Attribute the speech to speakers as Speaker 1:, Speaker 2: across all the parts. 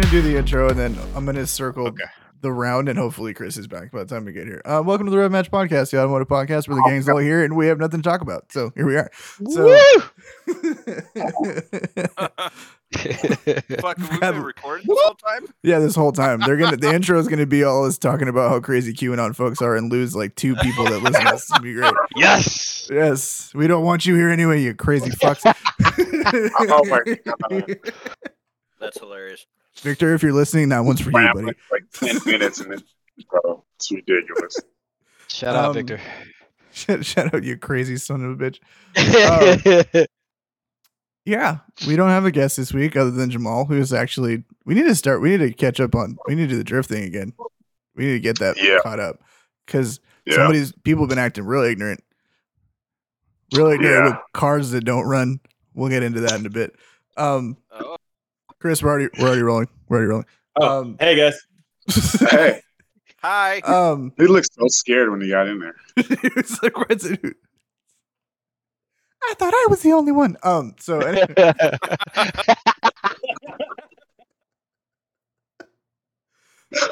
Speaker 1: intro, and then I'm gonna circle
Speaker 2: Okay.
Speaker 1: the round, and hopefully Chris is back by the time we get here. Uh, welcome to the Road Match Podcast, the automotive podcast where the gang's all here, and we have nothing to talk about. So here we are. So-
Speaker 2: Woo!
Speaker 3: Fuck, we've
Speaker 1: Bad-
Speaker 3: been recording this whole time.
Speaker 1: yeah, this whole time they're gonna the intro is gonna be all us talking about how crazy QAnon folks are, and lose like two people that listen to us. It'd be great.
Speaker 2: Yes.
Speaker 1: Yes, we don't want you here anyway, you crazy fucks.
Speaker 4: Oh my God.
Speaker 3: That's hilarious.
Speaker 1: Victor, if you're listening, that one's for you,
Speaker 4: Ram
Speaker 1: buddy.
Speaker 4: with, like ten minutes and then bro, it's ridiculous.
Speaker 2: Shout out,
Speaker 1: Um,
Speaker 2: Victor.
Speaker 1: Shout, shout out, you crazy son of a bitch. uh, Yeah, we don't have a guest this week other than Jamal, who's actually. We need to start. We need to catch up on. We need to do the drift thing again. We need to get that
Speaker 4: Yeah.
Speaker 1: caught up because
Speaker 4: Yeah,
Speaker 1: somebody's people have been acting real ignorant, real ignorant
Speaker 4: Yeah.
Speaker 1: with cars that don't run. We'll get into that in a bit. Um,
Speaker 3: Oh,
Speaker 1: Chris, we're already we're already rolling. We're already rolling.
Speaker 5: Oh.
Speaker 1: Um,
Speaker 5: Hey guys.
Speaker 4: hey,
Speaker 3: hi.
Speaker 1: um,
Speaker 4: he looked so scared when he got in there.
Speaker 1: it was like, what's it? I thought I was the only one. Um, so anyway,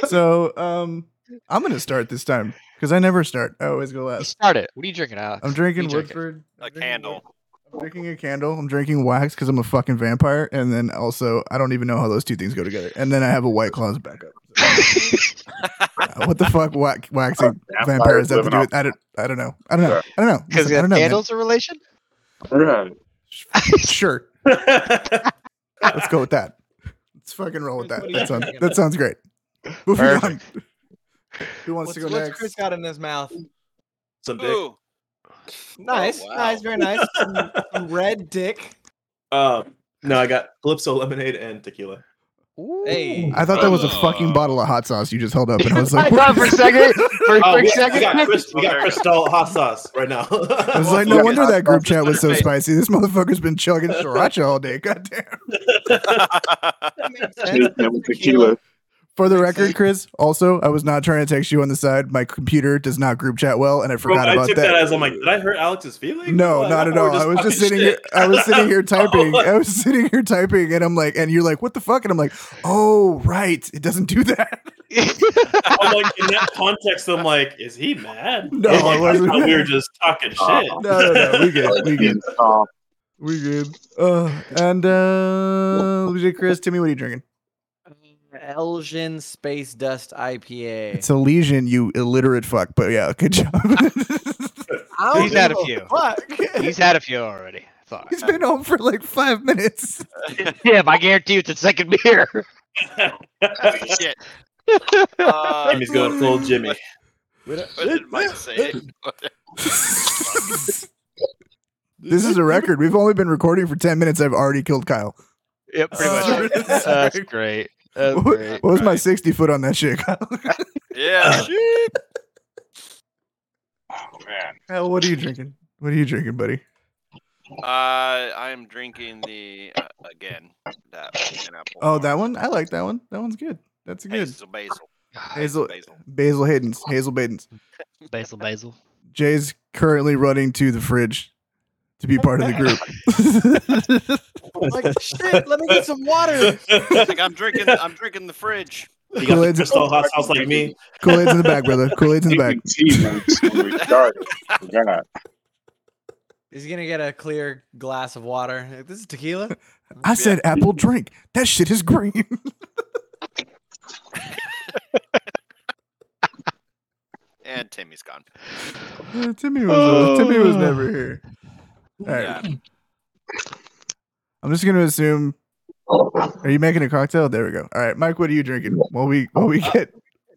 Speaker 1: so um, I'm gonna start this time because I never start. I always go last.
Speaker 2: Start it. What are you drinking, Alex?
Speaker 1: I'm drinking
Speaker 2: You drink it.
Speaker 1: Woodford. I'm
Speaker 3: A
Speaker 1: drinking
Speaker 3: candle.
Speaker 1: Wood- I'm drinking a candle. I'm drinking wax because I'm a fucking vampire, and then also I don't even know how those two things go together. And then I have a white claws backup. Uh, what the fuck, wax, waxing vampires have to do with? I don't. I don't know. I don't know. I don't know.
Speaker 2: Because
Speaker 1: Listen, I don't know. man.
Speaker 2: candles are relation.
Speaker 4: Right.
Speaker 1: Sure.
Speaker 6: Oh,
Speaker 1: Let's go with that. Let's fucking roll with that. That sounds, that sounds great. Moving on. Who wants
Speaker 5: What's,
Speaker 1: to go
Speaker 5: what's
Speaker 1: next?
Speaker 5: Chris got in his mouth? Some
Speaker 6: oh,
Speaker 3: Ooh.
Speaker 5: Nice,
Speaker 3: Oh, wow.
Speaker 5: nice, very nice. Some, some red dick.
Speaker 6: Um, no, I got Calypso lemonade and tequila.
Speaker 5: Hey.
Speaker 1: I thought that was a fucking
Speaker 3: Oh.
Speaker 1: bottle of hot sauce you just held up, and I was like,
Speaker 2: I thought for a second. For, for
Speaker 6: Oh,
Speaker 2: a
Speaker 6: we,
Speaker 2: second.
Speaker 6: we got, Chris, we
Speaker 3: Oh, there
Speaker 6: got
Speaker 3: you go.
Speaker 6: Cristal hot sauce right now.
Speaker 1: I was like, no
Speaker 4: Fucking
Speaker 1: wonder
Speaker 4: hot
Speaker 1: that group
Speaker 4: sauce
Speaker 1: chat was so
Speaker 3: is
Speaker 1: spicy. This motherfucker's been chugging sriracha all day. Goddamn.
Speaker 5: That makes sense.
Speaker 4: Cheers, man, with tequila.
Speaker 1: For the
Speaker 5: Makes
Speaker 1: record,
Speaker 5: sense.
Speaker 1: Chris, also, I was not trying to text you on the side. My computer does not group chat well, and I
Speaker 6: Bro,
Speaker 1: forgot
Speaker 6: I
Speaker 1: about
Speaker 6: took that. as I'm like, did I hurt Alex's feelings?
Speaker 1: No,
Speaker 6: Like,
Speaker 1: not at
Speaker 6: we're
Speaker 1: all. I was just
Speaker 6: talking
Speaker 1: sitting here.
Speaker 6: shit.
Speaker 1: I was sitting here typing.
Speaker 6: Oh.
Speaker 1: I was sitting here typing, and I'm like, and you're like, what the fuck? And I'm like, oh right, it doesn't do that.
Speaker 6: I'm like, in that context, I'm like, is he mad?
Speaker 1: No,
Speaker 6: I'm like,
Speaker 1: I wasn't.
Speaker 6: I thought we were just talking shit.
Speaker 4: Uh-uh.
Speaker 1: No, no, no. We good. We good.
Speaker 4: Um,
Speaker 1: We good. Uh, and uh, DJ Chris, Timmy, what are you drinking?
Speaker 5: Uh, Elgin Space Dust IPA.
Speaker 1: It's a lesion, you illiterate fuck. But yeah, good job.
Speaker 5: I don't
Speaker 2: He's had a
Speaker 5: give
Speaker 2: few.
Speaker 5: Fuck.
Speaker 2: He's had a few already. I thought.
Speaker 1: He's been home for like five minutes.
Speaker 2: Him, I guarantee you, it's a second beer.
Speaker 3: Shit. Uh,
Speaker 6: Jimmy's going full Jimmy.
Speaker 3: what did Mike say?
Speaker 1: this is a record. We've only been recording for ten minutes. I've already killed Kyle.
Speaker 2: Yep, pretty much. That's great. That's
Speaker 1: What
Speaker 2: great.
Speaker 1: what was my sixty foot on that shit, Kyle?
Speaker 3: Yeah.
Speaker 4: oh, man.
Speaker 1: Hell, what are you drinking? What are you drinking, buddy?
Speaker 3: Uh, I am drinking the uh, again that pineapple
Speaker 1: Oh,
Speaker 3: one.
Speaker 1: that one. I like that one. That one's good. That's good.
Speaker 3: Hazel, basil.
Speaker 1: Hazel,
Speaker 3: basil.
Speaker 1: Basil Hayden's. Hazel Baden's.
Speaker 2: Basil, basil.
Speaker 1: Jay's currently running to the fridge to be part of the group.
Speaker 5: like shit. Let me get some water.
Speaker 3: I think I'm drinking. I'm drinking the fridge.
Speaker 6: You got the
Speaker 1: Kool-Aid's,
Speaker 6: Crystal hot sauce like me.
Speaker 1: Kool Aid's in the back, brother. Kool Aid's in the back.
Speaker 4: Even tea was retarded. God.
Speaker 5: He's gonna get a clear glass of water. Like, This is tequila.
Speaker 1: I said apple drink. That shit is green.
Speaker 3: And Timmy's gone.
Speaker 1: Uh, Timmy was uh, Timmy was
Speaker 2: Oh.
Speaker 1: never here. All right.
Speaker 3: Yeah.
Speaker 1: I'm just gonna assume. Are you making a cocktail? There we go. All right, Mike, what are you drinking? While we while we get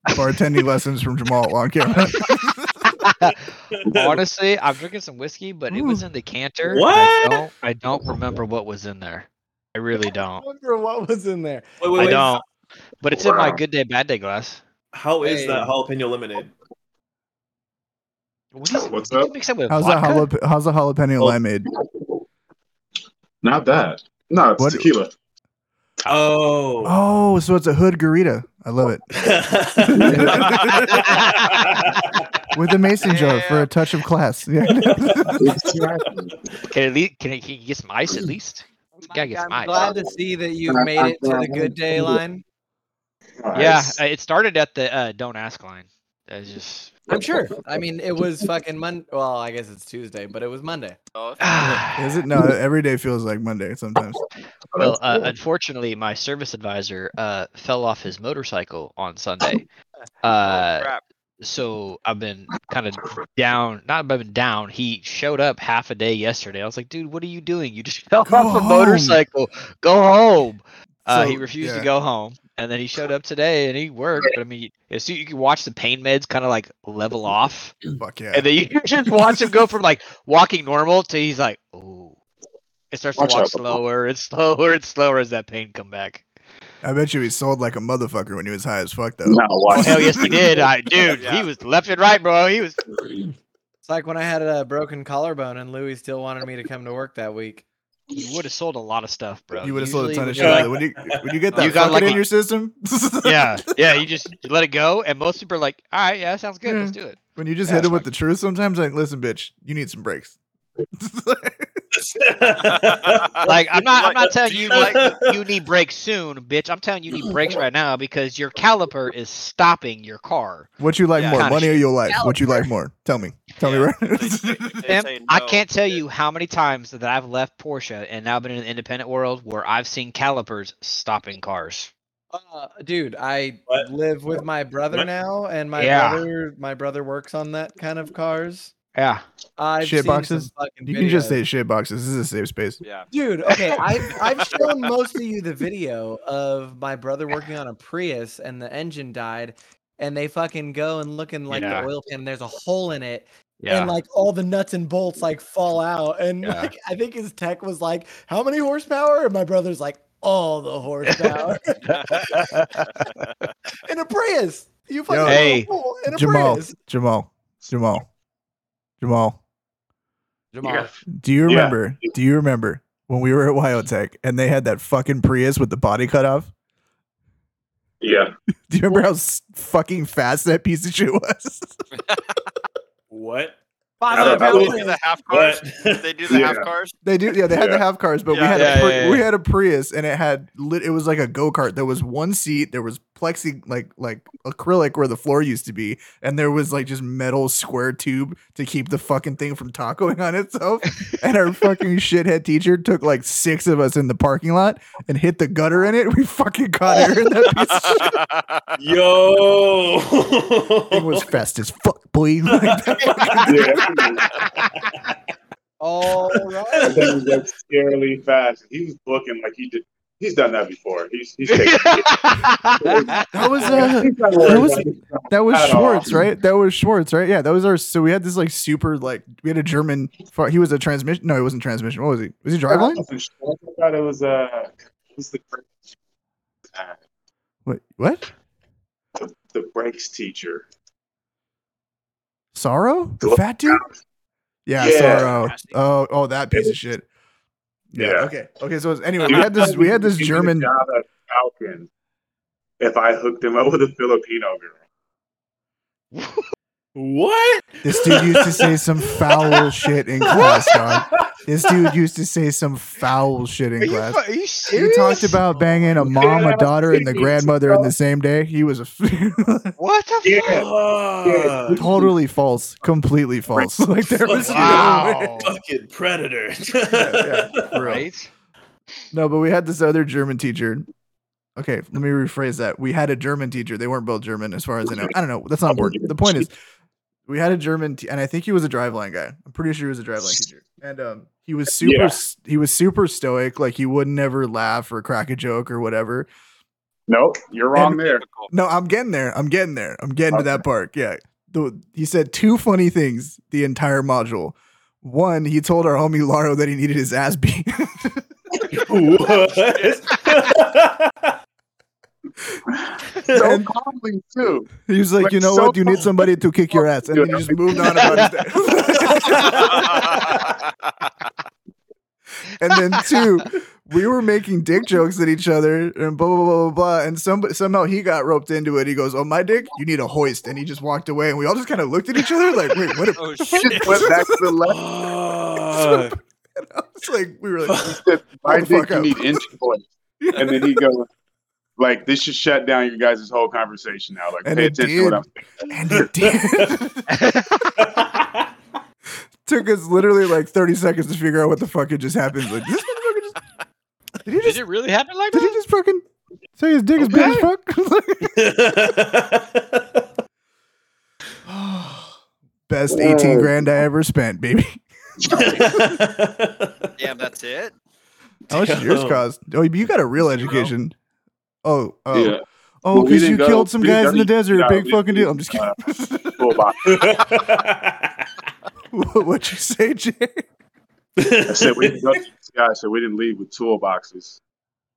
Speaker 1: bartending lessons from Jamal on camera.
Speaker 2: Honestly, I'm drinking some whiskey, but it was
Speaker 1: Ooh.
Speaker 2: in the canter. and I
Speaker 6: What?
Speaker 2: don't, I don't remember what was in there. I really
Speaker 5: I
Speaker 2: don't.
Speaker 5: wonder what was in there.
Speaker 6: Wait, wait,
Speaker 2: I
Speaker 6: wait.
Speaker 2: don't. But it's in my
Speaker 4: Wow.
Speaker 2: good day, bad day glass.
Speaker 6: How is
Speaker 5: Hey.
Speaker 6: that jalapeno lemonade?
Speaker 2: What is,
Speaker 4: What's
Speaker 2: did you
Speaker 4: up?
Speaker 2: mix it with
Speaker 1: How's that
Speaker 2: vodka?
Speaker 1: jalap- how's a jalapeno
Speaker 6: Oh.
Speaker 1: limeade?
Speaker 4: Not that. No, it's
Speaker 1: What-
Speaker 4: tequila.
Speaker 6: Oh.
Speaker 1: Oh, so it's a hood garita. I love it. With a mason jar for a touch of class. Yeah.
Speaker 2: Can at least can, it, can you get some ice at least? Gotta get some
Speaker 5: Oh I'm
Speaker 2: ice.
Speaker 5: glad to see that you made it to the good day line.
Speaker 2: Yeah,
Speaker 4: Nice.
Speaker 2: uh, it started at the uh, don't ask line. That's just
Speaker 5: I'm sure. I mean, it was fucking Monday. Well, I guess it's Tuesday, but it was Monday.
Speaker 3: Oh,
Speaker 2: Ah,
Speaker 1: Is it? No, every day feels like Monday sometimes.
Speaker 2: Well, uh, unfortunately, my service advisor uh, fell off his motorcycle on Sunday.
Speaker 1: Oh,
Speaker 2: Uh,
Speaker 3: crap.
Speaker 2: so I've been kind of down. Not I've been down. He showed up half a day yesterday. I was like, dude, what are you doing? You just fell
Speaker 1: Go
Speaker 2: off a
Speaker 1: home."
Speaker 2: motorcycle. Go home. uh, he
Speaker 1: So,
Speaker 2: refused
Speaker 1: yeah.
Speaker 2: to go home. And then he showed up today and he worked. But I mean, as soon you can watch the pain meds kind of like level off.
Speaker 1: Fuck yeah.
Speaker 2: And then you can just watch him go from like walking normal to he's like, oh, it starts
Speaker 4: Watch
Speaker 2: to walk
Speaker 4: out.
Speaker 2: slower and slower and slower as that pain come back.
Speaker 1: I bet you he sold like a motherfucker when he was high as fuck though.
Speaker 4: Now
Speaker 2: Oh,
Speaker 4: watch.
Speaker 2: hell yes, he did. I dude,
Speaker 3: Yeah.
Speaker 2: he was left and right, bro. He was.
Speaker 5: It's like when I had a broken collarbone and Louis still wanted me to come to work that week.
Speaker 2: You would have sold a lot of stuff, bro.
Speaker 1: You would have sold a
Speaker 2: Usually
Speaker 1: ton of
Speaker 2: when you're
Speaker 1: shit.
Speaker 6: like-
Speaker 1: out of it. When you when you get that
Speaker 2: You got
Speaker 1: fucking
Speaker 2: like
Speaker 1: in
Speaker 2: a-
Speaker 1: your system,
Speaker 2: like- yeah, yeah. You just you let it go, and most people are like, "All right, yeah, that sounds good.
Speaker 5: Hmm.
Speaker 2: Let's do it."
Speaker 1: When you just
Speaker 2: Yeah,
Speaker 1: hit him with
Speaker 2: fuck.
Speaker 1: the truth, sometimes like, listen, bitch, you need some breaks.
Speaker 2: Like, I'm not, I'm not telling you like
Speaker 6: Like-
Speaker 2: you need brakes soon, bitch. I'm telling you need brakes right now because your caliper is stopping your car.
Speaker 1: what you like
Speaker 3: Yeah.
Speaker 1: more,
Speaker 2: Kinda
Speaker 1: money or your life?
Speaker 2: Out
Speaker 1: What you like more? Tell me. Tell me
Speaker 3: Yeah.
Speaker 1: right.
Speaker 3: They
Speaker 2: Fam,
Speaker 3: say
Speaker 2: I
Speaker 3: no.
Speaker 2: can't tell you how many times that I've left Porsche and now been in the independent world where I've seen calipers stopping cars.
Speaker 5: Uh, dude, I
Speaker 6: What?
Speaker 5: live with my brother
Speaker 6: What?
Speaker 5: now, and my
Speaker 2: Yeah.
Speaker 5: brother, my brother works on that kind of cars.
Speaker 2: Yeah.
Speaker 5: I've
Speaker 1: Shit
Speaker 5: seen some
Speaker 1: boxes?
Speaker 5: fucking
Speaker 1: you can just
Speaker 5: videos.
Speaker 1: say shit boxes. This is a safe space.
Speaker 3: Yeah.
Speaker 5: Dude, okay, I've I've shown most of you the video of my brother working on a Prius and the engine died, and they fucking go and look in like
Speaker 2: Yeah.
Speaker 5: the oil pan and there's a hole in it,
Speaker 2: Yeah.
Speaker 5: and like all the nuts and bolts like fall out, and
Speaker 2: Yeah.
Speaker 5: like I think his tech was like, how many horsepower? And my brother's like, all the horsepower in a Prius. You fucking
Speaker 2: Hey,
Speaker 5: little fool, in a
Speaker 1: Jamal,
Speaker 5: Prius.
Speaker 1: Jamal, Jamal, Jamal.
Speaker 5: Jamal.
Speaker 1: Do you
Speaker 4: Yeah.
Speaker 1: remember? Do you remember when we were at Wyotech and they had that fucking Prius with the body cut off?
Speaker 4: Yeah.
Speaker 1: Do you remember how s- fucking fast that piece of shit was?
Speaker 6: what?
Speaker 5: Five
Speaker 3: They
Speaker 4: I don't know.
Speaker 5: hundred
Speaker 3: do
Speaker 5: pounds.
Speaker 3: the half cars.
Speaker 6: What?
Speaker 3: They do the
Speaker 4: Yeah.
Speaker 3: half cars.
Speaker 1: they do, yeah. They had the
Speaker 4: Yeah.
Speaker 1: half cars, but we
Speaker 3: Yeah.
Speaker 1: had
Speaker 2: Yeah,
Speaker 1: a Pri-
Speaker 2: yeah, yeah.
Speaker 1: we had a Prius and it had lit, it was like a go kart. There was one seat, there was plexi like like acrylic where the floor used to be, and there was like just metal square tube to keep the fucking thing from tacoing on itself. and our fucking shithead teacher took like six of us in the parking lot and hit the gutter in it. We fucking caught air in that piece of shit.
Speaker 6: Yo.
Speaker 1: thing was fast as fuck, boy. Like that fucking-
Speaker 4: Yeah.
Speaker 5: All right.
Speaker 4: That thing was like scarily fast. He was looking like he did. He's done that before. He's he's taken.
Speaker 1: that was uh,
Speaker 4: He's not
Speaker 1: that
Speaker 4: worried
Speaker 1: was-
Speaker 4: about it.
Speaker 1: that was
Speaker 4: At all.
Speaker 1: Schwartz, right? That was Schwartz, right? Yeah, that was our. So we had this like super like we had a German. fu- He was a transmission. No, he wasn't transmission. What was he? Was he driveline?
Speaker 4: I thought it was uh, it was the brakes- uh,
Speaker 1: What? What?
Speaker 4: the brakes teacher.
Speaker 1: Sorrow? The fat dude? Yeah,
Speaker 4: Yeah.
Speaker 1: Sorrow. Oh, oh, that piece of shit.
Speaker 4: Yeah.
Speaker 1: Okay. Okay. So anyway, we had this. We had this
Speaker 4: He did a
Speaker 1: German.
Speaker 4: job at Falcon. If I hooked him up with a Filipino girl.
Speaker 6: what?
Speaker 1: This dude used to say some foul shit in class, dog. This dude used to say some foul shit in class.
Speaker 2: fu- you
Speaker 1: You talked about banging a mom, a daughter, and the grandmother in the same day. He was a f-
Speaker 2: what the
Speaker 4: Yeah.
Speaker 2: fuck?
Speaker 6: Ah, Fuck.
Speaker 1: totally false, completely false. Like there was no way.
Speaker 2: Wow.
Speaker 6: Fucking predator.
Speaker 1: Yeah, for real.
Speaker 2: Right?
Speaker 1: No, but we had this other German teacher. Okay, let me rephrase that. We had a German teacher. They weren't both German, as far as I know. I don't know. That's not important. The point is, we had a German, te- and I think he was a driveline guy. I'm pretty sure he was a driveline teacher, and um, he was super.
Speaker 4: Yeah.
Speaker 1: s- He was super stoic. Like he would never laugh or crack a joke or whatever.
Speaker 4: Nope, you're wrong there.
Speaker 3: Typical.
Speaker 1: No, I'm getting there. I'm getting there. I'm getting to that part. Yeah. The, he said two funny things the entire module. One, he told our homie Laro that he needed his ass beat.
Speaker 6: what?
Speaker 4: So
Speaker 1: And-
Speaker 4: calmly too.
Speaker 1: he was like,
Speaker 4: Like,
Speaker 1: you know
Speaker 4: so
Speaker 1: what? You need somebody to kick your ass. And then he just moved on about his day.
Speaker 3: Oh,
Speaker 1: and then two, we were making dick jokes at each other and blah, blah, blah, blah, blah. And somebody, somehow he got roped into it. He goes, oh, my dick? You need a hoist. And he just walked away. And we all just kind of looked at each other like, wait, what?
Speaker 3: oh
Speaker 1: the fuck?
Speaker 3: shit.
Speaker 4: Went back to the left.
Speaker 6: Fuck.
Speaker 1: It's like, we were like,
Speaker 4: My
Speaker 1: Shut the
Speaker 4: dick,
Speaker 1: fuck
Speaker 4: you
Speaker 1: up.
Speaker 4: need inch boy. And then he goes, Like this should shut down your guys' whole conversation now. Like
Speaker 1: And
Speaker 4: pay
Speaker 1: it
Speaker 4: attention to what I'm
Speaker 1: And
Speaker 4: saying.
Speaker 1: it did. Took us literally like 30 seconds to figure out what the fuck had just happened. Like, this motherfucker just. Did he
Speaker 2: Did
Speaker 1: just,
Speaker 2: it really happen like
Speaker 1: did he
Speaker 2: that?
Speaker 1: just fucking say his dick is big as
Speaker 2: Okay.
Speaker 1: fuck? Best 18 grand I ever spent, baby.
Speaker 3: Damn, that's it.
Speaker 1: How much did yours
Speaker 6: Damn.
Speaker 1: cost? Oh, you got a real education. Oh, oh.
Speaker 4: Yeah.
Speaker 1: Oh,
Speaker 4: Well, we
Speaker 1: because
Speaker 4: didn't
Speaker 1: you
Speaker 4: go-
Speaker 1: killed some
Speaker 4: we
Speaker 1: guys in the
Speaker 4: didn't- Uh,
Speaker 1: desert.
Speaker 4: yeah,
Speaker 1: Big
Speaker 4: we-
Speaker 1: fucking deal. I'm just kidding.
Speaker 4: Full body.
Speaker 1: What'd you say, Jay?
Speaker 4: I said we didn't go. Yeah, I said we didn't leave with toolboxes.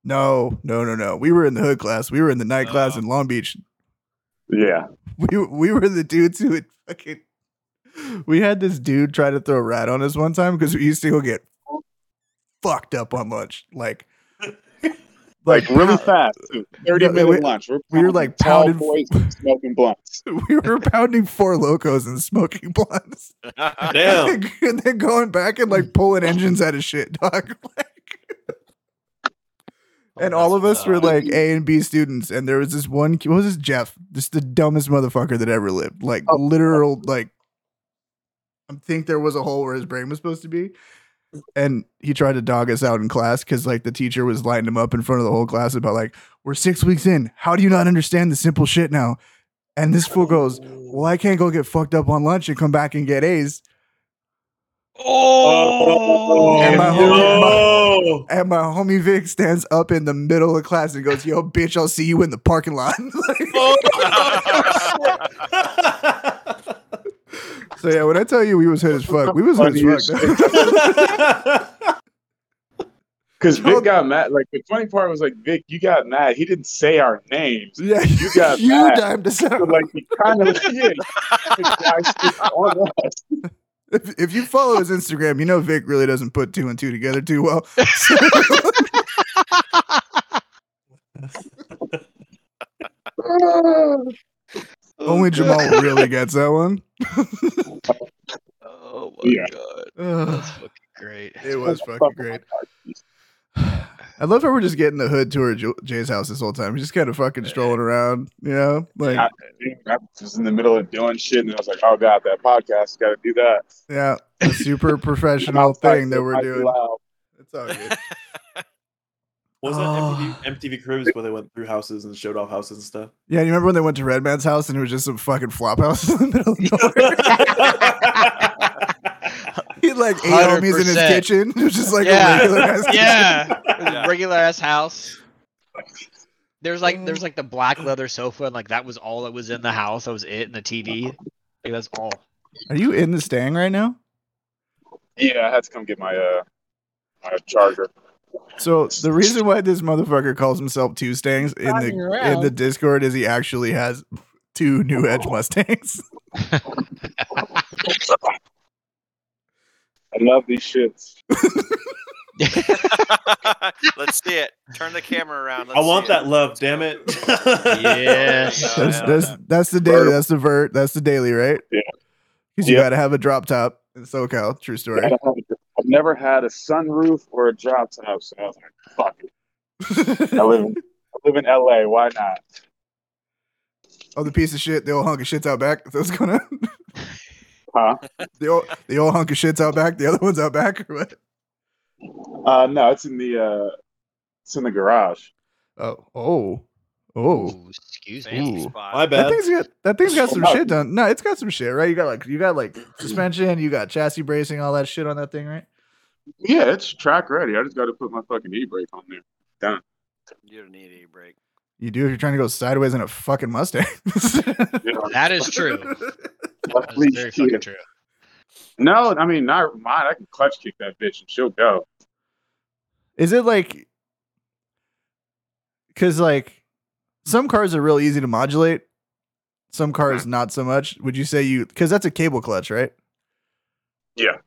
Speaker 1: No, no, no, no. We were in the hood class. We were in the
Speaker 4: Uh,
Speaker 1: night class in Long Beach.
Speaker 4: Yeah.
Speaker 1: We we were the dudes who would fucking. We had this dude try to throw a rat on us one time because we used to go get fucked up on lunch, like,
Speaker 4: Like really fast. too. Thirty
Speaker 1: No,
Speaker 4: minute
Speaker 1: we-
Speaker 4: lunch. We're
Speaker 1: we were, like,
Speaker 4: tall
Speaker 1: pounded-
Speaker 4: boys and smoking blunts.
Speaker 1: we were pounding four locos and smoking blunts,
Speaker 3: Oh,
Speaker 6: Damn.
Speaker 1: and then going back and like pulling engines out of shit, dog. Like, and all of us were like A and B students, and there was this one. What was this Jeff? Just the dumbest motherfucker that ever lived. Like literal, like I think there was a hole where his brain was supposed to be, and he tried to dog us out in class because like the teacher was lining him up in front of the whole class about like we're six weeks in. How do you not understand the simple shit now? And this fool goes, "Well, I can't go get fucked up on lunch and come back and get A's."
Speaker 2: Oh,
Speaker 1: Am I holding-
Speaker 6: Oh.
Speaker 1: And my homie Vic stands up in the middle of class and goes, "Yo, bitch, I'll see you in the parking lot." Like- So yeah, when I tell you we was hood as fuck, we was hood as fuck.
Speaker 4: Because
Speaker 1: Well-
Speaker 4: Vic got mad. Like the funny part was like Vic, you got mad. He didn't say our names.
Speaker 1: yeah,
Speaker 4: You got
Speaker 1: you
Speaker 4: mad.
Speaker 1: dimed us out.
Speaker 4: So, like he kind of yeah, he guys just on us.
Speaker 1: If, if you follow his Instagram, you know Vic really doesn't put two and two together too well. So- Only Jamal really gets that one.
Speaker 2: Oh my
Speaker 4: Yeah.
Speaker 2: god,
Speaker 1: Ugh,
Speaker 2: that's fucking great.
Speaker 1: it was fucking great. I love how we're just getting the hood tour of Ju- Jay's house this whole time. He's just kind of fucking strolling around, you know? Like,
Speaker 4: I, I was in the middle of doing shit, and I was like, "Oh God, that podcast, got to do that."
Speaker 1: yeah, a super professional thing that we're
Speaker 4: Might be
Speaker 1: doing.
Speaker 4: loud.
Speaker 1: It's all good.
Speaker 6: What was
Speaker 1: Oh.
Speaker 6: that MTV, MTV Cribs where they went through houses and showed off houses and stuff?
Speaker 1: Yeah, you remember when they went to Redman's house and it was just some fucking flop house in the middle of nowhere? He had like eight homies in his
Speaker 2: 100%.
Speaker 1: kitchen. It was just like
Speaker 2: Yeah.
Speaker 1: a regular ass
Speaker 2: yeah,
Speaker 3: Yeah.
Speaker 2: regular ass house. There's like there's like the black leather sofa, and like that was all that was in the house. That was it, and the TV. Like, that's all.
Speaker 1: Are you in the stang right now?
Speaker 4: Yeah, I had to come get my uh my charger.
Speaker 1: So the reason why this motherfucker calls himself two stangs in
Speaker 5: Driving
Speaker 1: the
Speaker 5: around.
Speaker 1: in the Discord is he actually has two new edge Mustangs.
Speaker 4: I love these shits.
Speaker 3: Let's see it. Turn the camera around. Let's
Speaker 6: I
Speaker 3: see
Speaker 6: want
Speaker 3: it.
Speaker 6: that love, damn it.
Speaker 2: Yes.
Speaker 3: Oh,
Speaker 1: That's
Speaker 3: yeah.
Speaker 1: that's that's the daily. That's the vert. That's the daily, right?
Speaker 4: Yeah.
Speaker 1: Because you
Speaker 4: Yep.
Speaker 1: got to have a drop top in SoCal. True story.
Speaker 4: I don't have a- I've never had a sunroof or a drop top, so I was like, "Fuck it." I live in I live in LA. Why not?
Speaker 1: oh, the piece of shit. The old hunk of shit's out back. That's gonna.
Speaker 4: Huh?
Speaker 1: The old the old hunk of shit's out back. The other one's out back. Or what?
Speaker 4: Uh, no, it's in the uh, it's in the garage.
Speaker 1: Oh oh oh.
Speaker 2: Ooh, excuse
Speaker 3: Fancy
Speaker 2: me.
Speaker 1: Ooh.
Speaker 3: spot.
Speaker 6: My
Speaker 1: That
Speaker 6: bad.
Speaker 1: thing's got that thing's got some
Speaker 4: Oh.
Speaker 1: shit done. No, it's got some shit, right? You got like you got like suspension, you got chassis bracing, all that shit on that thing, right?
Speaker 4: Yeah, it's track ready. I just got to put my fucking e brake on there.
Speaker 3: You don't need any break.
Speaker 1: You do if you're trying to go sideways in a fucking Mustang.
Speaker 2: That is true. That is
Speaker 4: Please,
Speaker 2: very fucking
Speaker 4: Keaton.
Speaker 2: true.
Speaker 4: No, I mean not mine. I can clutch kick that bitch and she'll go.
Speaker 1: Is it like cuz like some cars are real easy to modulate, some cars not so much. Would you say you cuz that's a cable clutch, right?
Speaker 4: Yeah.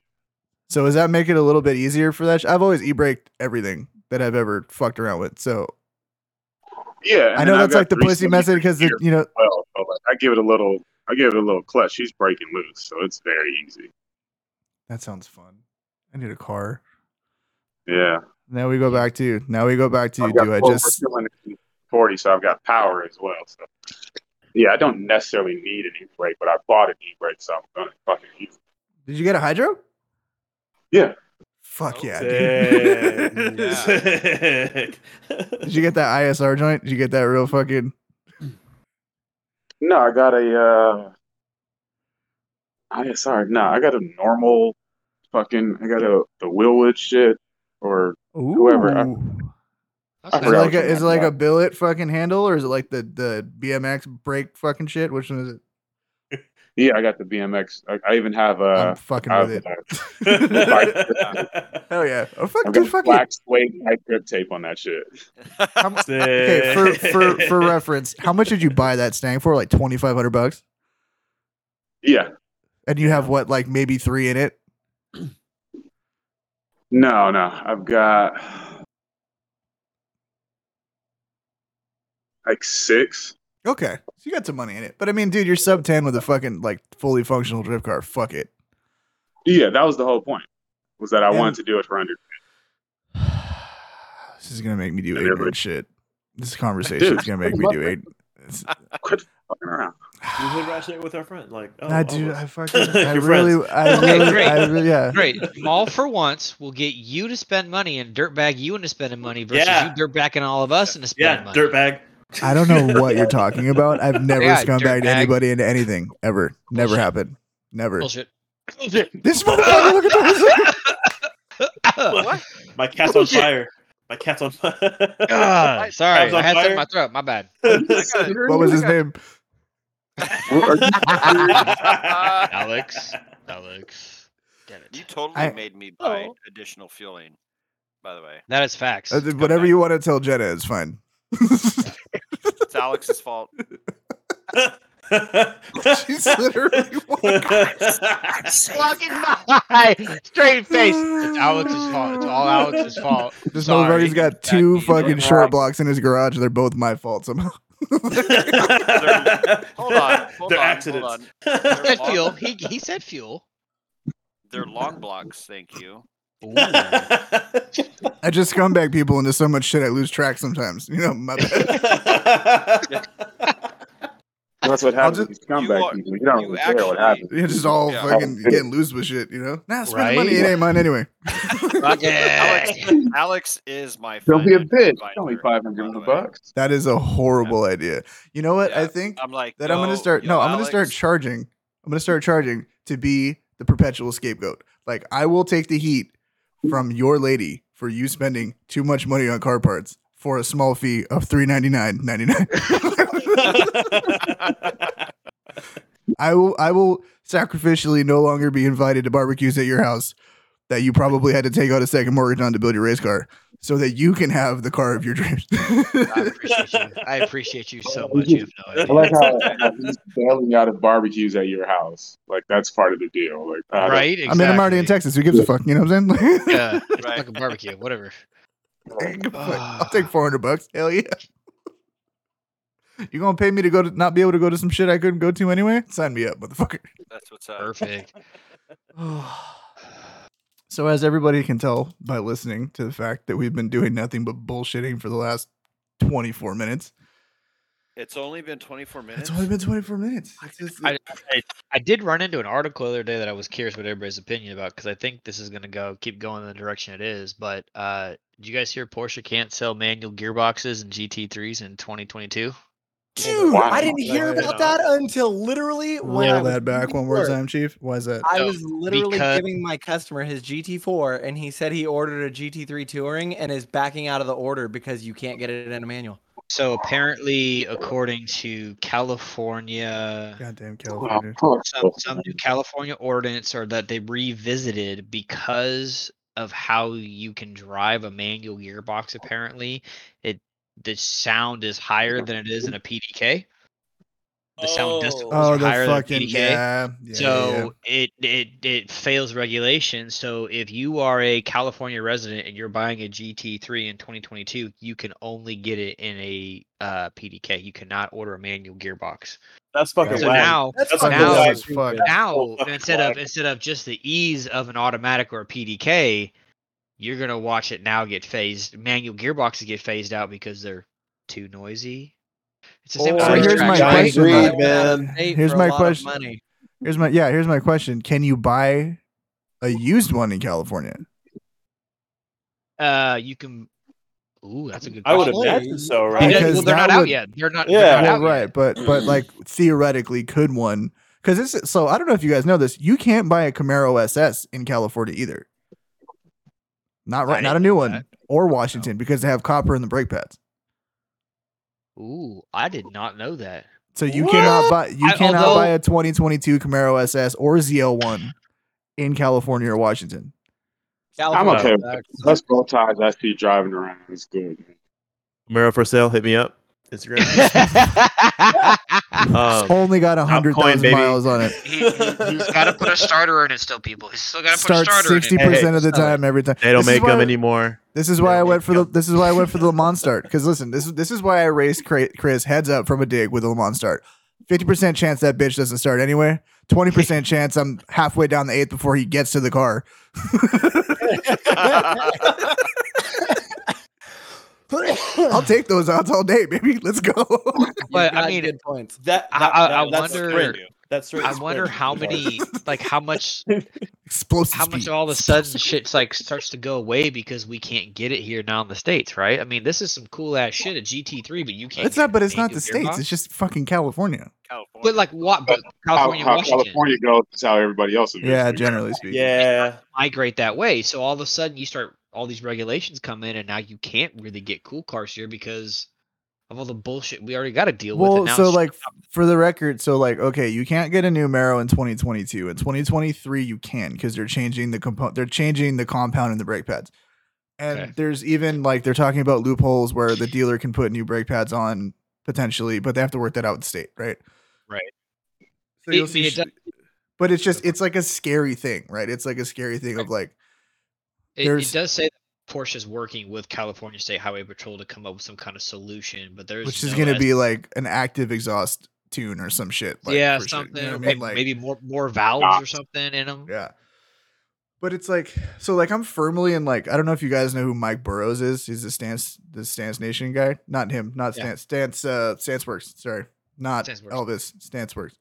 Speaker 1: So does that make it a little bit easier for that? sh- I've always e-braked everything that I've ever fucked around with. So
Speaker 4: Yeah, and
Speaker 1: I
Speaker 4: then
Speaker 1: know
Speaker 4: I've
Speaker 1: that's
Speaker 4: got
Speaker 1: like the
Speaker 4: three
Speaker 1: pussy
Speaker 4: cylinders
Speaker 1: method because
Speaker 4: here as
Speaker 1: you know
Speaker 4: well, so, like, I give it a little. I give it a little clutch. She's breaking loose, so it's very easy.
Speaker 1: that sounds fun. I need a car.
Speaker 4: Yeah.
Speaker 1: Now we go back to now we go back to
Speaker 4: I've
Speaker 1: you.
Speaker 4: got
Speaker 1: Do I
Speaker 4: four
Speaker 1: just
Speaker 4: cylinders. 40, so I've got power as well. So, yeah, I don't necessarily need an e-brake, but I bought an e-brake, so I'm gonna fucking use it.
Speaker 1: Did you get a hydro?
Speaker 4: Yeah.
Speaker 1: Fuck yeah.
Speaker 6: Sick.
Speaker 1: Dude.
Speaker 6: Sick.
Speaker 1: Did you get that ISR joint? Did you get that real fucking?
Speaker 4: No, I got a. Uh, I sorry, no, I got a normal, fucking. I got a the Willwood shit, or
Speaker 1: Ooh.
Speaker 4: Whoever, I-
Speaker 2: That's
Speaker 4: I
Speaker 1: Is it
Speaker 2: nice.
Speaker 4: forgot
Speaker 1: like
Speaker 4: what
Speaker 1: a
Speaker 4: you
Speaker 1: is it like
Speaker 4: meant
Speaker 1: a billet fucking handle or is it like the the BMX brake fucking shit? Which one is it?
Speaker 4: yeah, I got the BMX. I, I even have
Speaker 1: I'm
Speaker 4: a.
Speaker 1: fucking
Speaker 4: Uh, I-
Speaker 1: with it.
Speaker 6: Sick.
Speaker 1: Hell yeah! Oh, fuck,
Speaker 4: I've
Speaker 1: dude,
Speaker 4: got
Speaker 1: fuck it.
Speaker 4: black suede tight grip tape on that shit.
Speaker 1: Okay, for for for reference, how much did you buy that stang for? Like twenty five hundred bucks,
Speaker 4: Yeah,
Speaker 1: and you have what like maybe three in it.
Speaker 4: no, no, I've got like six.
Speaker 1: Okay, so you got some money in it. But I mean, dude, you're sub ten with a fucking like fully functional drift car. Fuck it.
Speaker 4: Yeah, that was the whole point. Was that I
Speaker 1: Yeah.
Speaker 4: wanted to do it for under
Speaker 1: This is gonna make me do
Speaker 4: Everybody-
Speaker 1: ignorant shit. This conversation is gonna make me do eight. it's-
Speaker 4: fucking around.
Speaker 6: Usually ratchet it with our friend. Like, oh,
Speaker 1: I
Speaker 6: oh,
Speaker 1: do.
Speaker 6: look.
Speaker 1: I fucking. I
Speaker 6: Your
Speaker 1: really. I
Speaker 6: Okay,
Speaker 1: really.
Speaker 2: great.
Speaker 1: I really. Yeah.
Speaker 2: Great. Maul for once will get you to spend money and dirtbag you into spending money versus
Speaker 6: Yeah.
Speaker 2: you dirtbagging all of us into spending
Speaker 6: yeah,
Speaker 2: money.
Speaker 6: dirtbag.
Speaker 1: I don't know what you're talking about. I've never
Speaker 2: Yeah,
Speaker 1: scumbagged
Speaker 2: dirtbag.
Speaker 1: anybody into anything ever. Never
Speaker 2: Bullshit.
Speaker 1: happened. Never.
Speaker 2: Bullshit.
Speaker 1: This motherfucker. Look at this.
Speaker 6: What? My cat's on
Speaker 2: Bullshit.
Speaker 6: fire. My cat's on fire.
Speaker 2: Ah, sorry,
Speaker 6: Crabs on
Speaker 2: I had something in
Speaker 6: fire.
Speaker 2: my throat. My bad.
Speaker 1: What was his name?
Speaker 2: Alex. Alex. Damn
Speaker 3: You
Speaker 2: it.
Speaker 3: totally
Speaker 1: I-
Speaker 3: made me buy
Speaker 2: Oh.
Speaker 3: additional fueling. By the way,
Speaker 2: That is facts.
Speaker 1: Uh, Whatever you want to tell Jenna is fine.
Speaker 3: it's Alex's fault.
Speaker 1: She's literally.
Speaker 2: Fucking lie. Straight face. It's Alex's fault. It's all Alex's fault.
Speaker 1: This
Speaker 2: Sorry.
Speaker 1: motherfucker's got
Speaker 2: That
Speaker 1: two
Speaker 2: means-
Speaker 1: fucking short blocks in his garage. They're both my fault somehow.
Speaker 3: Hold on, hold
Speaker 6: They're
Speaker 3: on,
Speaker 6: accidents.
Speaker 3: Hold on.
Speaker 2: He said fuel. He, he said fuel.
Speaker 3: They're long blocks. Thank you.
Speaker 2: Ooh.
Speaker 1: I just scumbag people into so much shit I lose track sometimes. You know, my bad.
Speaker 4: That's what happens.
Speaker 1: just-
Speaker 4: with these
Speaker 3: You
Speaker 4: scumbag
Speaker 3: are-
Speaker 4: people. You don't
Speaker 3: you
Speaker 4: really care
Speaker 3: actually-
Speaker 4: what happens.
Speaker 1: You're just all
Speaker 3: Yeah.
Speaker 1: fucking getting loose with shit, you know? Nah, spend the money.
Speaker 2: Right?
Speaker 1: It ain't mine anyway.
Speaker 2: Okay.
Speaker 3: Alex, Alex is my.
Speaker 4: Don't be a
Speaker 3: financial
Speaker 4: bitch.
Speaker 3: advisor,
Speaker 4: It's only
Speaker 3: by
Speaker 4: five
Speaker 3: the way.
Speaker 4: hundred bucks.
Speaker 1: That is a horrible idea. You know what?
Speaker 3: Yeah.
Speaker 1: I think
Speaker 3: I'm like
Speaker 1: that I'm gonna
Speaker 3: yo-
Speaker 1: start.
Speaker 3: yo,
Speaker 1: no, I'm gonna start
Speaker 3: Alex,
Speaker 1: charging. I'm gonna start charging to be the perpetual scapegoat. Like I will take the heat from your lady for you spending too much money on car parts for a small fee of three ninety nine ninety nine. I will. I will sacrificially no longer be invited to barbecues at your house that you probably had to take out a second mortgage on to build your race car, so that you can have the car of your dreams.
Speaker 2: I appreciate you. I appreciate you so much. You have no
Speaker 4: I
Speaker 2: idea.
Speaker 4: like how how he's bailing out of barbecues at your house. Like that's part of the deal. Like I don't-
Speaker 2: Right? Exactly.
Speaker 1: I mean, I'm already in Texas. Who gives a fuck? You know what I'm saying?
Speaker 2: Yeah, it's
Speaker 3: Right.
Speaker 2: like a barbecue, whatever.
Speaker 1: I'll take 400 bucks. Hell yeah. You gonna pay me to go to not be able to go to some shit I couldn't go to anyway? Sign me up, motherfucker.
Speaker 3: That's what's up.
Speaker 2: Perfect. Oh.
Speaker 1: So as everybody can tell by listening to the fact that we've been doing nothing but bullshitting for the last 24 minutes.
Speaker 3: It's only been 24 minutes.
Speaker 1: It's only been 24 minutes. It's just-
Speaker 2: I, I, I did run into an article the other day that I was curious what everybody's opinion about because I think this is going to go keep going in the direction it is. But uh, did you guys hear Porsche can't sell manual gearboxes and GT3s in 2022?
Speaker 5: Dude,
Speaker 4: Wow.
Speaker 5: I didn't hear
Speaker 6: Yeah.
Speaker 5: about that until literally when I
Speaker 1: Roll
Speaker 5: was
Speaker 1: that back
Speaker 5: leaving
Speaker 1: one more
Speaker 5: work.
Speaker 1: time, Chief. Why is that?
Speaker 5: I
Speaker 2: No,
Speaker 5: was literally
Speaker 2: because-
Speaker 5: giving my customer his GT4, and he said he ordered a GT3 Touring and is backing out of the order because you can't get it in a manual.
Speaker 2: So apparently, according to California,
Speaker 1: Goddamn
Speaker 4: Wow,
Speaker 1: California.
Speaker 4: fuck.
Speaker 2: some, some new California ordinance or that they revisited because of how you can drive a manual gearbox. Apparently, it the sound is higher than it is in a PDK. The sound distance
Speaker 1: Oh,
Speaker 6: Oh.
Speaker 2: is
Speaker 1: the
Speaker 2: higher than
Speaker 1: fucking
Speaker 2: PDK.
Speaker 1: yeah. yeah, yeah, yeah.
Speaker 2: so it it it fails regulation. So if you are a California resident and you're buying a GT3 in 2022, you can only get it in a uh, PDK. You cannot order a manual gearbox.
Speaker 6: That's fucking
Speaker 2: So
Speaker 1: Wow.
Speaker 6: whack.
Speaker 2: now
Speaker 5: That's,
Speaker 6: That's
Speaker 5: fucking
Speaker 2: now-
Speaker 5: wild.
Speaker 1: Wild as fuck.
Speaker 2: now
Speaker 6: fucking
Speaker 2: instead of instead of just the ease of an automatic or a PDK, you're gonna watch it now get phased. Manual gearboxes get phased out because they're too noisy. It's the
Speaker 5: Or-
Speaker 2: same.
Speaker 1: So
Speaker 2: kind of
Speaker 1: here's my
Speaker 2: distraction.
Speaker 1: Johnny question, Green,
Speaker 7: man.
Speaker 5: Hey,
Speaker 1: Here's
Speaker 5: for a
Speaker 1: my
Speaker 5: lot of
Speaker 1: question.
Speaker 5: Money.
Speaker 1: Here's my yeah. Here's my question: Can you buy a used one in California?
Speaker 2: Uh, you can. Ooh, that's a good.
Speaker 6: I would
Speaker 2: question.
Speaker 6: imagine so, right?
Speaker 2: Because
Speaker 1: Because
Speaker 2: well, they're
Speaker 1: that
Speaker 2: not out
Speaker 1: would-
Speaker 2: yet. They're not.
Speaker 6: Yeah.
Speaker 2: they're not
Speaker 1: Well,
Speaker 2: out
Speaker 1: right,
Speaker 2: Yet.
Speaker 1: but but like theoretically, could one? Because it's so I don't know if you guys know this. You can't buy a Camaro SS in California either. Not
Speaker 2: I
Speaker 1: right, not a
Speaker 2: didn't
Speaker 1: new
Speaker 2: know
Speaker 1: one
Speaker 2: that.
Speaker 1: or Washington because they have copper in the brake pads.
Speaker 2: Ooh, I did not know that.
Speaker 1: So you cannot buy you
Speaker 2: I-
Speaker 1: cannot
Speaker 2: although-
Speaker 1: buy a 2022 Camaro SS or ZL1 in California or Washington.
Speaker 5: California
Speaker 4: okay with
Speaker 5: sucks.
Speaker 4: That's both ties I see driving around. It's good. man.
Speaker 7: Miro for sale, hit me up. Instagram. um,
Speaker 1: Only got a hundred thousand
Speaker 7: baby.
Speaker 1: miles on it.
Speaker 2: he, has got to put a starter in it still, people. He's still got to put a
Speaker 1: Start
Speaker 2: starter
Speaker 1: sixty
Speaker 2: in it.
Speaker 1: percent of the
Speaker 5: Hey, hey,
Speaker 1: time every time.
Speaker 7: they don't
Speaker 1: This is
Speaker 7: make them
Speaker 1: why-
Speaker 7: anymore.
Speaker 1: This is why
Speaker 7: They
Speaker 1: I
Speaker 7: don't
Speaker 1: went
Speaker 7: make
Speaker 1: for the. This is why I went for the Le Mans start. Because listen, this is this is why I raised Cra- Chris heads up from a dig with a Le Mans start. Fifty percent chance that bitch doesn't start anyway. Twenty percent chance I'm halfway down the eighth before he gets to the car. I'll take those odds all day, baby. Let's go.
Speaker 5: You've
Speaker 2: But, I
Speaker 5: got
Speaker 2: mean-
Speaker 5: good points.
Speaker 6: That,
Speaker 2: I-
Speaker 6: that-
Speaker 2: I-
Speaker 6: that-
Speaker 2: I
Speaker 6: that's
Speaker 2: wonder-
Speaker 6: straight. That's straight
Speaker 2: I wonder
Speaker 6: sprint.
Speaker 2: how many, like, how much,
Speaker 1: Explosive.
Speaker 2: how much
Speaker 1: speed.
Speaker 2: all of a sudden shit's like starts to go away because we can't get it here now in the states, right? I mean, this is some cool ass shit at GT3, but you can't.
Speaker 1: It's
Speaker 2: get
Speaker 1: not, but
Speaker 2: a
Speaker 1: it's not
Speaker 2: manual
Speaker 1: the states.
Speaker 2: gearbox.
Speaker 1: It's just fucking California.
Speaker 3: California.
Speaker 2: but like what? But
Speaker 4: How,
Speaker 2: California,
Speaker 4: how
Speaker 2: Washington
Speaker 4: California goes is how everybody else is.
Speaker 1: Yeah, generally speaking.
Speaker 6: Yeah.
Speaker 2: migrate that way. So all of a sudden, you start all these regulations come in, and now you can't really get cool cars here because of all the bullshit we already got to deal with.
Speaker 1: Well,
Speaker 2: and now
Speaker 1: so
Speaker 2: it's-
Speaker 1: like for the record, so like okay, you can't get a new marrow in 2022. In 2023, you can because they're changing the compo- They're changing the compound in the brake pads, and
Speaker 2: Okay.
Speaker 1: there's even like they're talking about loopholes where the dealer can put new brake pads on potentially, but they have to work that out with state, right?
Speaker 2: Right.
Speaker 1: So
Speaker 2: It-
Speaker 1: you'll see,
Speaker 2: it
Speaker 1: sh-
Speaker 2: does-
Speaker 1: but it's just it's like a scary thing, right? It's like a scary thing of like
Speaker 2: It,
Speaker 1: There's-
Speaker 2: it does say that Porsche is working with California State Highway Patrol to come up with some kind of solution, but there's
Speaker 1: which is
Speaker 2: no
Speaker 1: going to
Speaker 2: as-
Speaker 1: be like an active exhaust tune or some shit. Like,
Speaker 2: yeah
Speaker 1: for sure. You know
Speaker 2: something
Speaker 1: what I
Speaker 2: or
Speaker 1: mean?
Speaker 2: maybe,
Speaker 1: Like-
Speaker 2: maybe more more valves or something in them.
Speaker 1: Yeah. But it's like so like I'm firmly in like I don't know if you guys know who Mike Burrows is. He's the Stance the Stance Nation guy. Not him, not
Speaker 2: Yeah.
Speaker 1: Stance Stance uh Stance Works, sorry. Not
Speaker 2: Stance Works.
Speaker 1: Elvis, Stance Works.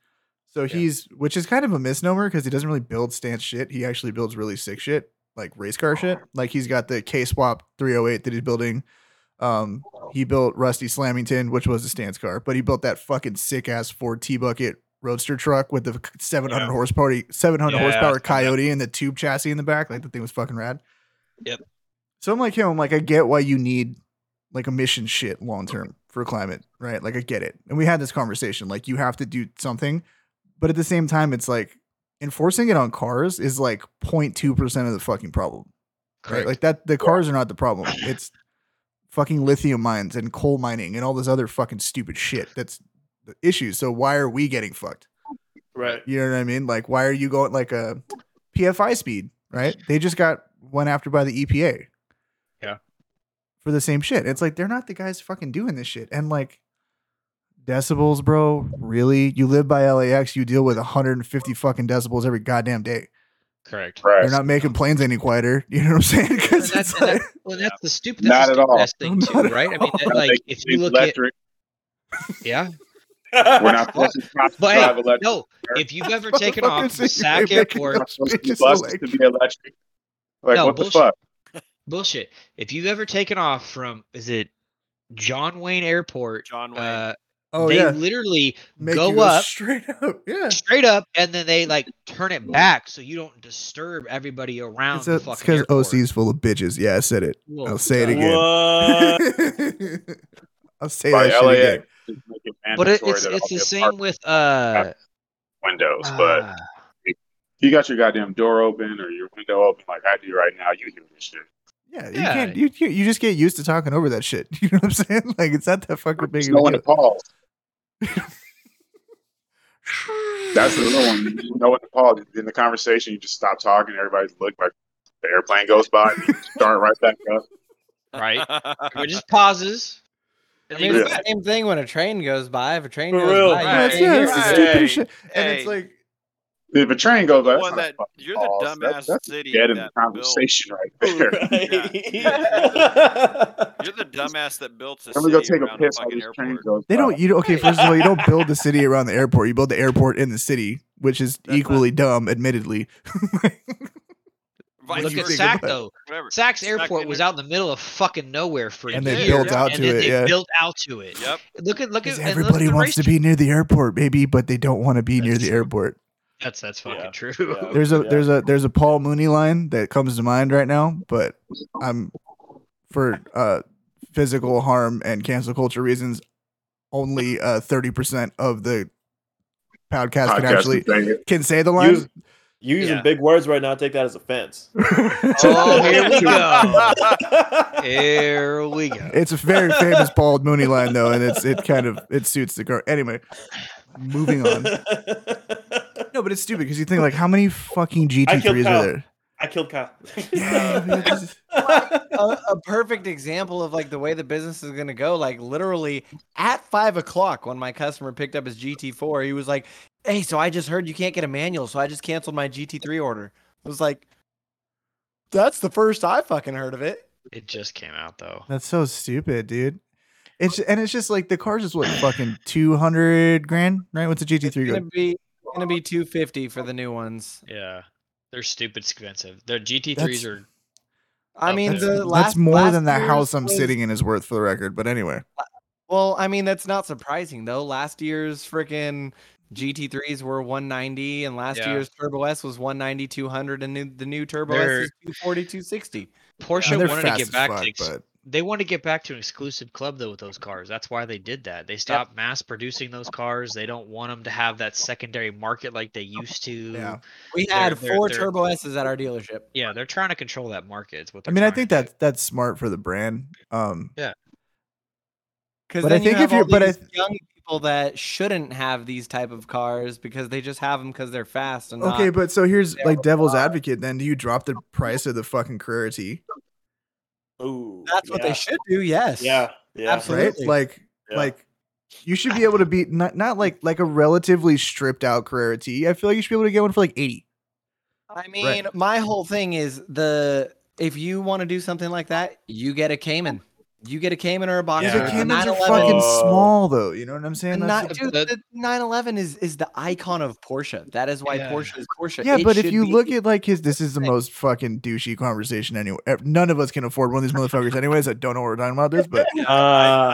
Speaker 1: So he's which is kind of a misnomer because he doesn't really build stance shit. He actually builds really sick shit, like race car shit. Like he's got the K Swap 308 that he's building. Um he built Rusty Slamington, which was a stance car, but he built that fucking sick ass Ford T bucket roadster truck with the 700
Speaker 6: Yeah.
Speaker 1: horsepower 700
Speaker 6: Yeah,
Speaker 1: horsepower coyote and the tube chassis in the back like the thing was fucking rad
Speaker 2: Yep.
Speaker 1: so i'm like him i'm like i get why you need like emission shit long term for climate right like i get it and we had this conversation like you have to do something but at the same time it's like enforcing it on cars is like 0.2% of the fucking problem right
Speaker 2: Correct.
Speaker 1: like that the cars are not the problem it's fucking lithium mines and coal mining and all this other fucking stupid shit that's the issue so why are we getting fucked
Speaker 6: Right.
Speaker 1: you know what I mean? Like, why are you going like uh, a PFI speed, right? They just got went after by the EPA.
Speaker 2: Yeah.
Speaker 1: For the same shit. It's like they're not the guys fucking doing this shit. And like decibels, bro, really? You live by LAX, you deal with 150 fucking decibels every goddamn day.
Speaker 2: Correct.
Speaker 1: They're
Speaker 4: Right.
Speaker 1: not making planes any quieter. You know what I'm saying?
Speaker 2: And
Speaker 1: 'Cause
Speaker 2: that's,
Speaker 1: it's
Speaker 2: and that-
Speaker 1: like-
Speaker 2: well, that's the stupid.
Speaker 4: Not
Speaker 2: That's
Speaker 4: at
Speaker 2: the
Speaker 4: all.
Speaker 2: stupidest thing
Speaker 1: Not
Speaker 2: too,
Speaker 1: at
Speaker 2: right? I mean, that,
Speaker 4: I
Speaker 2: like
Speaker 4: think
Speaker 2: if you
Speaker 4: it's
Speaker 2: look at
Speaker 4: electric.
Speaker 2: yeah,
Speaker 4: We're not supposed to drive
Speaker 2: but hey,
Speaker 4: electric.
Speaker 2: no, if you've ever taken off
Speaker 1: Motherfuckers,
Speaker 2: the sack
Speaker 1: you're making
Speaker 2: airport,
Speaker 1: those
Speaker 4: supposed
Speaker 1: bitches
Speaker 4: to be buses
Speaker 1: electric.
Speaker 4: to be electric. Like
Speaker 2: No,
Speaker 4: what
Speaker 2: bullshit.
Speaker 4: the fuck?
Speaker 2: bullshit. If you've ever taken off from is it John Wayne Airport?
Speaker 3: John Wayne.
Speaker 2: Uh,
Speaker 1: Oh
Speaker 2: they
Speaker 1: yeah.
Speaker 2: literally
Speaker 1: Make
Speaker 2: go
Speaker 1: you go
Speaker 2: up.
Speaker 1: straight up. Yeah.
Speaker 2: straight up, and then they like turn it back so you don't disturb everybody around.
Speaker 1: It's
Speaker 2: the
Speaker 1: a- it's
Speaker 2: fucking
Speaker 1: because
Speaker 2: airport.
Speaker 1: OC's full of bitches. Yeah, I said it.
Speaker 2: Whoa.
Speaker 1: I'll say it again.
Speaker 2: Uh,
Speaker 6: What?
Speaker 1: I'll say
Speaker 4: Right,
Speaker 1: that shit again.
Speaker 4: LAX.
Speaker 2: But it, it's it's the same with uh,
Speaker 4: windows, but
Speaker 2: uh,
Speaker 4: you got your goddamn door open or your window open like I do right now. You hear this shit.
Speaker 1: Yeah, you
Speaker 2: Yeah.
Speaker 1: can't. You you- you just get used to talking over that shit. You know what I'm saying? Like it's not that fucking big.
Speaker 4: There's
Speaker 1: of
Speaker 4: no
Speaker 1: a
Speaker 4: one to
Speaker 1: deal.
Speaker 4: pause. That's the little one. There's No one to pause. In the conversation, you just stop talking. Everybody's look like the airplane goes by. And you start right back up.
Speaker 2: right? uh, It just pauses.
Speaker 5: I
Speaker 2: and
Speaker 5: mean,
Speaker 2: then you
Speaker 5: it's the same thing when a train goes by. If a train
Speaker 6: For
Speaker 5: goes
Speaker 6: real.
Speaker 5: by, you
Speaker 1: Yeah,
Speaker 3: Right.
Speaker 1: it's,
Speaker 5: can't
Speaker 1: yeah,
Speaker 5: hear
Speaker 1: it's the
Speaker 5: it.
Speaker 3: Right.
Speaker 1: stupidest shit. And
Speaker 3: Hey.
Speaker 1: it's like
Speaker 4: If a train goes,
Speaker 3: The
Speaker 4: that's
Speaker 3: one
Speaker 4: not a
Speaker 3: that-
Speaker 4: fucking
Speaker 3: you're the
Speaker 4: pause.
Speaker 3: dumbass
Speaker 4: That's- that's
Speaker 3: city
Speaker 4: Dead in the
Speaker 3: that built-
Speaker 4: conversation right there.
Speaker 3: You're the dumbass that built the
Speaker 4: I'm
Speaker 3: city
Speaker 4: gonna go take a
Speaker 3: around the
Speaker 4: piss while
Speaker 3: fucking
Speaker 4: this train
Speaker 3: airport.
Speaker 4: goes.
Speaker 1: They
Speaker 4: by.
Speaker 1: don't. You don't- okay. First of all, you don't build the city around the airport. You build the airport in the city, which is
Speaker 3: That's
Speaker 1: equally dumb, admittedly.
Speaker 3: Vice
Speaker 1: Look at
Speaker 2: Look at
Speaker 3: versa,
Speaker 1: Big
Speaker 2: Sac
Speaker 1: Bud.
Speaker 2: though.
Speaker 3: whatever.
Speaker 2: Sac's
Speaker 3: Sac
Speaker 2: airport was
Speaker 3: didn't-
Speaker 2: out in the middle of fucking nowhere for
Speaker 1: And they
Speaker 2: years,
Speaker 1: built out
Speaker 2: and
Speaker 1: to
Speaker 2: then
Speaker 1: it,
Speaker 2: They
Speaker 1: yeah.
Speaker 2: built out to it.
Speaker 3: Yep.
Speaker 2: Look at look
Speaker 1: 'Cause
Speaker 2: at and look at
Speaker 1: everybody
Speaker 2: the
Speaker 1: wants to
Speaker 2: racetrack.
Speaker 1: be near the airport, maybe, but they don't want to be near
Speaker 2: That's
Speaker 1: the
Speaker 2: true.
Speaker 1: airport.
Speaker 2: That's that's
Speaker 6: Yeah.
Speaker 2: fucking true.
Speaker 6: Yeah.
Speaker 1: There's a there's a there's a Paul Mooney line that comes to mind right now, but I'm for uh physical harm and cancel culture reasons, only uh thirty percent of the podcast,
Speaker 4: Podcast
Speaker 1: can actually
Speaker 4: thing.
Speaker 1: can say the line.
Speaker 7: Use, you using
Speaker 2: Yeah.
Speaker 7: big words right now. I take that as offense.
Speaker 2: Oh, here we go. Here we go.
Speaker 1: It's a very famous Paul Mooney line though, and it's it kind of it suits the car. Anyway, moving on. No, but it's stupid because you think like how many fucking GT3s are
Speaker 6: Kyle.
Speaker 1: there?
Speaker 6: I killed Kyle.
Speaker 1: Yeah, but it's just-
Speaker 5: a, a perfect example of like the way the business is gonna go. Like literally at five o'clock when my customer picked up his GT4, he was like, "Hey, so I just heard you can't get a manual, so I just canceled my GT3 order." I was like, "That's the first I fucking heard of it."
Speaker 2: It just came out though.
Speaker 1: that's so stupid, dude. It's and it's just like the car's just what fucking two hundred grand, right? What's a
Speaker 5: It's
Speaker 1: GT3
Speaker 5: gonna
Speaker 1: go?
Speaker 5: be gonna be two fifty for the new ones.
Speaker 2: Yeah. They're stupid expensive. Their GT3s
Speaker 1: That's-
Speaker 2: are
Speaker 5: I
Speaker 2: Oh,
Speaker 5: mean,
Speaker 2: that's-
Speaker 5: the
Speaker 1: That's
Speaker 5: last
Speaker 1: more
Speaker 5: last
Speaker 1: than that
Speaker 5: year's
Speaker 1: house I'm
Speaker 5: was-
Speaker 1: sitting in is worth for the record. But anyway,
Speaker 5: Well, I mean, that's not surprising though. Last year's freaking GT3s were 190, and last
Speaker 2: Yeah.
Speaker 5: year's Turbo S was 190, 200, and new, the new Turbo
Speaker 2: They're-
Speaker 5: S is 240, 260.
Speaker 1: And
Speaker 2: Porsche
Speaker 1: they're fast
Speaker 2: wanted to get
Speaker 1: as
Speaker 2: back
Speaker 1: fuck,
Speaker 2: to ex-
Speaker 1: but
Speaker 2: they want to get back to an exclusive club though with those cars. That's why they did that. They stopped mass producing those cars. They don't want them to have that secondary market like they used to.
Speaker 1: yeah.
Speaker 5: We
Speaker 2: They're-
Speaker 5: had
Speaker 2: they're-
Speaker 5: 4
Speaker 2: they're-
Speaker 5: Turbo S's at our dealership.
Speaker 2: Yeah, they're trying to control that market. Is what
Speaker 1: I mean, I
Speaker 2: they're
Speaker 1: think
Speaker 2: trying to
Speaker 1: that's that's smart for the brand. Um,
Speaker 5: Because
Speaker 1: But I
Speaker 5: then
Speaker 1: think
Speaker 5: you have
Speaker 1: if you-
Speaker 5: all
Speaker 1: but I
Speaker 5: these
Speaker 1: th-
Speaker 5: young people that shouldn't have these type of cars because they just have them because they're fast and
Speaker 1: okay,
Speaker 5: not-
Speaker 1: but so here's
Speaker 5: they
Speaker 1: like
Speaker 5: are
Speaker 1: devil's
Speaker 5: alive.
Speaker 1: advocate. Then do you drop the price of the fucking Carrera T?
Speaker 6: Ooh,
Speaker 5: that's what
Speaker 6: yeah.
Speaker 5: they should do. Yes.
Speaker 6: Yeah, yeah.
Speaker 5: Absolutely.
Speaker 1: right? Like,
Speaker 6: Yeah.
Speaker 1: like you should be able to beat not not like like a relatively stripped out Carrera T. I feel like you should be able to get one for like eighty.
Speaker 5: I mean, my whole thing is the if you want to do something like that, you get a Cayman. You get a Cayman or a boxer.
Speaker 6: Yeah,
Speaker 1: Yeah,
Speaker 6: but
Speaker 1: the Caymans are
Speaker 5: 911
Speaker 1: fucking
Speaker 6: Oh.
Speaker 1: small though. You know what I'm saying?
Speaker 5: And
Speaker 1: That's-
Speaker 5: not,
Speaker 2: the-
Speaker 5: dude,
Speaker 2: that-
Speaker 5: the 911 is is the icon of Porsche. That is why
Speaker 2: Yeah.
Speaker 5: Porsche is Porsche.
Speaker 1: yeah,
Speaker 5: It
Speaker 1: but if
Speaker 5: should
Speaker 1: you
Speaker 5: be-
Speaker 1: look at like his, this is the
Speaker 5: thing.
Speaker 1: most fucking douchey conversation anyway. ev- None of us can afford one of these motherfuckers, anyways. I don't know what we're talking about this, but
Speaker 3: Yeah,
Speaker 6: Uh,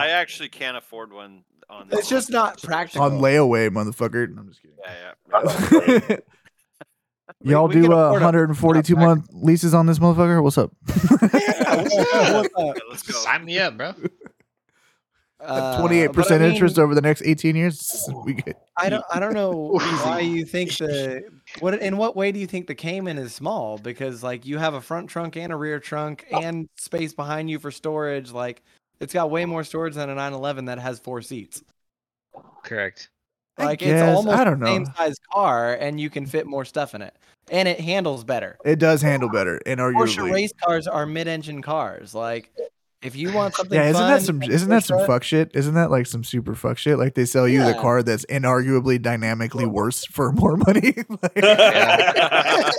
Speaker 3: I, I actually can't afford one on.
Speaker 5: it's just not practical.
Speaker 1: on layaway, motherfucker. I'm just kidding.
Speaker 3: Yeah, yeah.
Speaker 5: We-
Speaker 1: Y'all
Speaker 5: we
Speaker 1: do
Speaker 5: can
Speaker 1: uh,
Speaker 5: afford a-
Speaker 1: 142
Speaker 5: not
Speaker 1: month leases on this motherfucker. What's up?
Speaker 5: Yeah, what's up, what's up?
Speaker 3: Yeah, let's
Speaker 2: do.
Speaker 3: go.
Speaker 2: Sign me up, bro.
Speaker 5: Uh,
Speaker 1: 28
Speaker 5: but I
Speaker 1: percent
Speaker 5: mean,
Speaker 1: interest over the next 18 years. We good.
Speaker 5: I don't. I don't know why you think the what. In what way do you think the Cayman is small? Because like you have a front trunk and a rear trunk
Speaker 1: Uh
Speaker 5: and space behind you for storage. Like it's got way more storage than a 911 that has four seats.
Speaker 2: Correct.
Speaker 1: I
Speaker 5: Like it's
Speaker 1: guess.
Speaker 5: almost
Speaker 1: I don't
Speaker 5: the same
Speaker 1: know.
Speaker 5: size car, and you can fit more stuff in it, and it handles better.
Speaker 1: It does handle better, and
Speaker 5: Porsche
Speaker 1: arguably,
Speaker 5: race cars are mid-engine cars. Like, if you want something,
Speaker 1: yeah. Isn't
Speaker 5: fun
Speaker 1: that some?
Speaker 5: and
Speaker 1: Isn't that some
Speaker 5: Porsche-
Speaker 1: fuck shit? Isn't that like some super fuck shit? Like they sell you the
Speaker 5: Yeah.
Speaker 1: car that's inarguably dynamically worse for more money. like,
Speaker 6: yeah.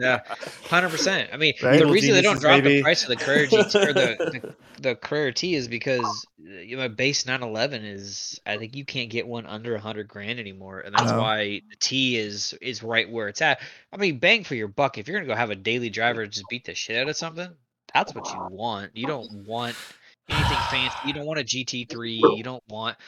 Speaker 2: Yeah, hundred percent. I mean,
Speaker 1: Right?
Speaker 2: the
Speaker 6: Little
Speaker 2: reason they don't
Speaker 6: geniuses,
Speaker 2: drop
Speaker 6: baby.
Speaker 2: the price of the Carrera GT or the, the, the Carrera T is because uh, you know, a base 911 is I think you can't get one under hundred grand anymore, and that's
Speaker 1: No.
Speaker 2: why the T is is right where it's at. I mean, bang for your buck. If you're gonna go have a daily driver just beat the shit out of something, that's what you want. You don't want anything fancy. You don't want a GT3. You don't want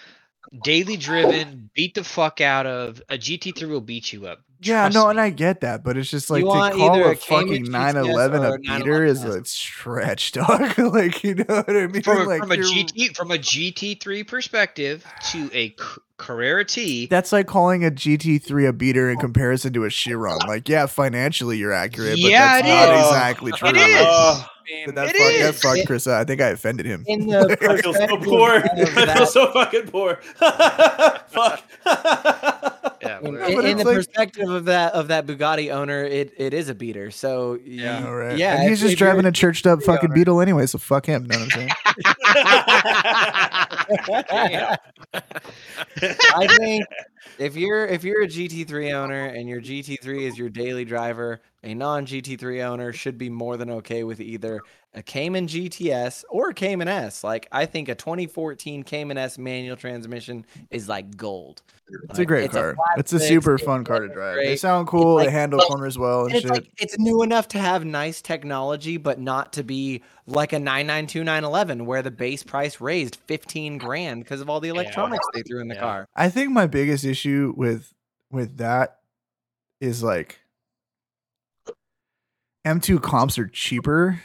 Speaker 2: daily driven. Beat the fuck out of a GT3 will beat you up.
Speaker 1: yeah,
Speaker 2: Trust
Speaker 1: no,
Speaker 2: me.
Speaker 1: and I get that, but it's just like
Speaker 5: want
Speaker 1: to call
Speaker 5: either
Speaker 1: a,
Speaker 5: a
Speaker 1: fucking
Speaker 5: Cayman GTS
Speaker 1: 911
Speaker 5: or
Speaker 1: a
Speaker 5: a
Speaker 1: beater is
Speaker 5: 911
Speaker 1: a stretch, dog. like you know what I mean?
Speaker 2: from, a-
Speaker 1: like
Speaker 2: from a
Speaker 1: you're-
Speaker 2: GT from a GT3 perspective to a Car- Carrera T.
Speaker 1: That's like calling a GT3 a beater
Speaker 2: Oh.
Speaker 1: in comparison to a Chiron. Like, yeah, financially you're accurate, but
Speaker 2: Yeah,
Speaker 1: that's
Speaker 2: it
Speaker 1: not
Speaker 6: is.
Speaker 1: exactly true.
Speaker 2: It is.
Speaker 1: That fuck,
Speaker 2: It
Speaker 1: that
Speaker 2: is.
Speaker 1: fuck Chris. I think I offended him.
Speaker 5: In the
Speaker 1: I
Speaker 6: I feel so
Speaker 5: perspective
Speaker 6: poor.
Speaker 5: of
Speaker 6: I feel
Speaker 5: that-
Speaker 6: so fucking poor. Fuck.
Speaker 2: Yeah,
Speaker 5: in,
Speaker 1: but
Speaker 5: in
Speaker 1: it's
Speaker 5: the
Speaker 1: like-
Speaker 5: perspective of that of that Bugatti owner, it, it is a beater. So y-
Speaker 2: Yeah.
Speaker 1: All right.
Speaker 5: yeah,
Speaker 1: and he's
Speaker 5: if-
Speaker 1: just
Speaker 5: if you're
Speaker 1: driving a churched up
Speaker 5: GT3
Speaker 1: fucking
Speaker 5: owner.
Speaker 1: Beetle anyway, so fuck him. Know what I'm saying?
Speaker 2: but-
Speaker 5: I think if you're if you're a GT3 owner and your GT3 is your daily driver, a non GT3 owner should be more than okay with either a Cayman GTS or a Cayman S. Like I think a 2014 Cayman S manual transmission is like gold.
Speaker 1: It's a great car. it's a
Speaker 5: 5.6,
Speaker 1: super
Speaker 5: it
Speaker 1: fun car to
Speaker 5: runs
Speaker 1: drive. They
Speaker 5: great.
Speaker 1: sound cool.
Speaker 5: like-
Speaker 1: they handle corners well and,
Speaker 5: And it's
Speaker 1: shit.
Speaker 5: like it's new enough to have nice technology, but not to be like a 992 911 where the base price raised 15 grand because of all the electronics they threw in the
Speaker 2: Yeah.
Speaker 5: car.
Speaker 1: I think my biggest issue with with that is like M2 comps are cheaper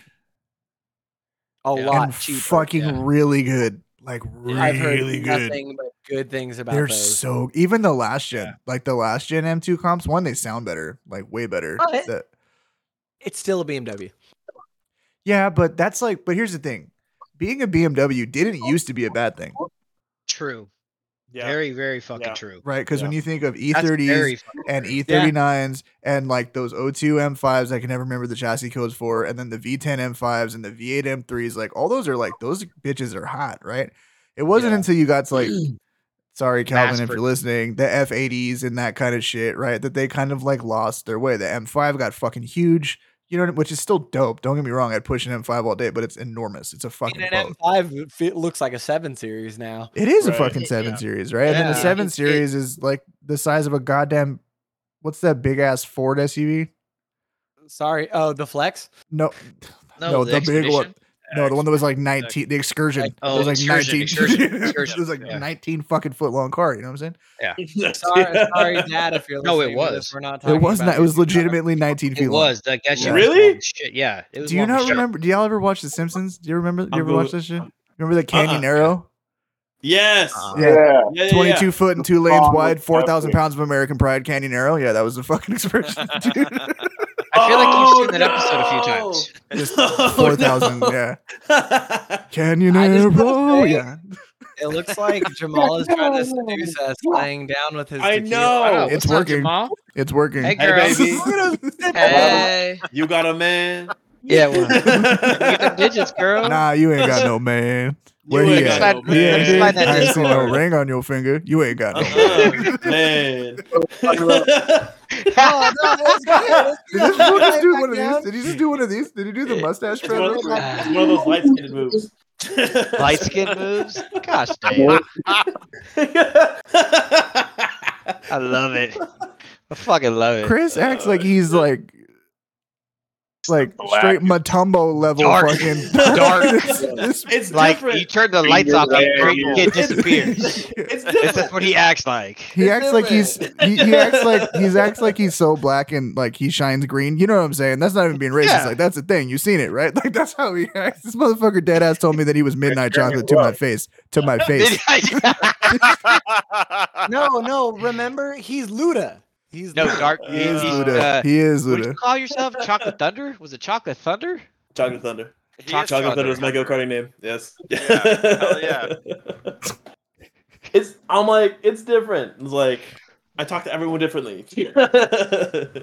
Speaker 5: A
Speaker 2: Yeah.
Speaker 5: lot
Speaker 1: and
Speaker 5: cheaper.
Speaker 1: fucking
Speaker 2: yeah.
Speaker 1: really good. Like really
Speaker 5: I've heard
Speaker 1: good.
Speaker 5: nothing but good things about
Speaker 1: They're
Speaker 5: those.
Speaker 1: so even the last gen, like the last gen M2 comps, one they sound better, like way better.
Speaker 5: Oh, it-
Speaker 1: That-
Speaker 5: It's still a BMW.
Speaker 1: yeah, but that's like but here's the thing. Being a BMW didn't used to be a bad thing,
Speaker 2: True.
Speaker 7: Yeah.
Speaker 2: Very, very fucking
Speaker 7: Yeah.
Speaker 2: true.
Speaker 1: right? Because when
Speaker 7: Yeah.
Speaker 1: you think of
Speaker 2: That's
Speaker 1: E30s
Speaker 2: very fucking
Speaker 1: and
Speaker 2: true.
Speaker 1: E39s and like those O2 M5s I can never remember the chassis codes for, and then the V10 M5s and the V8 M3s. Like all those are like those bitches are hot, right? It wasn't
Speaker 7: Yeah.
Speaker 1: until you got to like, sorry Calvin, if
Speaker 2: Mass-produced.
Speaker 1: you're listening, the F80s and that kind of shit, right? That they kind of like lost their way. The M5 got fucking huge. You know, what I- which is still dope. Don't get me wrong. I'd push an M5 all day, but it's enormous. It's a fucking.
Speaker 5: And
Speaker 1: boat.
Speaker 5: an M5 fit- looks like a 7 Series now.
Speaker 1: It is a
Speaker 7: Right.
Speaker 1: fucking
Speaker 2: It-
Speaker 1: seven
Speaker 2: yeah.
Speaker 1: series, right? And then the
Speaker 2: Yeah.
Speaker 1: seven
Speaker 2: It- it-
Speaker 1: series is like the size of a goddamn what's that big ass Ford SUV?
Speaker 5: Sorry. Oh, the Flex?
Speaker 1: No, no,
Speaker 2: No,
Speaker 1: the,
Speaker 2: the
Speaker 1: big one.
Speaker 2: Expedition?
Speaker 1: No, the one that was like nineteen. The excursion.
Speaker 2: Oh,
Speaker 1: it was like nineteen.
Speaker 2: Excursion, Excursion, Excursion,
Speaker 1: it was like
Speaker 2: yeah.
Speaker 1: nineteen fucking foot long car. You know what I'm saying?
Speaker 5: Sorry, sorry, Dad, if you're
Speaker 2: No, it
Speaker 5: listening to this,
Speaker 2: was.
Speaker 5: We're not talking
Speaker 1: It was
Speaker 5: about
Speaker 1: not. It was
Speaker 5: your product.
Speaker 1: legitimately nineteen feet
Speaker 2: It was. That that shit was
Speaker 7: Really?
Speaker 2: long as Shit. Yeah. It
Speaker 1: long.
Speaker 2: was
Speaker 1: Do you
Speaker 2: long as
Speaker 1: not
Speaker 2: shit.
Speaker 1: remember? Do y'all ever watch The Simpsons? Do you remember? Do you
Speaker 7: I'm
Speaker 1: ever watch
Speaker 7: Google-
Speaker 1: that shit? Remember the Canyon
Speaker 7: Uh-uh.
Speaker 1: Arrow?
Speaker 7: Yes.
Speaker 2: Uh,
Speaker 1: Yeah.
Speaker 7: Yeah, yeah, yeah.
Speaker 1: 22 foot and two lanes
Speaker 4: Long
Speaker 1: wide, 4,000
Speaker 4: episode.
Speaker 1: pounds of American Pride, Canyon Arrow. Yeah, that was the fucking expression, dude.
Speaker 2: I feel like you've
Speaker 7: Oh,
Speaker 2: seen that episode a few
Speaker 7: no!
Speaker 2: times.
Speaker 1: Just
Speaker 7: Oh,
Speaker 1: 4,000. Yeah. Canyon
Speaker 5: I just wanna
Speaker 1: Arrow,
Speaker 5: say-
Speaker 1: yeah.
Speaker 5: It looks like Jamal is trying to seduce us, laying down with his.
Speaker 7: I
Speaker 5: tequila.
Speaker 1: It's
Speaker 7: know.
Speaker 2: Oh, What's up,
Speaker 1: working.
Speaker 2: Jamal?
Speaker 1: It's working.
Speaker 2: Hey,
Speaker 7: Hey,
Speaker 2: girl.
Speaker 7: baby.
Speaker 2: Hey.
Speaker 7: you got a man.
Speaker 2: Yeah. Well, get them digits, girl.
Speaker 1: Nah, you ain't got no man. Where
Speaker 7: you
Speaker 1: he
Speaker 7: ain't
Speaker 1: at?
Speaker 7: got no
Speaker 1: He ain't
Speaker 7: man.
Speaker 2: slide
Speaker 1: did.
Speaker 2: that
Speaker 1: I ain't
Speaker 2: in
Speaker 1: seen no
Speaker 2: there.
Speaker 1: ring on your finger. You ain't got no man.
Speaker 7: Uh-uh, man.
Speaker 5: Oh, no, that's good.
Speaker 1: Did this fool just do one of
Speaker 5: Back down.
Speaker 1: these? Did he just do one of these? Did he do the mustache
Speaker 7: It's one, of
Speaker 1: spread?
Speaker 7: those, it's one of those light skinned moves.
Speaker 2: Light skin moves. Gosh damn.
Speaker 4: Yeah.
Speaker 2: I love it. I fucking love it.
Speaker 7: Uh,
Speaker 1: Chris acts like he's like like
Speaker 4: Black.
Speaker 1: straight Matumbo level
Speaker 2: Dark.
Speaker 1: fucking
Speaker 2: Dark.
Speaker 1: This- this-
Speaker 7: It's
Speaker 2: Like
Speaker 7: different.
Speaker 2: you turn the lights off,
Speaker 4: Yeah.
Speaker 2: the green kid disappears. That's
Speaker 7: it's different.
Speaker 2: just what he acts like.
Speaker 1: he acts like he's he, he acts like he's acts like he's so black and like he shines green. You know what I'm saying? That's not even being racist.
Speaker 2: Yeah.
Speaker 1: Like that's the thing. You've seen it, right? Like that's how he acts. This motherfucker dead ass told me that he was midnight chocolate to my face. To my face.
Speaker 5: No, no. Remember, he's Luda. He's
Speaker 2: no
Speaker 5: Luda.
Speaker 2: dark.
Speaker 1: He is
Speaker 2: he's,
Speaker 1: Luda.
Speaker 2: uh,
Speaker 1: he is
Speaker 2: what did you
Speaker 1: Luda.
Speaker 2: call yourself? Chocolate Thunder? Was it Chocolate Thunder?
Speaker 7: Chocolate Thunder.
Speaker 3: He
Speaker 2: Chocolate
Speaker 3: is
Speaker 7: Chocolate
Speaker 3: Thunder.
Speaker 7: Thunder is my go karting name. Yes. Yeah.
Speaker 3: hell yeah.
Speaker 7: it's. I'm like, it's different. It's like, I talk to everyone differently. it's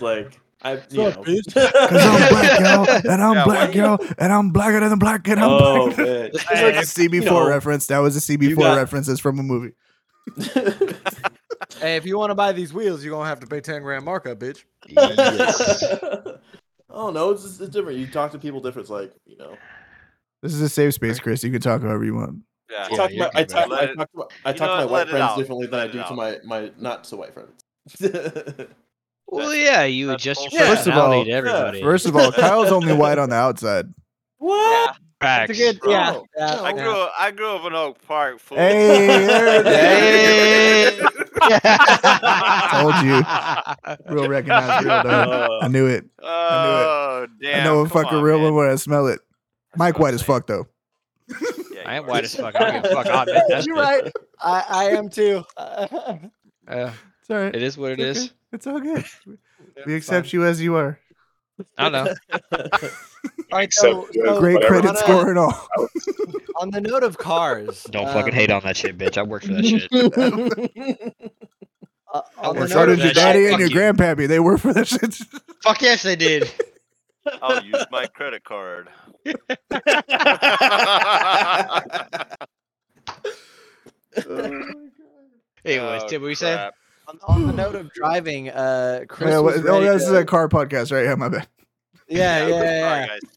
Speaker 7: like, I. You know.
Speaker 1: Cause I'm black, y'all, and I'm
Speaker 3: Yeah,
Speaker 1: black,
Speaker 3: why-
Speaker 1: y'all, and I'm blacker than black, and I'm
Speaker 7: oh
Speaker 1: blacker.
Speaker 7: man.
Speaker 1: It's like a CB4
Speaker 7: know,
Speaker 1: reference. That was a CB4
Speaker 7: got-
Speaker 1: reference. It's from a movie.
Speaker 5: Hey, if you want to buy these wheels, you're gonna have to pay ten grand markup, bitch.
Speaker 7: oh no, it's, just- it's different. You talk to people different. It's like you know.
Speaker 1: This is a safe space, Chris. You can talk however you want.
Speaker 3: Yeah.
Speaker 7: I talk
Speaker 2: you're
Speaker 7: about- I
Speaker 2: good,
Speaker 7: talk
Speaker 3: bro.
Speaker 7: I talk about- I
Speaker 3: You know
Speaker 7: talk to my
Speaker 3: what?
Speaker 7: white
Speaker 3: Let it
Speaker 7: friends
Speaker 3: out.
Speaker 7: differently than
Speaker 3: Let
Speaker 7: I
Speaker 3: it
Speaker 7: do to
Speaker 3: out.
Speaker 7: my my not so white friends.
Speaker 2: well, yeah, you
Speaker 3: That's
Speaker 2: adjust your
Speaker 7: bullshit.
Speaker 1: First of all-
Speaker 2: personality to everybody.
Speaker 1: First of all, Kyle's only white on the outside.
Speaker 7: what?
Speaker 2: Facts.
Speaker 5: It's a good. Yeah.
Speaker 7: Bro,
Speaker 5: yeah,
Speaker 3: I
Speaker 5: yeah.
Speaker 3: grew up, I grew up in Oak Park. Fool.
Speaker 1: Hey, there it is.
Speaker 2: Hey. Told
Speaker 1: you. Real recognize real, dog. I
Speaker 7: Uh,
Speaker 1: knew it.
Speaker 3: Oh damn!
Speaker 1: I know a
Speaker 3: come
Speaker 1: fucking
Speaker 3: on,
Speaker 1: real
Speaker 3: man.
Speaker 1: one when I smell it. Mike
Speaker 3: what
Speaker 1: white
Speaker 3: I'm
Speaker 1: as
Speaker 3: saying.
Speaker 1: fuck though.
Speaker 3: Yeah,
Speaker 2: I
Speaker 3: you
Speaker 2: am
Speaker 3: are.
Speaker 2: white as fuck. I don't give a fuck. I'll admit that's
Speaker 5: You're
Speaker 2: it.
Speaker 5: right. I, I am too.
Speaker 2: Uh,
Speaker 1: It's all right.
Speaker 2: it is what it
Speaker 1: It's
Speaker 2: is.
Speaker 1: okay. It's all good. We accept you as you are.
Speaker 2: I don't know.
Speaker 5: All right,
Speaker 4: So,
Speaker 5: so, so
Speaker 1: Great
Speaker 4: Whatever.
Speaker 1: credit
Speaker 5: on a-
Speaker 1: score and all.
Speaker 5: on the note of cars, um,
Speaker 2: on that shit, bitch. I worked for that shit.
Speaker 5: uh, on
Speaker 1: Or
Speaker 5: the
Speaker 2: Well,
Speaker 1: so
Speaker 2: no,
Speaker 5: note
Speaker 1: did
Speaker 5: of
Speaker 1: your
Speaker 2: that
Speaker 1: daddy
Speaker 2: shit.
Speaker 1: and
Speaker 2: Fuck
Speaker 1: your
Speaker 2: you.
Speaker 1: grandpappy. They were for that shit.
Speaker 2: Fuck yes, I did.
Speaker 3: I'll use my credit card.
Speaker 1: Oh my God.
Speaker 2: Hey, It was.
Speaker 3: Oh,
Speaker 2: Did we say?
Speaker 3: crap.
Speaker 5: On, on the note of driving, uh, Chris.
Speaker 1: Yeah,
Speaker 5: was
Speaker 1: what- oh,
Speaker 5: ready
Speaker 1: this is
Speaker 5: to-
Speaker 1: a car podcast, right? Yeah, my bad.
Speaker 5: yeah, yeah, yeah. yeah.
Speaker 3: Sorry, guys.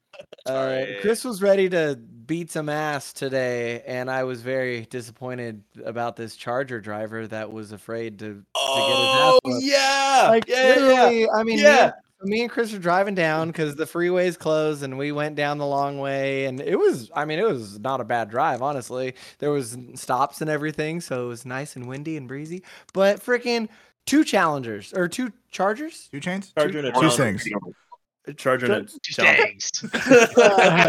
Speaker 5: Uh,
Speaker 3: Sorry.
Speaker 5: Chris was ready to beat some ass today, and I was very disappointed about this Charger driver that was afraid to.
Speaker 7: Oh
Speaker 5: to get his ass whooped.
Speaker 7: yeah,
Speaker 5: Like
Speaker 7: yeah, yeah,
Speaker 5: literally, I mean,
Speaker 7: yeah.
Speaker 5: yeah. Me and Chris are driving down because the freeway's closed, and we went down the long way. And it was, I mean, it was not a bad drive, honestly. There was stops and everything, so it was nice and windy and breezy. But freaking two challengers or two Chargers,
Speaker 1: Two chains?
Speaker 7: Charger and a
Speaker 1: Two
Speaker 7: Challenger.
Speaker 1: things.
Speaker 7: Charger and a Challenger.
Speaker 2: Thanks.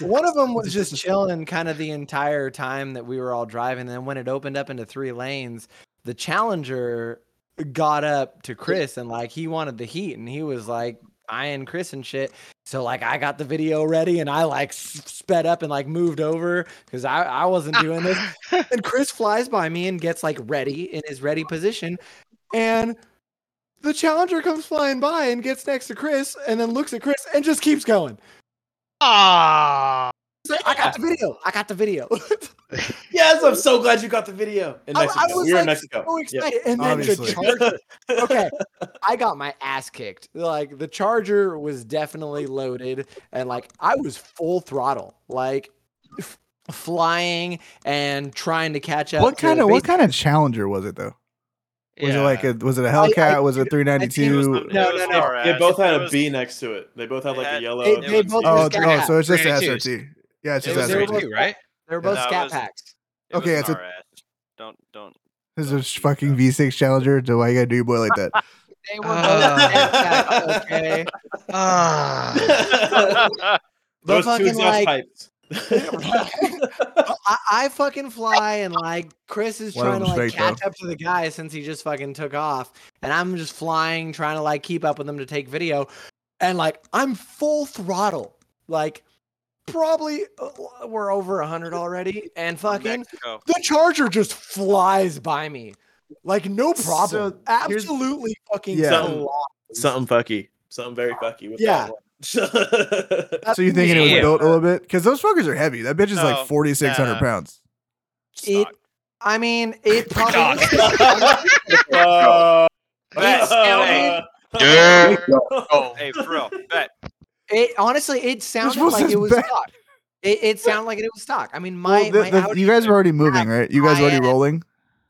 Speaker 5: One of them was just chilling kind of the entire time that we were all driving. And then when it opened up into three lanes, the challenger got up to Chris and like he wanted the heat and he was like eyeing Chris and shit. So like I got the video ready and I like s- sped up and like moved over because I, I wasn't doing this. And Chris flies by me and gets like ready in his ready position. And the challenger comes flying by and gets next to Chris and then looks at Chris and just keeps going.
Speaker 2: Ah.
Speaker 5: He's like, I got the video. I got the video.
Speaker 7: Yes, I'm so glad you got the video in
Speaker 5: I- I
Speaker 7: Mexico.
Speaker 5: was,
Speaker 7: we were in
Speaker 5: like,
Speaker 7: Mexico.
Speaker 5: so
Speaker 7: Yeah.
Speaker 5: excited. And then
Speaker 1: Obviously.
Speaker 5: the charger. Okay. I got my ass kicked. Like the charger was definitely loaded and like I was full throttle. Like f- flying and trying to catch up.
Speaker 1: What
Speaker 5: to
Speaker 1: kind of what
Speaker 5: base-
Speaker 1: kind of challenger was it though? Was it like a was it a
Speaker 5: I-
Speaker 1: Hellcat? was it a three ninety
Speaker 5: it was
Speaker 1: two?
Speaker 5: No,
Speaker 3: It was
Speaker 5: no, no.
Speaker 3: alright.
Speaker 7: They both had
Speaker 3: It
Speaker 7: a
Speaker 3: was-
Speaker 7: B next to it. They both had like
Speaker 3: It
Speaker 7: a
Speaker 3: had-
Speaker 7: yellow.
Speaker 5: They-
Speaker 7: and
Speaker 5: they
Speaker 7: a
Speaker 5: both
Speaker 7: C.
Speaker 5: were
Speaker 1: Oh,
Speaker 5: scat
Speaker 1: oh, so it's just a
Speaker 2: 392s.
Speaker 1: SRT. Yeah, it's
Speaker 2: It
Speaker 1: just
Speaker 2: was
Speaker 5: there
Speaker 1: SRT.
Speaker 5: was-
Speaker 2: 32, right?
Speaker 5: They were both
Speaker 3: that
Speaker 5: scat
Speaker 3: was-
Speaker 5: packs.
Speaker 3: It was
Speaker 1: Okay,
Speaker 3: an
Speaker 1: it's a-
Speaker 3: RS. Don't don't.
Speaker 1: This is a fucking V six Challenger. Do I gotta do your boy like that?
Speaker 5: They were both
Speaker 2: Ah.
Speaker 5: scat packs, okay.
Speaker 2: Ah.
Speaker 5: But
Speaker 7: Those two
Speaker 5: fucking
Speaker 7: exhaust
Speaker 5: like
Speaker 7: pipes.
Speaker 5: Oh, I, I fucking fly and like Chris is
Speaker 1: Why
Speaker 5: trying to
Speaker 1: don't
Speaker 5: like
Speaker 1: respect, though?
Speaker 5: catch up to the guy since he just fucking took off, and I'm just flying trying to like keep up with him to take video, and like I'm full throttle, like probably uh, we're over a hundred already, and fucking
Speaker 3: Mexico.
Speaker 5: the charger just flies by me, like no problem,
Speaker 1: So, here's-
Speaker 5: absolutely fucking
Speaker 1: Yeah.
Speaker 5: flies.
Speaker 7: Something fucky. Something very fucky. With
Speaker 5: Yeah.
Speaker 7: That one.
Speaker 1: So you thinking it was
Speaker 2: Yeah.
Speaker 1: built a little bit? Because those fuckers are heavy. That bitch is
Speaker 3: No,
Speaker 1: like forty six hundred
Speaker 3: nah.
Speaker 1: pounds.
Speaker 5: It,
Speaker 3: Stock.
Speaker 5: I mean, it
Speaker 1: Oh
Speaker 2: Dog.
Speaker 5: probably.
Speaker 7: Uh,
Speaker 3: Bet.
Speaker 7: uh,
Speaker 3: Hey, for real. Bet.
Speaker 5: It honestly, it sounded
Speaker 1: was
Speaker 5: like
Speaker 1: his
Speaker 5: it was
Speaker 1: back.
Speaker 5: stock. It, it sounded like it was stock. I mean, my,
Speaker 1: well,
Speaker 5: my
Speaker 1: the- the-
Speaker 5: Audi,
Speaker 1: you guys were already moving, right? You guys
Speaker 5: I
Speaker 1: already
Speaker 5: am.
Speaker 1: rolling.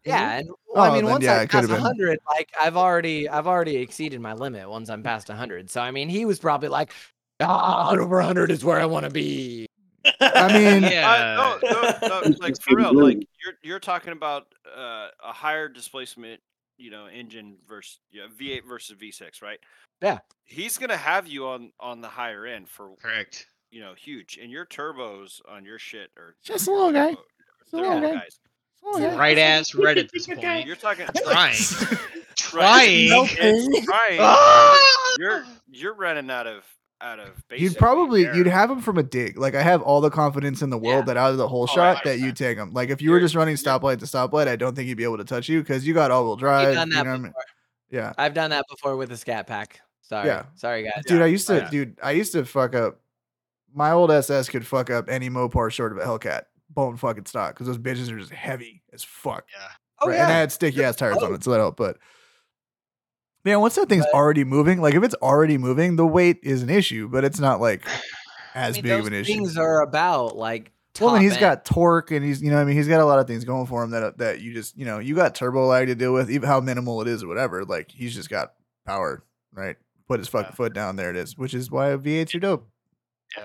Speaker 5: yeah. And well,
Speaker 1: Oh,
Speaker 5: I mean,
Speaker 1: then,
Speaker 5: once
Speaker 1: yeah,
Speaker 5: I
Speaker 1: it could have
Speaker 5: pass
Speaker 1: been.
Speaker 5: hundred, like I've already, I've already exceeded my limit. Once I'm past hundred, so I mean, he was probably like, ah, over hundred is where I want to be.
Speaker 1: I mean,
Speaker 2: Yeah.
Speaker 3: Uh, no, no, no, like for real. Like you're you're talking about uh, a higher displacement, you know, engine versus yeah, V8 versus V6, right?
Speaker 5: Yeah.
Speaker 3: He's gonna have you on on the higher end for
Speaker 2: Correct.
Speaker 3: you know huge, and your turbos on your shit are
Speaker 1: Just a little guy.
Speaker 3: They're
Speaker 1: little
Speaker 3: little
Speaker 1: guy.
Speaker 3: guys.
Speaker 5: Oh,
Speaker 2: Right ass red at this point.
Speaker 3: You're talking
Speaker 2: Trying.
Speaker 3: Right.
Speaker 2: Trying.
Speaker 3: It's trying.
Speaker 2: Ah!
Speaker 3: You're you're running out of out of.
Speaker 1: You'd
Speaker 3: basically
Speaker 1: probably
Speaker 3: air.
Speaker 1: you'd have them from a dig. Like I have all the confidence in the world that out of the whole
Speaker 3: Oh,
Speaker 1: shot that you take them. Like if you were
Speaker 3: You're-
Speaker 1: just running stoplight to stoplight, I don't think you'd be able to touch you because you got all wheel drive.
Speaker 5: I've done
Speaker 1: you
Speaker 5: that
Speaker 1: know what I
Speaker 5: before.
Speaker 1: mean? Yeah,
Speaker 5: I've done that before with a scat pack. Sorry,
Speaker 1: Yeah.
Speaker 5: sorry guys.
Speaker 1: dude. I used to,
Speaker 3: yeah.
Speaker 1: dude. I used to fuck up. My old SS could fuck up any Mopar short of a Hellcat, bone fucking stock, because those bitches are just heavy as fuck.
Speaker 5: Oh
Speaker 1: right?
Speaker 5: yeah.
Speaker 1: And I had sticky ass tires on
Speaker 5: Oh.
Speaker 1: it, so that helped. But man, once that thing's
Speaker 5: But-
Speaker 1: already moving, like if it's already moving, the weight is an issue, but it's not like
Speaker 5: I
Speaker 1: as
Speaker 5: mean,
Speaker 1: big of
Speaker 5: those
Speaker 1: an issue.
Speaker 5: Things are about like.
Speaker 1: Well, and
Speaker 5: top
Speaker 1: he's
Speaker 5: end.
Speaker 1: got torque, and he's you know what I mean he's got a lot of things going for him that uh, that you just you know you got turbo lag to deal with, even how minimal it is or whatever. Like he's just got power, right? Put his fucking foot down, there it is, which is why V8s are dope.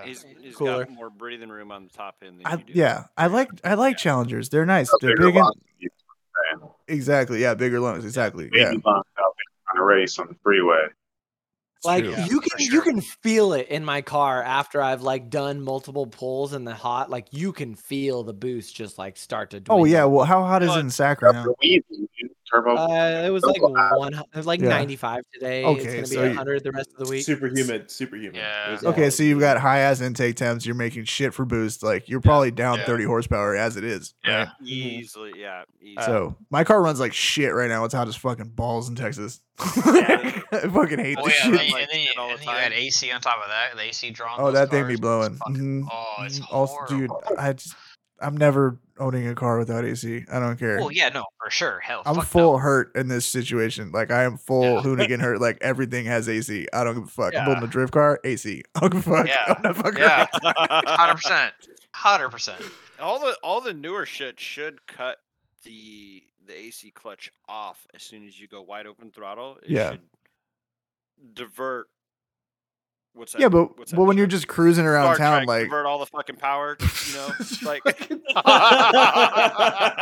Speaker 3: He's, he's
Speaker 5: Cooler.
Speaker 3: got more breathing room on the top end than
Speaker 1: I,
Speaker 3: you do.
Speaker 1: yeah, I like I like Challengers. They're nice. They're big. And, exactly. Yeah, bigger lungs. Exactly. Yeah.
Speaker 4: Maybe not out there on a race on the freeway.
Speaker 1: it's
Speaker 5: like
Speaker 1: true.
Speaker 5: you can you can feel it in my car after I've like done multiple pulls in the hot like you can feel the boost just like start to
Speaker 1: Oh yeah.
Speaker 5: dwindle.
Speaker 1: Well, how hot is it in Sacramento?
Speaker 4: Turbo.
Speaker 5: uh, it was like one it was like
Speaker 1: Yeah.
Speaker 5: 95 today
Speaker 1: Okay,
Speaker 5: it's
Speaker 1: so
Speaker 5: gonna be
Speaker 1: you-
Speaker 5: 100 the rest of the week
Speaker 7: super humid. Super humid.
Speaker 3: Yeah.
Speaker 1: Okay, so you've got high ass intake temps. You're making shit for boost. Like you're probably down
Speaker 3: Yeah.
Speaker 1: 30 horsepower as it is. right?
Speaker 3: Easily, yeah. Easily.
Speaker 1: So my car runs like shit right now. It's hot as fucking balls in Texas. I fucking hate
Speaker 2: Oh
Speaker 1: this
Speaker 2: yeah,
Speaker 1: shit.
Speaker 3: like
Speaker 2: and, then, and, then,
Speaker 3: shit all the
Speaker 2: and then you had
Speaker 3: time.
Speaker 2: AC on top of that. The AC drawn.
Speaker 1: oh,
Speaker 2: those
Speaker 1: that thing
Speaker 2: cars
Speaker 1: be
Speaker 2: was
Speaker 1: blowing.
Speaker 2: fucking-
Speaker 1: Mhm.
Speaker 2: Oh, it's
Speaker 1: Mhm. Also, dude,
Speaker 2: horrible.
Speaker 1: I just I'm never owning a car without AC. I don't care.
Speaker 2: Well, Oh, yeah, no, for sure. Hell,
Speaker 1: I'm
Speaker 2: fuck
Speaker 1: full
Speaker 2: No.
Speaker 1: hurt in this situation. Like I am full
Speaker 2: Yeah.
Speaker 1: hoonigan hurt. Like everything has AC. I don't give a fuck. I'm building
Speaker 2: Yeah.
Speaker 1: a drift car. AC. I don't give a fuck.
Speaker 2: Yeah.
Speaker 1: I'm not fucking
Speaker 2: Yeah, hundred percent, hundred percent.
Speaker 3: Um, all the all the newer shit should cut the the AC clutch off as soon as you go wide open throttle. It
Speaker 1: Yeah.
Speaker 3: should divert. What's that?
Speaker 1: yeah, but
Speaker 3: what's that
Speaker 1: but when you're
Speaker 3: shit?
Speaker 1: just cruising around
Speaker 3: Star
Speaker 1: town,
Speaker 3: Trek,
Speaker 1: like
Speaker 3: divert all the fucking power. You know, like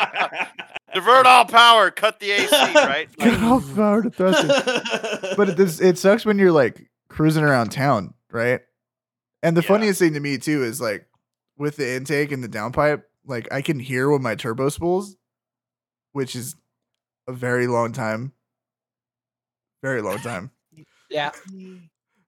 Speaker 3: divert all power, cut the AC, right? Like,
Speaker 1: get off power to thrusting. but it, does- it sucks when you're like cruising around town, right? And the
Speaker 3: Yeah.
Speaker 1: funniest thing to me too is like with the intake and the downpipe, like I can hear when my turbo spools, which is a very long time, very long time.
Speaker 5: Yeah.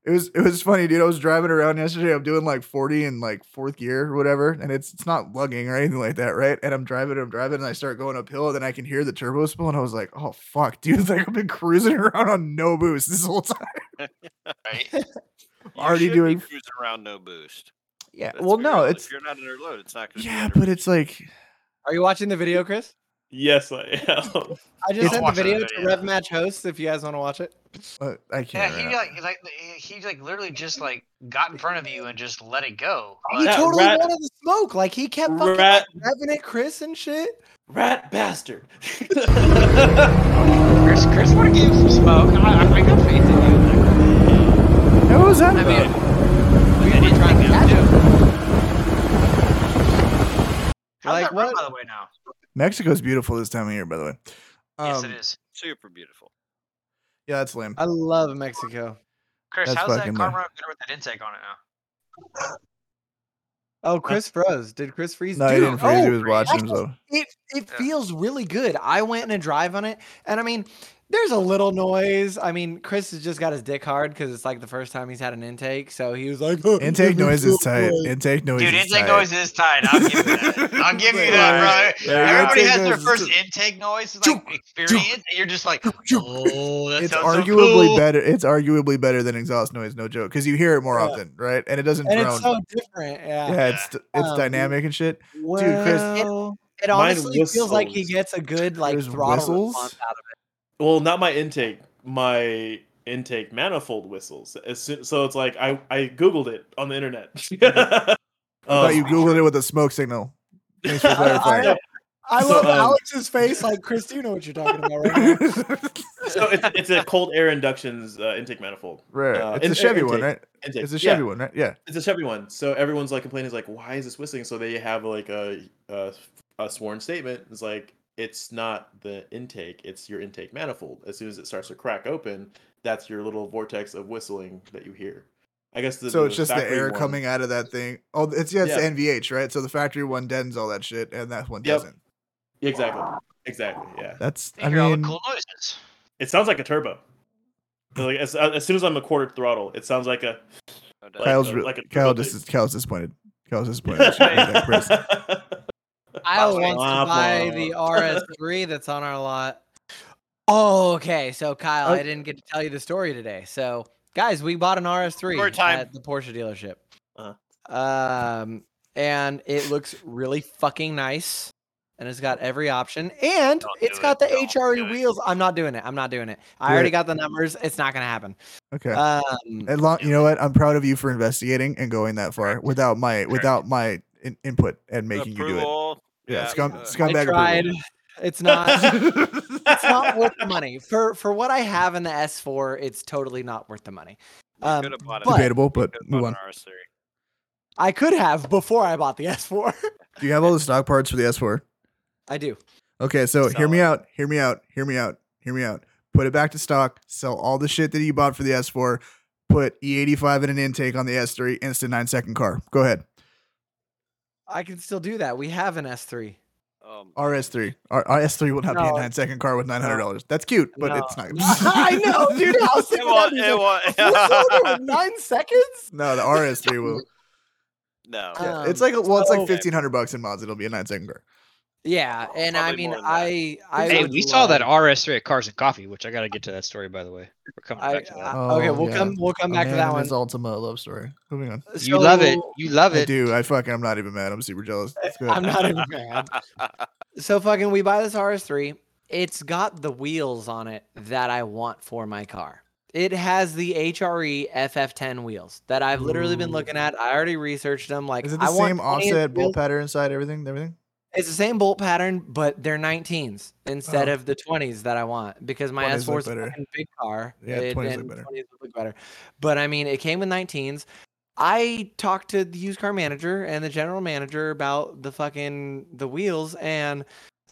Speaker 1: It was it was funny, dude. I was driving around yesterday. I'm doing like 40 in like fourth gear or whatever, and it's it's not lugging or anything like that, right? And I'm driving, I'm driving, and I start going uphill, and then I can hear the turbo spill, and I was like, oh fuck, dude! It's like I've been cruising around on no boost this whole time.
Speaker 2: Right?
Speaker 3: you
Speaker 1: already
Speaker 3: should be
Speaker 1: doing-
Speaker 3: cruising around no boost.
Speaker 1: Yeah.
Speaker 3: That's
Speaker 1: Well,
Speaker 3: your
Speaker 1: no,
Speaker 3: load.
Speaker 1: it's
Speaker 3: if you're not under load, it's not going to.
Speaker 1: yeah, but it's like
Speaker 5: Are you watching the video, Chris?
Speaker 7: yes, I am.
Speaker 5: I
Speaker 1: I'll
Speaker 5: just sent the
Speaker 2: watch that
Speaker 5: video, to
Speaker 2: video.
Speaker 5: Rev Match hosts if you guys want to watch it.
Speaker 1: uh, I
Speaker 2: Yeah,
Speaker 1: can't. right
Speaker 2: he
Speaker 1: now.
Speaker 2: like, like he like literally just like got in front of you and just let it go.
Speaker 5: He
Speaker 1: Oh,
Speaker 2: Like,
Speaker 7: Yeah,
Speaker 5: totally
Speaker 7: rat-
Speaker 5: wanted the smoke. Like he kept fucking
Speaker 7: Rat,
Speaker 5: revving at Chris and shit.
Speaker 7: rat bastard.
Speaker 2: Chris, Chris would have given some smoke. I, I, I got faith in you.
Speaker 1: What was that?
Speaker 2: I
Speaker 1: about?
Speaker 2: mean, look at it trying to How's
Speaker 5: Like,
Speaker 2: that road,
Speaker 5: what-
Speaker 2: by the way, now?
Speaker 1: Mexico's beautiful this time of year, by the way. Um,
Speaker 2: yes, it is.
Speaker 3: super beautiful.
Speaker 1: Yeah, that's lame.
Speaker 5: I love Mexico.
Speaker 2: Chris,
Speaker 1: that's
Speaker 2: how's that
Speaker 1: fucking
Speaker 2: car
Speaker 1: lame.
Speaker 2: running good with that intake on it now?
Speaker 5: Oh, Chris froze. Did Chris freeze?
Speaker 1: No, he
Speaker 5: Dude,
Speaker 1: didn't freeze.
Speaker 5: oh,
Speaker 1: he was watching
Speaker 5: actually-
Speaker 1: himself.
Speaker 5: it it
Speaker 2: Yeah.
Speaker 5: feels really good. I went and a drive on it, and I mean, there's a little noise. I mean, Chris has just got his dick hard because it's like the first time he's had an intake, so he was like, "Oh,
Speaker 1: Intake noise is tight. Intake noise.
Speaker 2: Dude,
Speaker 1: is
Speaker 2: intake
Speaker 1: tight.
Speaker 2: noise is tight. I'll give you that. I'll give you that, brother.
Speaker 1: Yeah, your
Speaker 2: Everybody
Speaker 1: intake
Speaker 2: has their
Speaker 1: noise is
Speaker 2: first
Speaker 1: tight.
Speaker 2: intake noise like experience, and you're just like, oh, that
Speaker 1: It's
Speaker 2: sounds so
Speaker 1: arguably
Speaker 2: cool."
Speaker 1: better. It's arguably better than exhaust noise, no joke, because you hear it more
Speaker 5: Yeah.
Speaker 1: often, right? And it doesn't
Speaker 5: and
Speaker 1: drone.
Speaker 5: it's so different. Yeah,
Speaker 1: yeah, it's it's
Speaker 5: Um,
Speaker 1: dynamic and shit.
Speaker 5: Well, it
Speaker 7: Mine
Speaker 5: honestly feels like he
Speaker 7: whistles.
Speaker 5: gets a good like
Speaker 1: There's
Speaker 5: throttle
Speaker 1: whistles?
Speaker 5: response out of
Speaker 7: well, not my intake. My intake manifold whistles. As soon, so it's like I, I googled it on the internet.
Speaker 1: I
Speaker 7: Um,
Speaker 1: Mm-hmm. thought you googled it with a smoke signal. Thanks for clarifying.
Speaker 5: it. I
Speaker 7: So,
Speaker 5: love
Speaker 7: um,
Speaker 5: Alex's face. Like Chris, do you know what you're talking about right now?
Speaker 7: so it's, it's a cold air inductions uh, intake manifold.
Speaker 1: right,
Speaker 7: Uh,
Speaker 1: it's a
Speaker 7: in-
Speaker 1: Chevy
Speaker 7: intake.
Speaker 1: one, right?
Speaker 7: Intake.
Speaker 1: It's a
Speaker 7: Yeah.
Speaker 1: Chevy one, right? Yeah.
Speaker 7: it's a Chevy one. So everyone's like complaining, is like, why is this whistling? So they have like a, a a sworn statement. It's like it's not the intake; it's your intake manifold. As soon as it starts to crack open, that's your little vortex of whistling that you hear. I guess the
Speaker 1: So it's just the
Speaker 7: factory
Speaker 1: air
Speaker 7: one-
Speaker 1: coming out of that thing. Oh, it's yeah, it's
Speaker 7: Yeah.
Speaker 1: the NVH, right? So the factory one deadens all that shit, and that one
Speaker 7: Yep.
Speaker 1: doesn't.
Speaker 7: Exactly, exactly. Yeah,
Speaker 1: That's
Speaker 2: You
Speaker 1: I
Speaker 2: hear all the
Speaker 1: mean,
Speaker 2: cool noises.
Speaker 7: it sounds like a turbo. Like as, as soon as I'm a quarter throttle, it sounds like a.
Speaker 3: No doubt.
Speaker 7: Like,
Speaker 1: Kyle's
Speaker 7: uh,
Speaker 1: re-
Speaker 7: like a
Speaker 1: Kyle
Speaker 7: turbo
Speaker 1: just
Speaker 7: thing.
Speaker 1: is, Kyle's disappointed. Kyle's disappointed. Like Chris.
Speaker 5: I
Speaker 2: Wah,
Speaker 5: want
Speaker 7: wah,
Speaker 5: to buy the RS3 that's on our lot. Oh, okay. So Kyle,
Speaker 1: Oh.
Speaker 5: I didn't get to tell you the story today. So guys, we bought an RS3
Speaker 3: Story time.
Speaker 5: at the Porsche dealership.
Speaker 1: Uh-huh.
Speaker 7: Uh.
Speaker 5: Um, and it looks really fucking nice. And it's got every option, and
Speaker 2: Don't
Speaker 5: it's
Speaker 2: do
Speaker 5: got
Speaker 2: it.
Speaker 5: the
Speaker 2: Don't do
Speaker 5: HRE
Speaker 2: it.
Speaker 5: wheels. I'm not doing it. I'm not doing it. I
Speaker 1: Do
Speaker 5: already
Speaker 1: it.
Speaker 5: got the numbers. It's not gonna happen.
Speaker 1: Okay.
Speaker 5: Um,
Speaker 1: And long, you know what? I'm proud of you for investigating and going that far
Speaker 2: Correct.
Speaker 1: without my
Speaker 2: Correct.
Speaker 1: without my in- input and making you do it.
Speaker 3: Approval,
Speaker 1: Yeah,
Speaker 3: yeah,
Speaker 1: scum,
Speaker 3: uh,
Speaker 1: scumbag.
Speaker 5: I
Speaker 1: approval.
Speaker 5: tried. It's not. it's not worth the money for for what I have in the S4. It's totally not worth the money.
Speaker 3: we
Speaker 5: Um,
Speaker 3: could've bought a-
Speaker 5: but-
Speaker 1: Debatable,
Speaker 3: we
Speaker 1: but
Speaker 3: could've
Speaker 1: move
Speaker 3: bought an
Speaker 1: on.
Speaker 3: RS3.
Speaker 5: I could have before I bought the S4.
Speaker 1: Do you have all the stock parts for the S4?
Speaker 5: I do.
Speaker 1: Okay, so hear me
Speaker 3: Solid.
Speaker 1: out. Hear me out. Hear me out. Hear me out. Put it back to stock. Sell all the shit that you bought for the S4. Put E85 in an intake on the S3. Instant nine second car. Go ahead.
Speaker 5: I can still do that. We have an S3.
Speaker 3: Um,
Speaker 1: RS3. R- RS3 will not be
Speaker 5: No.
Speaker 1: a nine second car with nine hundred dollars. That's cute, but
Speaker 5: No.
Speaker 1: it's not.
Speaker 5: I know, dude. I was
Speaker 3: it
Speaker 5: thinking
Speaker 3: won't-
Speaker 5: that.
Speaker 3: it won't-
Speaker 5: Like, nine seconds?
Speaker 1: no, the RS3 will.
Speaker 3: no.
Speaker 5: Uh,
Speaker 1: it's like a- well, it's like
Speaker 5: so-
Speaker 1: fifteen hundred bucks in mods. It'll be a nine second car.
Speaker 5: Yeah, and I
Speaker 3: Probably
Speaker 5: mean,
Speaker 3: more than that.
Speaker 5: I, I
Speaker 2: hey,
Speaker 5: would
Speaker 2: we saw that
Speaker 5: love-
Speaker 2: RS three at Cars and Coffee, which I got to get to that story by the way. We're coming
Speaker 5: I,
Speaker 2: back to that.
Speaker 5: I- Ah, okay,
Speaker 1: Oh,
Speaker 5: we'll
Speaker 1: yeah.
Speaker 5: come. We'll come
Speaker 1: A
Speaker 5: back to
Speaker 1: man
Speaker 5: that
Speaker 1: and
Speaker 5: one.
Speaker 1: His ultimate love story. Moving on.
Speaker 2: you love it.
Speaker 5: So-
Speaker 2: You love
Speaker 1: I
Speaker 2: it.
Speaker 1: do. I fucking. I'm not even mad. I'm super jealous. It's good.
Speaker 5: I'm not even mad. So fucking, we buy this RS3. It's got the wheels on it that I want for my car. It has the E HRE FF10 wheels that I've literally been
Speaker 1: Ooh.
Speaker 5: looking at. I already researched them. Like,
Speaker 1: Is it
Speaker 5: I
Speaker 1: the
Speaker 5: want
Speaker 1: same
Speaker 5: 20 inch
Speaker 1: offset bolt
Speaker 5: wheels.
Speaker 1: pattern inside everything? Everything.
Speaker 5: It's the same bolt pattern, but they're 19s instead
Speaker 1: Oh.
Speaker 5: of the 20s that I want because my
Speaker 1: 20s
Speaker 5: S4
Speaker 1: look
Speaker 5: is a
Speaker 1: better.
Speaker 5: fucking big car.
Speaker 1: Yeah, 20s look
Speaker 5: and
Speaker 1: better.
Speaker 5: 20s look better. But I mean, it came with 19s. I talked to the used car manager and the general manager about the fucking the wheels and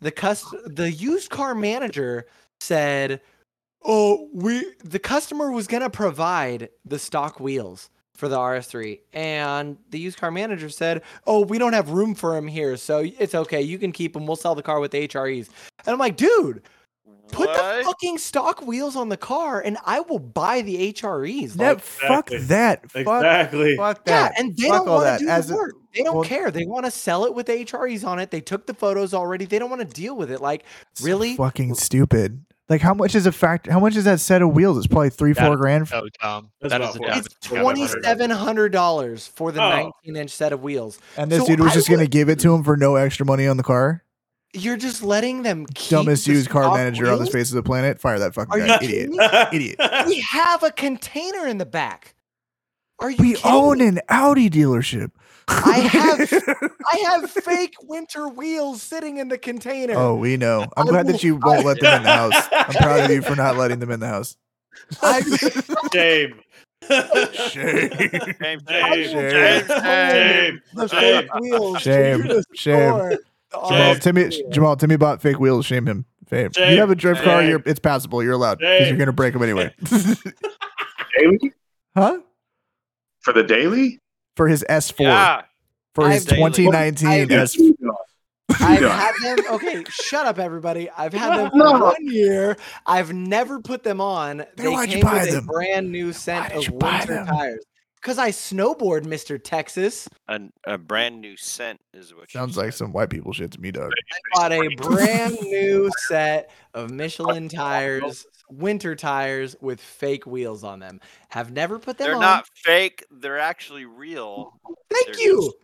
Speaker 5: the cus the used car manager said, "Oh, we the customer was going to provide the stock wheels." for the RS3. And the used car manager said, Oh, we don't have room for him here. So it's okay. You can keep him. We'll sell the car with the HREs. And I'm like, Dude, put the
Speaker 3: What?
Speaker 5: fucking stock wheels on the car and I will buy the HREs.
Speaker 1: No,
Speaker 5: Like,
Speaker 1: fuck
Speaker 6: Exactly.
Speaker 1: that. Fuck,
Speaker 6: Exactly.
Speaker 1: fuck
Speaker 5: yeah,
Speaker 1: that.
Speaker 5: and they
Speaker 1: fuck
Speaker 5: don't
Speaker 1: all
Speaker 5: want
Speaker 1: that.
Speaker 5: to do
Speaker 1: As
Speaker 5: the
Speaker 1: it-
Speaker 5: work. They don't
Speaker 1: well-
Speaker 5: care. They want to sell it with the HREs on it. They took the photos already. They don't want to deal with it. Like,
Speaker 1: So
Speaker 5: really?
Speaker 1: fucking stupid. Like how much is a fact? How much is that set of wheels? It's probably three,
Speaker 2: Got
Speaker 1: four
Speaker 2: it.
Speaker 1: grand.
Speaker 2: Oh, Tom,
Speaker 6: That's
Speaker 2: that
Speaker 6: about
Speaker 2: is a
Speaker 6: four.
Speaker 2: dumb.
Speaker 5: It's
Speaker 6: I got
Speaker 5: twenty
Speaker 6: $2,700.
Speaker 5: seven hundred dollars for the
Speaker 6: Oh.
Speaker 5: nineteen inch set of wheels.
Speaker 1: And this
Speaker 5: So
Speaker 1: dude was
Speaker 5: I
Speaker 1: just gonna give it to him for no extra money on the car.
Speaker 5: You're just letting them keep
Speaker 1: Dumbest
Speaker 5: the
Speaker 1: used car
Speaker 5: stock
Speaker 1: manager on
Speaker 5: wheels?
Speaker 1: the face of the planet. Fire that fucking
Speaker 5: Are
Speaker 1: guy,
Speaker 5: you
Speaker 1: idiot.
Speaker 5: kidding me?
Speaker 1: Idiot.
Speaker 5: we have a container in the back. Are you
Speaker 1: We
Speaker 5: kidding
Speaker 1: own
Speaker 5: me?
Speaker 1: an Audi dealership.
Speaker 5: I have- I have fake winter wheels sitting in the container.
Speaker 1: Oh, we know. I'm
Speaker 5: I
Speaker 1: glad
Speaker 5: will-
Speaker 1: that you won't let them in the house. I'm proud of you for not letting them in the house.
Speaker 5: I,
Speaker 6: Shame.
Speaker 1: Shame.
Speaker 3: James,
Speaker 6: Hey,
Speaker 3: James,
Speaker 1: Shame.
Speaker 3: James,
Speaker 6: Shame.
Speaker 5: the
Speaker 6: Shame.
Speaker 5: fake wheels. to
Speaker 1: Shame.
Speaker 5: the
Speaker 1: Shame.
Speaker 5: store. The
Speaker 1: Jamal,
Speaker 6: Shame.
Speaker 5: RS
Speaker 1: Timmy,
Speaker 5: wheels.
Speaker 1: Jamal, Timmy bought fake wheels. Shame him. Fame.
Speaker 6: Shame.
Speaker 1: You have a drift car.
Speaker 6: Shame.
Speaker 1: You're, it's passable. You're allowed because you're
Speaker 6: Shame.
Speaker 1: gonna break them anyway.
Speaker 4: Daily?
Speaker 1: huh?
Speaker 4: For the daily?
Speaker 1: For his S4,
Speaker 3: Yeah.
Speaker 1: for his
Speaker 5: I've daily-
Speaker 1: 2019
Speaker 5: I've-
Speaker 1: S.
Speaker 5: I've
Speaker 4: Yeah.
Speaker 5: had them. Okay, shut up, everybody. I've had them for
Speaker 4: No.
Speaker 5: one year. I've never put them on. they
Speaker 1: why'd you
Speaker 5: came
Speaker 1: buy
Speaker 5: with
Speaker 1: them?
Speaker 5: a brand new
Speaker 1: why
Speaker 5: scent
Speaker 1: did
Speaker 5: of
Speaker 1: you buy
Speaker 5: winter
Speaker 1: them?
Speaker 5: tires. Because I snowboard, Mister Texas.
Speaker 3: A, a brand new scent is what. she
Speaker 1: Sounds like
Speaker 3: said.
Speaker 1: some white people shit to me, dog.
Speaker 5: bought a brand new set of Michelin tires, winter tires with fake wheels on them. Have never put them
Speaker 3: They're
Speaker 5: on.
Speaker 3: not fake. They're actually real.
Speaker 5: Thank
Speaker 3: they're
Speaker 5: you.
Speaker 3: just-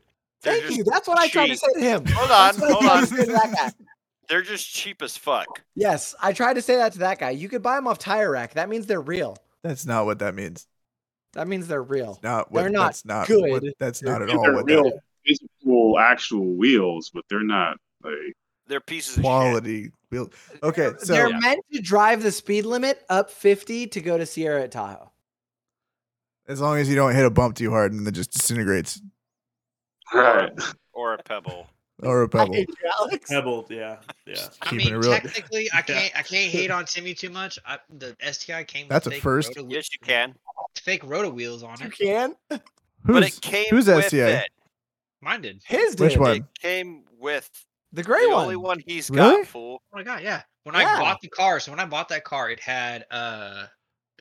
Speaker 3: they're
Speaker 5: Thank
Speaker 3: just
Speaker 5: you. That's what I tried to
Speaker 3: cheap.
Speaker 5: say to him.
Speaker 3: Hold on,
Speaker 5: That's what I
Speaker 3: hold
Speaker 5: tried to
Speaker 3: on.
Speaker 5: say to that guy.
Speaker 3: They're just cheap as fuck.
Speaker 5: Yes, I tried to say that to that guy. You could buy them off Tire Rack. That means they're real.
Speaker 1: That's not what that means.
Speaker 5: That means they're real.
Speaker 1: Not what.
Speaker 5: They're not
Speaker 1: that's not
Speaker 5: good.
Speaker 1: What, that's not at
Speaker 4: They're
Speaker 1: all what
Speaker 4: real
Speaker 1: that
Speaker 4: physical actual wheels, but they're not like
Speaker 3: They're pieces of shit.
Speaker 1: quality. Build. Okay, so
Speaker 5: they're meant to drive the speed limit up 50 to go to Sierra at Tahoe.
Speaker 1: as long as you don't hit a bump too hard and then it just disintegrates
Speaker 4: right.
Speaker 3: or a pebble.
Speaker 1: or a
Speaker 5: I
Speaker 1: pebble.
Speaker 5: hate you, Alex.
Speaker 6: Pebbled, yeah, yeah.
Speaker 2: I
Speaker 1: keeping
Speaker 2: mean,
Speaker 1: it real.
Speaker 2: technically, I
Speaker 6: Yeah.
Speaker 2: can't. I can't hate on Timmy too much. I, the STI came. with
Speaker 1: That's a
Speaker 2: fake
Speaker 1: first.
Speaker 2: roto-
Speaker 3: Yes, you can.
Speaker 2: Fake roto wheels on
Speaker 5: You
Speaker 2: it.
Speaker 5: can.
Speaker 3: but
Speaker 1: Who's
Speaker 3: it came
Speaker 1: who's
Speaker 3: with
Speaker 1: SCA?
Speaker 3: it.
Speaker 2: Mine did.
Speaker 5: His
Speaker 1: Which
Speaker 5: did.
Speaker 1: one?
Speaker 3: It came with
Speaker 5: The
Speaker 3: the
Speaker 5: gray one.
Speaker 3: only one he's
Speaker 1: Really?
Speaker 3: got, fool.
Speaker 2: Oh my god, yeah. When
Speaker 5: Yeah.
Speaker 2: I bought the car, so when I bought that car, it had uh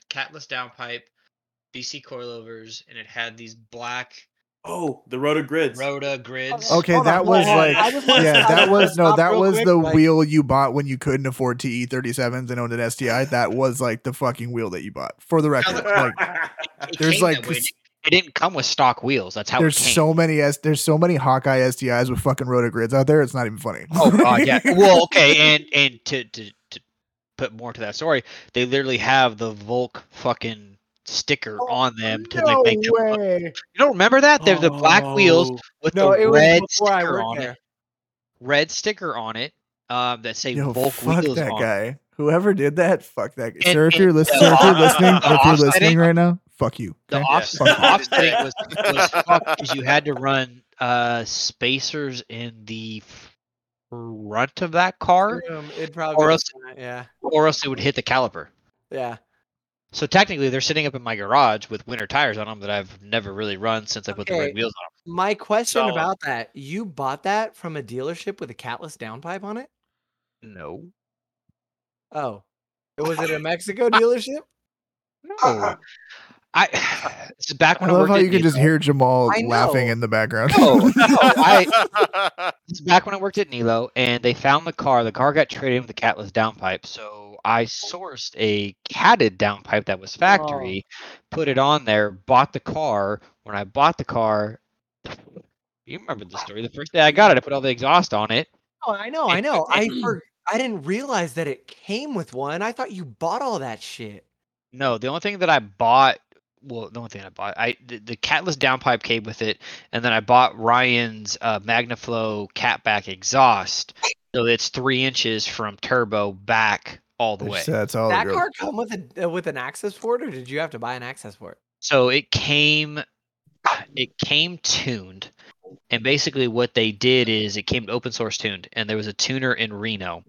Speaker 2: catless downpipe, BC coilovers, and it had these black
Speaker 6: Oh, the roto grids.
Speaker 2: Rota grids.
Speaker 1: Okay,
Speaker 5: Hold on,
Speaker 1: that
Speaker 5: hold
Speaker 1: was
Speaker 5: on, hold on.
Speaker 1: like
Speaker 5: I just wanna
Speaker 1: yeah,
Speaker 5: stop-
Speaker 1: that was no,
Speaker 5: stop
Speaker 1: that
Speaker 5: real
Speaker 1: was
Speaker 5: quick,
Speaker 1: the
Speaker 5: like-
Speaker 1: wheel you bought when you couldn't afford TE thirty sevens and owned an STI. That was like the fucking wheel that you bought. For the record, like
Speaker 2: It
Speaker 1: there's
Speaker 2: came
Speaker 1: like
Speaker 2: that way. It
Speaker 1: this-
Speaker 2: didn't- it didn't come with stock wheels. That's how
Speaker 1: there's
Speaker 2: it came.
Speaker 1: so many S, there's so many Hawkeye STIs with fucking rotor grids out there. It's not even funny.
Speaker 2: Oh god, yeah. Well, okay, and and to to to put more to that story, they literally have the Volk fucking sticker
Speaker 5: Oh,
Speaker 2: on them to
Speaker 5: no
Speaker 2: like make them look-
Speaker 5: way.
Speaker 2: You don't remember that? They're the black wheels
Speaker 6: Oh,
Speaker 2: with
Speaker 5: No,
Speaker 2: the
Speaker 5: it
Speaker 2: red
Speaker 5: was before I
Speaker 2: sticker
Speaker 5: worked
Speaker 2: on
Speaker 5: there.
Speaker 2: it. Red sticker on it. Um, that say
Speaker 1: Yo,
Speaker 2: Volk
Speaker 1: fuck
Speaker 2: wheels
Speaker 1: that
Speaker 2: on. it.
Speaker 1: guy. Whoever did that, fuck that guy.
Speaker 2: And-
Speaker 1: Sir, if
Speaker 2: and
Speaker 1: you're listening,
Speaker 2: the
Speaker 1: sir, if you're
Speaker 2: off-
Speaker 1: listening,
Speaker 2: the
Speaker 1: if you're
Speaker 2: offsetting-
Speaker 1: listening right now, fuck you.
Speaker 2: The
Speaker 1: okay?
Speaker 2: offs-
Speaker 1: Fuck you.
Speaker 2: offsetting was was fucked because you had to run uh spacers in the front of that car,
Speaker 5: Um, it'd probably
Speaker 2: Or
Speaker 5: be
Speaker 2: else-
Speaker 5: that, yeah.
Speaker 2: or else it would hit the caliper.
Speaker 5: Yeah.
Speaker 2: So technically, they're sitting up in my garage with winter tires on them that I've never really run since I put the
Speaker 5: Okay.
Speaker 2: red wheels on. 'em.
Speaker 5: My question
Speaker 3: Solid.
Speaker 5: about that, you bought that from a dealership with a catless downpipe on it?
Speaker 2: No.
Speaker 5: Oh. Was it a Mexico dealership?
Speaker 2: No. I this is back
Speaker 1: I
Speaker 2: when I,
Speaker 1: love
Speaker 2: worked
Speaker 1: how
Speaker 2: at
Speaker 1: you can just
Speaker 2: Naples.
Speaker 1: hear Jamal
Speaker 5: I know.
Speaker 1: laughing in the background.
Speaker 2: No, no, I,
Speaker 3: I,
Speaker 2: It's back when I worked at Nilo, and they found the car. The car got traded with a catless downpipe, so I sourced a catted downpipe that was factory, put it on there, bought the car. When I bought the car, you remember the story. The first day I got it, I put all the exhaust on it.
Speaker 5: Oh, I know, I know. I for, I didn't realize that it came with one. I thought you bought all that shit.
Speaker 2: No, the only thing that I bought, well, the only thing I bought, I the, the catless downpipe came with it, and then I bought Ryan's uh, Magnaflow catback exhaust, so it's three inches from turbo back all the
Speaker 1: It's-
Speaker 2: way.
Speaker 1: That's all.
Speaker 5: that
Speaker 1: it goes.
Speaker 5: car come with a uh, with an access for it, or did you have to buy an access for it?
Speaker 2: so it came it came tuned and basically what they did is it came open source tuned and there was a tuner in reno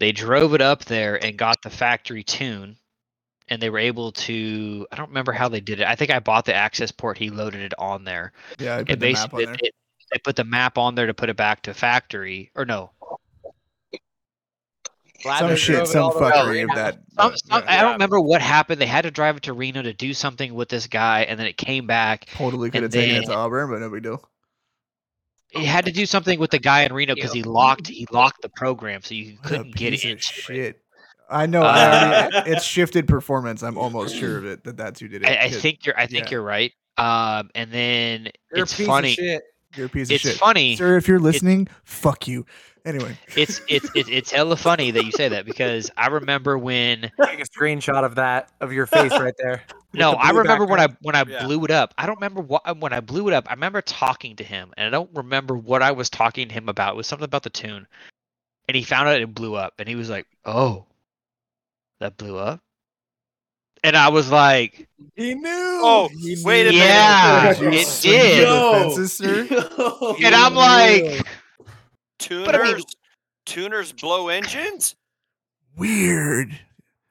Speaker 2: they drove it up there and got the factory tune and they were able to i don't remember how they did it i think i bought the access port he loaded it on there
Speaker 1: Yeah, I
Speaker 2: and
Speaker 1: put the map on
Speaker 2: basically
Speaker 1: there.
Speaker 2: it, they put the map on there to put it back to factory or no
Speaker 5: Glad
Speaker 1: Some
Speaker 5: they
Speaker 1: shit,
Speaker 5: drove it
Speaker 1: some
Speaker 5: all the way
Speaker 1: fuckery
Speaker 5: around.
Speaker 1: of that.
Speaker 2: some,
Speaker 1: but,
Speaker 2: some,
Speaker 1: yeah,
Speaker 2: i
Speaker 3: Yeah.
Speaker 2: don't remember what happened they had to drive it to reno to do something with this guy and then it came back
Speaker 1: Totally could have
Speaker 2: and
Speaker 1: taken it
Speaker 2: then-
Speaker 1: to Auburn, but no big deal.
Speaker 2: he had to do something with the guy in Reno because he locked he locked the program so you
Speaker 1: What a
Speaker 2: couldn't get
Speaker 1: piece of
Speaker 2: into it. Uh,
Speaker 1: shit. I know. I already, it's shifted performance. I'm almost sure of it. That that's who did it.
Speaker 2: I, I
Speaker 1: Good.
Speaker 2: think you're I think
Speaker 1: Yeah.
Speaker 2: you're right. Um, and then
Speaker 5: You're a
Speaker 2: it's
Speaker 5: piece of
Speaker 2: funny.
Speaker 5: shit.
Speaker 1: you're a piece of
Speaker 2: It's
Speaker 1: shit.
Speaker 2: funny.
Speaker 1: Sir, if you're listening, fuck you. Anyway,
Speaker 2: It's it's it's it's hella funny that you say that because I remember when
Speaker 5: Take a screenshot of that of your face right there.
Speaker 2: no
Speaker 5: the
Speaker 2: I
Speaker 5: blue
Speaker 2: remember when I
Speaker 5: background.
Speaker 2: when I
Speaker 3: Yeah.
Speaker 2: blew it up. I don't remember what when I blew it up. I remember talking to him and I don't remember what I was talking to him about. It was something about the tune, and he found out it blew up and he was like, "Oh, that blew up," and I was like.
Speaker 5: He knew.
Speaker 3: Oh, wait a minute.
Speaker 2: Yeah,
Speaker 1: Did you
Speaker 2: it
Speaker 1: swing for
Speaker 2: did.
Speaker 1: the
Speaker 6: Yo.
Speaker 1: fences, sir? Oh,
Speaker 2: And I'm like,
Speaker 3: tuners,
Speaker 2: But I mean-
Speaker 3: tuners blow engines.
Speaker 1: Weird.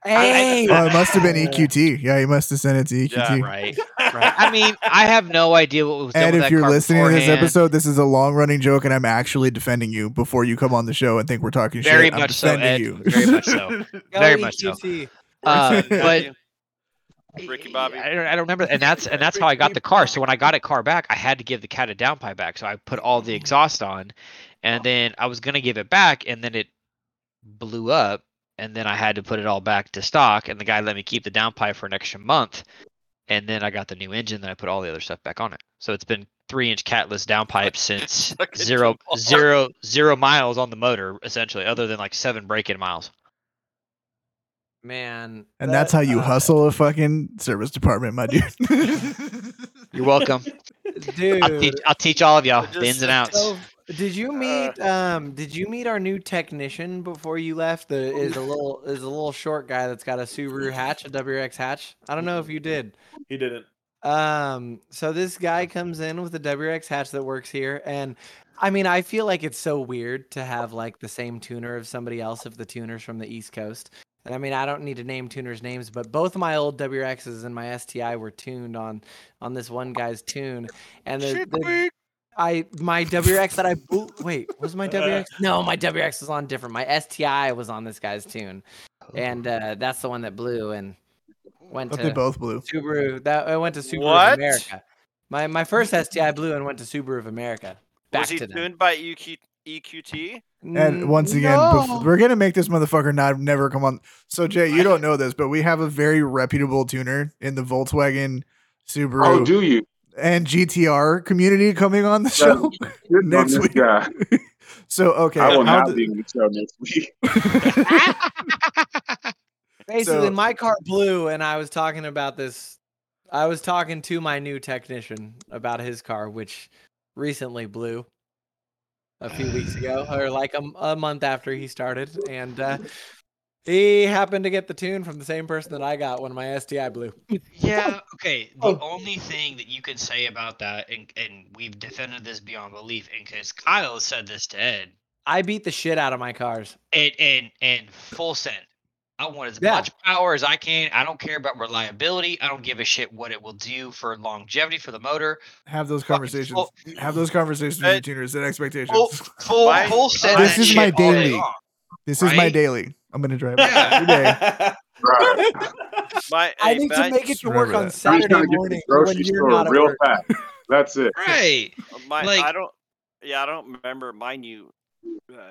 Speaker 5: Hey,
Speaker 1: Oh, it must have been EQT. Yeah, you must have sent it to E
Speaker 3: Yeah,
Speaker 1: EQT.
Speaker 2: right, right. I mean, I have no idea what was. done
Speaker 1: And
Speaker 2: with
Speaker 1: if
Speaker 2: that
Speaker 1: you're
Speaker 2: car
Speaker 1: listening to this
Speaker 2: beforehand.
Speaker 1: episode, this is a long running joke, and I'm actually defending you before you come on the show and think we're talking
Speaker 2: Very
Speaker 1: shit. I'm
Speaker 2: much so,
Speaker 1: defending
Speaker 2: Ed.
Speaker 1: you.
Speaker 2: Very much so.
Speaker 5: go
Speaker 2: very much so.
Speaker 5: EQT.
Speaker 2: uh, but
Speaker 3: Thank you. Ricky Bobby.
Speaker 2: I don't, I don't remember, and that's and that's how I got the car. So when I got it car back, I had to give the cat a downpipe back. So I put all the exhaust on, and then I was gonna give it back, and then it blew up, and then I had to put it all back to stock. And the guy let me keep the downpipe for an extra month, and then I got the new engine. Then I put all the other stuff back on it. So it's been three inch catless downpipe since
Speaker 3: Fucking
Speaker 2: zero
Speaker 3: Jamal.
Speaker 2: zero zero miles on the motor, essentially, other than like seven break-in miles.
Speaker 5: Man,
Speaker 1: And that's how you
Speaker 5: uh,
Speaker 1: hustle a fucking service department, my dude.
Speaker 2: You're welcome.
Speaker 5: dude.
Speaker 2: I'll teach, I'll teach all of y'all
Speaker 3: Just
Speaker 2: the ins and outs.
Speaker 5: So, did you meet um did you meet our new technician before you left? The is a little is a little short guy that's got a Subaru hatch, a WRX hatch. I don't know if you did.
Speaker 6: He didn't.
Speaker 5: Um, so this guy comes in with a WRX hatch that works here, and I mean, I feel like it's so weird to have like the same tuner of somebody else if the tuner's from the East Coast. And I mean, I don't need to name tuners' names, but both of my old WRXs and my STI were tuned on on this one guy's tune, and the, the I my WRX that I bo- wait was my WRX? No, my WRX was on different. My STI was on this guy's tune, and uh, that's the one that blew and went
Speaker 1: but
Speaker 5: to
Speaker 1: they both blew.
Speaker 5: Subaru. That I went to Subaru
Speaker 3: What?
Speaker 5: of America. My my first STI blue and went to Subaru of America. Back
Speaker 3: Was he
Speaker 5: to them.
Speaker 3: tuned by E EQ, EQT?
Speaker 1: And
Speaker 5: Mm,
Speaker 1: once again, bef-
Speaker 5: no.
Speaker 1: we're gonna make this motherfucker not never come on. So Jay, you don't know this, but we have a very reputable tuner in the Volkswagen, Subaru,
Speaker 4: Oh, do you?
Speaker 1: and GTR community coming on the show.
Speaker 4: Good on
Speaker 1: Next
Speaker 4: this
Speaker 1: week.
Speaker 4: guy.
Speaker 1: so okay,
Speaker 4: I will
Speaker 1: how
Speaker 4: not
Speaker 1: did-
Speaker 4: be on the show next week.
Speaker 5: basically
Speaker 1: so-
Speaker 5: my car blew, and I was talking about this. I was talking to my new technician about his car, which recently blew a few weeks ago, or like a, m- a month after he started, and uh, he happened to get the tune from the same person that I got when my STI blew.
Speaker 2: Yeah, okay. The
Speaker 6: Oh.
Speaker 2: only thing that you could say about that, and, and we've defended this beyond belief, and because Kyle said this to Ed,
Speaker 5: I beat the shit out of my cars.
Speaker 2: and and, and full send. I want as
Speaker 5: Yeah.
Speaker 2: much power as I can. I don't care about reliability. I don't give a shit what it will do for longevity for the motor.
Speaker 1: have those
Speaker 2: Fucking
Speaker 1: conversations?
Speaker 2: full-
Speaker 1: have those conversations
Speaker 3: Uh,
Speaker 1: with tuners
Speaker 2: oh,
Speaker 1: and expectations.
Speaker 2: Full, full,
Speaker 3: Why-
Speaker 2: full send.
Speaker 1: This
Speaker 2: that
Speaker 1: is
Speaker 2: shit
Speaker 1: my
Speaker 2: all day
Speaker 1: daily.
Speaker 2: long.
Speaker 1: this is my
Speaker 2: right?
Speaker 1: daily. I'm gonna drive it every day.
Speaker 4: Right.
Speaker 3: My,
Speaker 5: I
Speaker 3: hey,
Speaker 5: need
Speaker 3: but
Speaker 5: to make it to
Speaker 1: remember
Speaker 5: work on
Speaker 1: that.
Speaker 4: I'm just
Speaker 5: Saturday
Speaker 4: trying to get to
Speaker 5: morning
Speaker 4: the
Speaker 5: when
Speaker 4: grocery
Speaker 5: you're not
Speaker 4: store
Speaker 5: at
Speaker 4: real
Speaker 5: work.
Speaker 4: fast. That's it.
Speaker 2: Right.
Speaker 3: My,
Speaker 2: Like-
Speaker 3: I don't. Yeah, I don't remember. My new uh,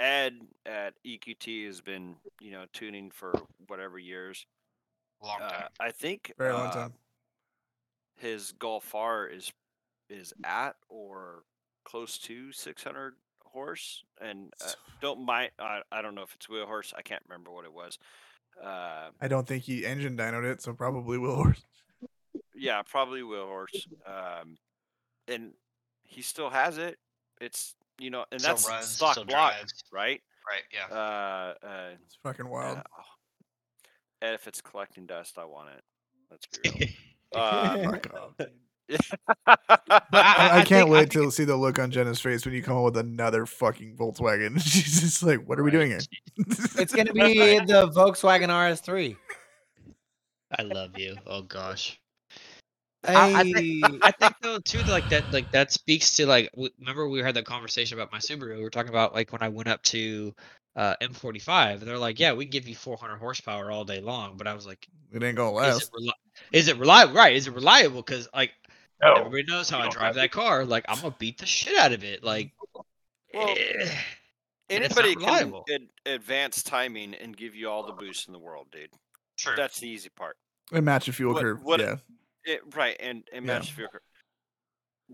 Speaker 3: ad at EQT has been, you know, tuning for whatever years.
Speaker 2: Long
Speaker 3: Uh,
Speaker 2: time.
Speaker 3: I think
Speaker 1: Very long
Speaker 3: uh,
Speaker 1: time.
Speaker 3: his Golf R is is at or close to 600 horse, and uh, don't mind. I, I don't know if it's wheel horse. I can't remember what it was. Uh,
Speaker 1: I don't think he engine dynoed it, so probably will horse.
Speaker 3: yeah, probably wheel horse. Um, and he still has it. It's you know, and
Speaker 2: Still
Speaker 3: that's
Speaker 2: runs,
Speaker 3: stock
Speaker 2: still
Speaker 3: block,
Speaker 2: drives.
Speaker 3: right?
Speaker 2: Right. Yeah.
Speaker 3: Uh, uh,
Speaker 1: It's fucking
Speaker 3: yeah.
Speaker 1: wild.
Speaker 3: and if it's collecting dust, I want it. Let's be real. Uh,
Speaker 1: Fuck off.
Speaker 2: But I,
Speaker 1: I, I can't
Speaker 2: think-
Speaker 1: wait
Speaker 2: think
Speaker 1: to see the look on Jenna's face when you come home with another fucking Volkswagen. She's just like, "What are we doing here?"
Speaker 5: It's gonna be the Volkswagen RS3.
Speaker 2: I love you. Oh gosh. I- I
Speaker 5: Hey,
Speaker 2: I think though too like that like that speaks to like w- remember we had that conversation about my Subaru. We were talking about like when I went up to uh M45 and they're like, yeah, we can give you 400 horsepower all day long, but I was like,
Speaker 1: it ain't gonna
Speaker 2: is it,
Speaker 1: last.
Speaker 2: reli- is it reliable? Right? Is it reliable? Because like
Speaker 4: No.
Speaker 2: everybody knows how
Speaker 4: you
Speaker 2: I
Speaker 4: don't
Speaker 2: drive that car. Like I'm gonna beat the shit out of it. Like
Speaker 3: Well,
Speaker 2: eh, and it's not
Speaker 3: anybody can
Speaker 2: reliable.
Speaker 3: ad- advance timing and give you all the boost in the world, dude.
Speaker 2: True.
Speaker 3: That's the easy part.
Speaker 1: And match a fuel
Speaker 3: What-
Speaker 1: curve.
Speaker 3: what-
Speaker 1: yeah,
Speaker 3: It, right, and and
Speaker 1: Yeah.
Speaker 3: match fuel.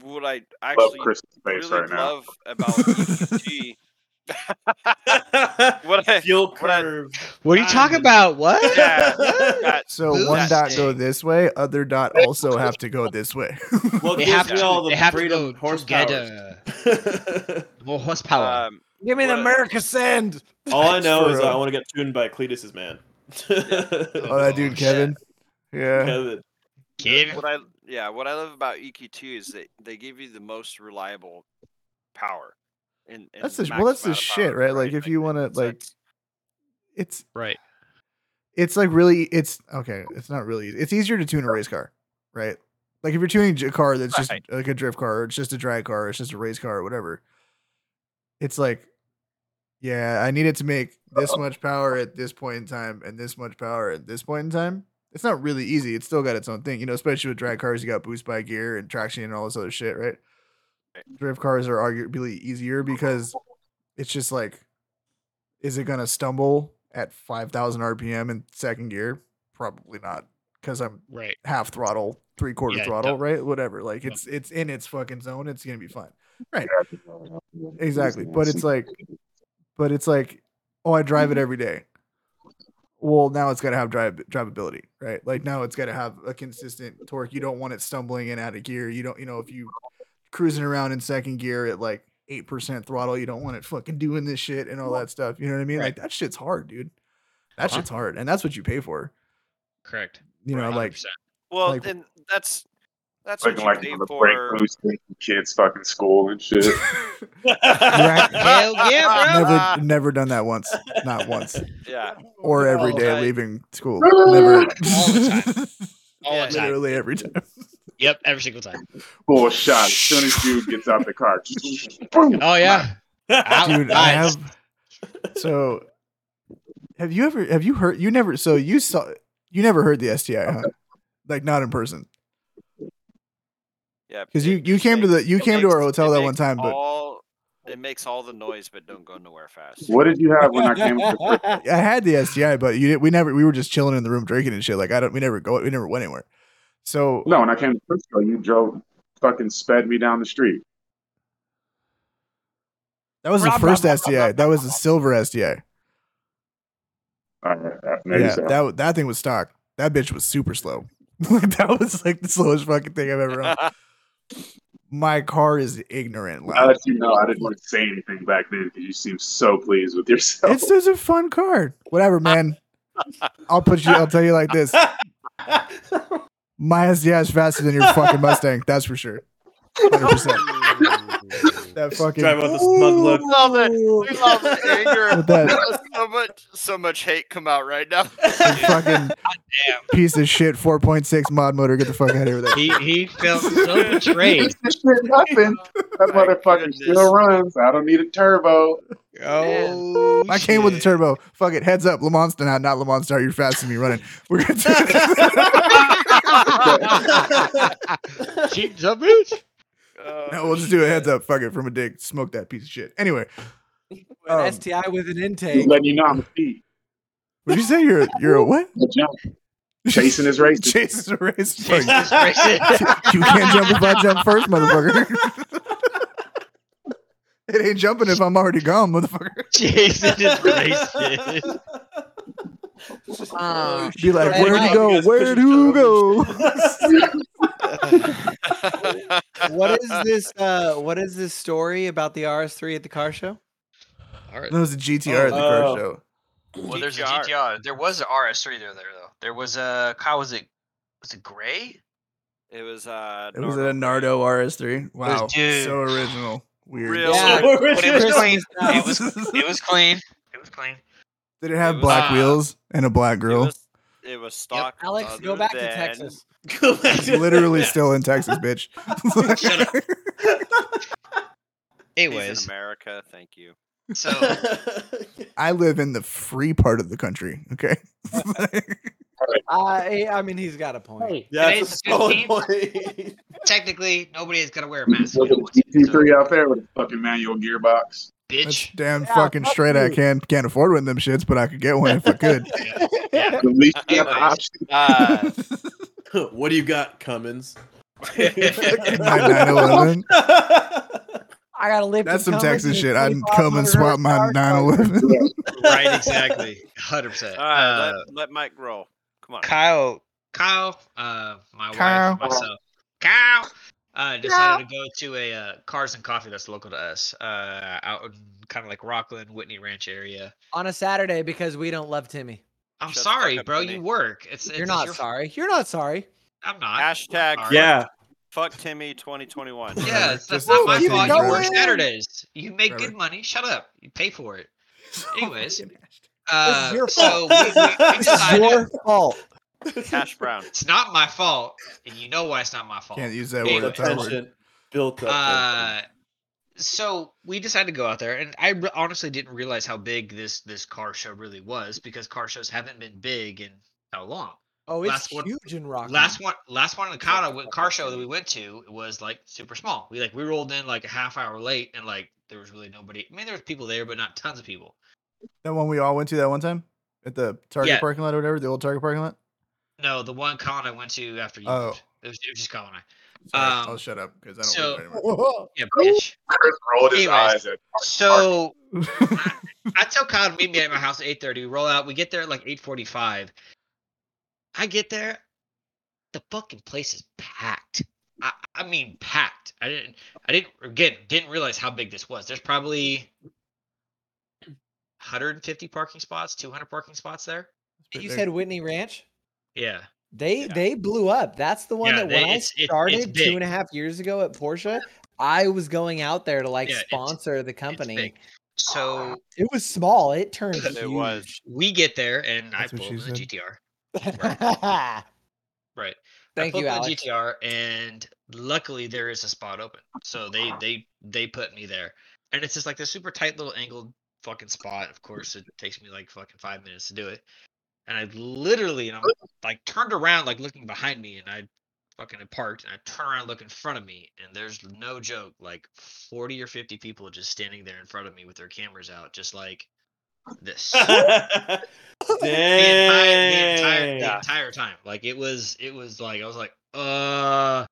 Speaker 3: What I
Speaker 4: Love
Speaker 3: actually
Speaker 4: Chris's face
Speaker 3: really
Speaker 4: right now.
Speaker 3: love about E EQT, what I
Speaker 7: Fuel
Speaker 3: what I-
Speaker 7: curve.
Speaker 2: what are you talking about? What?
Speaker 3: Yeah. got
Speaker 1: So
Speaker 2: Move
Speaker 1: one
Speaker 2: that
Speaker 1: dot go
Speaker 2: thing.
Speaker 1: this way, other dot also have to go this way.
Speaker 7: Well,
Speaker 2: They have
Speaker 7: gives me
Speaker 2: to-
Speaker 7: all the
Speaker 2: they have to
Speaker 7: freedom
Speaker 2: go
Speaker 7: horsepower.
Speaker 2: More
Speaker 7: Uh,
Speaker 2: horsepower.
Speaker 3: um,
Speaker 5: give me the
Speaker 3: what-
Speaker 5: America send.
Speaker 7: all I know is
Speaker 1: For, uh,
Speaker 7: I want to get tuned by Cletus's man.
Speaker 1: oh, that dude
Speaker 2: shit.
Speaker 1: Kevin. Yeah.
Speaker 7: Kevin.
Speaker 2: Kevin.
Speaker 3: what I yeah, what I love about EQ2 is that they give you the most reliable power. And, and
Speaker 1: That's the- well, that's
Speaker 3: maximum
Speaker 1: the
Speaker 3: amount of
Speaker 1: shit,
Speaker 3: power,
Speaker 1: right? Like, if you
Speaker 3: it-
Speaker 1: wanna,
Speaker 3: it's like,
Speaker 1: like, It's
Speaker 2: Right.
Speaker 1: it's like really it's okay. It's not really. It's easier to tune a race car, right? Like if you're tuning a car that's just
Speaker 3: Right.
Speaker 1: like a drift car, or it's just a drag car, or it's just a race car, or whatever. It's like, yeah, I need it to make this much power at this point in time, and this much power at this point in time. It's not really easy. It's still got its own thing, you know. Especially with drag cars, you got boost by gear and traction and all this other shit, right? Drift cars are arguably easier because it's just like is it going to stumble at 5000 rpm in second gear probably not because i'm
Speaker 2: Right.
Speaker 1: half throttle three quarter
Speaker 2: Yeah,
Speaker 1: throttle
Speaker 2: don't-
Speaker 1: right whatever like
Speaker 2: don't.
Speaker 1: it's it's in its fucking zone it's going to be fine exactly but it's like but it's like oh i drive
Speaker 2: Mm-hmm.
Speaker 1: it every day well now it's got to have drive drivability right like now it's got to have a consistent torque you don't want it stumbling in out of gear you don't you know if you cruising around in second gear at like 8% throttle you don't want it fucking doing this shit and all that stuff you know what i mean
Speaker 2: Right.
Speaker 1: like that shit's hard dude that
Speaker 2: Uh-huh.
Speaker 1: shit's hard and that's what you pay for
Speaker 2: Correct.
Speaker 1: you know like
Speaker 2: 100%.
Speaker 3: well,
Speaker 1: like-
Speaker 3: and that's that's what
Speaker 4: Looking
Speaker 3: you
Speaker 4: like
Speaker 3: pay
Speaker 4: one of the break
Speaker 3: for.
Speaker 4: rooms taking kids fucking school and shit.
Speaker 1: Right.
Speaker 2: Hell yeah, bro.
Speaker 1: never never done that once not once
Speaker 3: Yeah,
Speaker 1: or every
Speaker 3: Oh,
Speaker 1: day
Speaker 3: right.
Speaker 1: leaving school never
Speaker 2: Ah. the All
Speaker 3: Yeah.
Speaker 2: the time.
Speaker 1: literally every time
Speaker 2: Yep, every single time.
Speaker 4: Full shot as soon as dude gets out the car. Boom.
Speaker 2: Oh yeah. Out,
Speaker 1: dude i
Speaker 2: nice.
Speaker 1: have so have you ever have you heard you never so you saw you never heard the sti huh like not in person
Speaker 3: yeah.
Speaker 1: 'Cause you-
Speaker 3: it-
Speaker 1: you
Speaker 3: it
Speaker 1: came to the-
Speaker 3: makes-
Speaker 1: you
Speaker 3: it
Speaker 1: came to our
Speaker 3: makes-
Speaker 1: hotel
Speaker 3: it
Speaker 1: that one
Speaker 3: makes
Speaker 1: time, but-
Speaker 3: all, it makes all the noise, but don't go nowhere fast.
Speaker 4: What did you have when I came up to
Speaker 1: I had the STI, but you did, we never we were just chilling in the room drinking and shit. Like I don't we never go we never went anywhere. So
Speaker 4: No, when I came to Frisco, you drove fucking sped me down the street.
Speaker 1: that was the first STI. That was the silver STI.
Speaker 4: All right, uh, maybe
Speaker 1: Yeah,
Speaker 4: so.
Speaker 1: that wa- that thing was stock. That bitch was super slow. Like, that was like the slowest fucking thing I've ever owned. My car is ignorant.
Speaker 4: I'll
Speaker 1: Loud.
Speaker 4: let you know. I didn't want to say anything back then because you seemed so pleased with yourself.
Speaker 1: It's just a fun car. Whatever, man. I'll put you. I'll tell you like this. My STI is faster than your fucking Mustang. That's for sure. 100%. That fucking
Speaker 7: Drive out the smug look.
Speaker 3: love it. We love the anger.
Speaker 1: With that-
Speaker 3: so much, so much hate come out right now.
Speaker 1: You fucking piece of shit 4.6 mod motor. Get the fuck out of here with that.
Speaker 2: He he felt so betrayed.
Speaker 4: That shit happened. That
Speaker 3: My
Speaker 4: motherfucker
Speaker 3: goodness.
Speaker 4: still runs. I don't need a turbo.
Speaker 2: Oh,
Speaker 1: I came with the
Speaker 2: shit.
Speaker 1: turbo. Fuck it. Heads up, Lamont Star, not, not Lamont Star. You're faster than me running. We're gonna do
Speaker 2: Cheating's a bitch.
Speaker 3: Oh,
Speaker 1: no, we'll just do a heads up. Fuck it, from a dick. Smoke that piece of shit. Anyway,
Speaker 5: An
Speaker 1: Um,
Speaker 5: STI with an intake.
Speaker 4: Letting you know I'm a speed.
Speaker 1: would you say you're you're a what?
Speaker 4: I jump. Jason is racist.
Speaker 1: Jason's a racist.
Speaker 2: Jesus
Speaker 1: Fuck.
Speaker 2: Christ.
Speaker 1: you can't jump if I jump first, motherfucker. it ain't jumping if I'm already gone, motherfucker.
Speaker 2: Jason is racist. Ah.
Speaker 5: Uh,
Speaker 1: Be like,
Speaker 5: Right.
Speaker 1: where'd you go? Where'd you go?
Speaker 5: what is this? Uh, what is this story about the RS3 at the car show?
Speaker 2: All right.
Speaker 1: No, it's a GTR at the
Speaker 7: Oh.
Speaker 1: car show.
Speaker 8: Well, there's a
Speaker 3: GTR.
Speaker 8: GTR. There was a RS3 there, there though. There was a how was it? Was it gray?
Speaker 3: It was uh.
Speaker 1: It was a
Speaker 3: Nardo.
Speaker 1: Nardo RS3. Wow,
Speaker 8: dude.
Speaker 1: so original. Weird.
Speaker 3: Real-
Speaker 5: Yeah.
Speaker 8: But it was
Speaker 5: Chris
Speaker 8: clean.
Speaker 5: was out.
Speaker 8: It was it was clean. It was clean.
Speaker 1: Did it have
Speaker 3: It was-
Speaker 1: black
Speaker 8: Ah.
Speaker 1: wheels and a black
Speaker 3: It
Speaker 1: girl?
Speaker 3: was, it was stock.
Speaker 5: Alex, go
Speaker 3: other
Speaker 5: back to
Speaker 3: than-
Speaker 5: Texas.
Speaker 1: It's literally still in Texas, bitch.
Speaker 3: He's
Speaker 2: Anyways,
Speaker 3: in America. Thank you.
Speaker 8: So
Speaker 1: I live in the free part of the country. Okay.
Speaker 5: I, I mean, he's got a point.
Speaker 7: That's a
Speaker 8: Today's the
Speaker 7: solid
Speaker 8: 15th.
Speaker 7: point.
Speaker 8: technically, nobody is gonna wear a mask.
Speaker 4: Look at the GT3 out there with a fucking manual gearbox.
Speaker 1: That's
Speaker 8: bitch.
Speaker 1: damn
Speaker 5: Yeah,
Speaker 1: fucking
Speaker 5: fuck
Speaker 1: straight. I
Speaker 5: you.
Speaker 1: can can't afford one of them shits, but I could get one if I could.
Speaker 4: At least you have
Speaker 8: Anyways.
Speaker 4: options.
Speaker 8: Uh,
Speaker 7: what do you got, Cummins?
Speaker 1: My 911.
Speaker 5: I gotta lift.
Speaker 1: That's
Speaker 5: him
Speaker 1: some
Speaker 5: coming
Speaker 1: Texas
Speaker 5: to
Speaker 1: shit. I'd
Speaker 5: 25
Speaker 1: come and swap my
Speaker 5: horsepower car.
Speaker 1: 911.
Speaker 2: right, exactly, hundred percent.
Speaker 3: All right,
Speaker 2: Uh,
Speaker 3: let, let Mike roll. Come on.
Speaker 2: Kyle, Kyle, uh, my
Speaker 1: Kyle.
Speaker 2: wife, and myself, Kyle, uh, decided to go to a uh, Cars and Coffee that's local to us, uh, out in kind of like Rockland, Whitney Ranch area.
Speaker 5: on a Saturday because we don't love Timmy.
Speaker 2: I'm
Speaker 3: Shut the fuck
Speaker 2: sorry,
Speaker 3: up,
Speaker 2: bro.
Speaker 3: Whitney.
Speaker 2: You work. It's, it's
Speaker 5: You're
Speaker 2: it's
Speaker 5: not
Speaker 2: your-
Speaker 5: sorry. You're not sorry.
Speaker 2: I'm not.
Speaker 3: Hashtag
Speaker 2: All right.
Speaker 7: yeah.
Speaker 3: fuck Timmy 2021.
Speaker 2: Yeah,
Speaker 1: Whatever.
Speaker 2: it's,
Speaker 1: Just
Speaker 2: that's not my
Speaker 1: fucking
Speaker 2: fault. You work
Speaker 1: Trevor.
Speaker 2: Saturdays. You make
Speaker 1: Trevor.
Speaker 2: good money. Shut up. You pay for it. Anyways,
Speaker 1: Fucking asshed.
Speaker 2: Uh,
Speaker 5: your
Speaker 2: so
Speaker 7: fault.
Speaker 2: we, we, we
Speaker 7: This is
Speaker 5: It's
Speaker 2: decided
Speaker 5: your fault.
Speaker 3: Cash Brown.
Speaker 2: it's not my fault, and you know why it's not my fault.
Speaker 1: Can't use that word.
Speaker 2: Yeah,
Speaker 7: The
Speaker 2: but-
Speaker 1: That's our word.
Speaker 7: tension built up.
Speaker 2: Uh, so we decided to go out there, and I re- honestly didn't realize how big this this car show really was because car shows haven't been big in how long.
Speaker 5: Oh, it's
Speaker 2: Last one-
Speaker 5: huge in Rock.
Speaker 2: Last one, last one in the
Speaker 3: Fuck,
Speaker 2: Kata went-
Speaker 3: fuck,
Speaker 2: car
Speaker 3: fuck,
Speaker 2: show that
Speaker 3: fuck.
Speaker 2: we went to was like super small. We like we rolled in like a half hour late, and like there was really nobody. I mean, there was people there, but not tons of people.
Speaker 1: That one we all went to that one time at the Target
Speaker 2: Yeah.
Speaker 1: parking lot or whatever, the old Target parking lot.
Speaker 2: No, the one Colin I went to after you.
Speaker 1: Oh.
Speaker 2: moved. It was, it was just Colin and I.
Speaker 1: Sorry,
Speaker 2: Um,
Speaker 1: I'll shut up because I don't.
Speaker 2: so-
Speaker 1: remember anymore.
Speaker 5: Whoa.
Speaker 2: Yeah, bitch.
Speaker 4: Chris rolled his
Speaker 2: Anyways.
Speaker 4: eyes at
Speaker 2: So I tell Kyle to meet me at my house at eight thirty. We roll out. We get there at like eight forty five. I get there, the fucking place is packed. I, I mean packed. I didn't. I didn't again. Didn't realize how big this was. There's probably 150 parking spots, 200 parking spots there.
Speaker 5: You said Whitney Ranch.
Speaker 2: Yeah.
Speaker 5: They
Speaker 2: Yeah.
Speaker 5: they blew up. That's the one
Speaker 2: Yeah,
Speaker 5: that
Speaker 2: they-
Speaker 5: when
Speaker 2: it's- it-
Speaker 5: I
Speaker 2: it's
Speaker 5: started
Speaker 2: big.
Speaker 5: two and a half years ago at Porsche, I was going out there to like
Speaker 2: Yeah, it's-
Speaker 5: sponsor the
Speaker 2: big.
Speaker 5: company.
Speaker 2: So
Speaker 5: It was small. It turned huge.
Speaker 3: It was.
Speaker 2: we get there, and
Speaker 1: That's
Speaker 2: I
Speaker 1: what
Speaker 2: pull
Speaker 1: she
Speaker 2: in the
Speaker 1: said.
Speaker 2: GTR. Right. I
Speaker 5: Thank you,
Speaker 2: booked my
Speaker 5: Alex.
Speaker 2: GTR, and luckily there is a spot open, so they they they put me there, and it's just like this super tight little angled fucking spot. Of course, it takes me like fucking five minutes to do it, and I literally and I'm like turned around like looking behind me, and I fucking had parked, and I turn around look in front of me, and there's no joke like forty or fifty people just standing there in front of me with their cameras out, just like this the entire, the entire, the
Speaker 7: Dang.
Speaker 2: entire time. Like it was, it was like I was like, uh,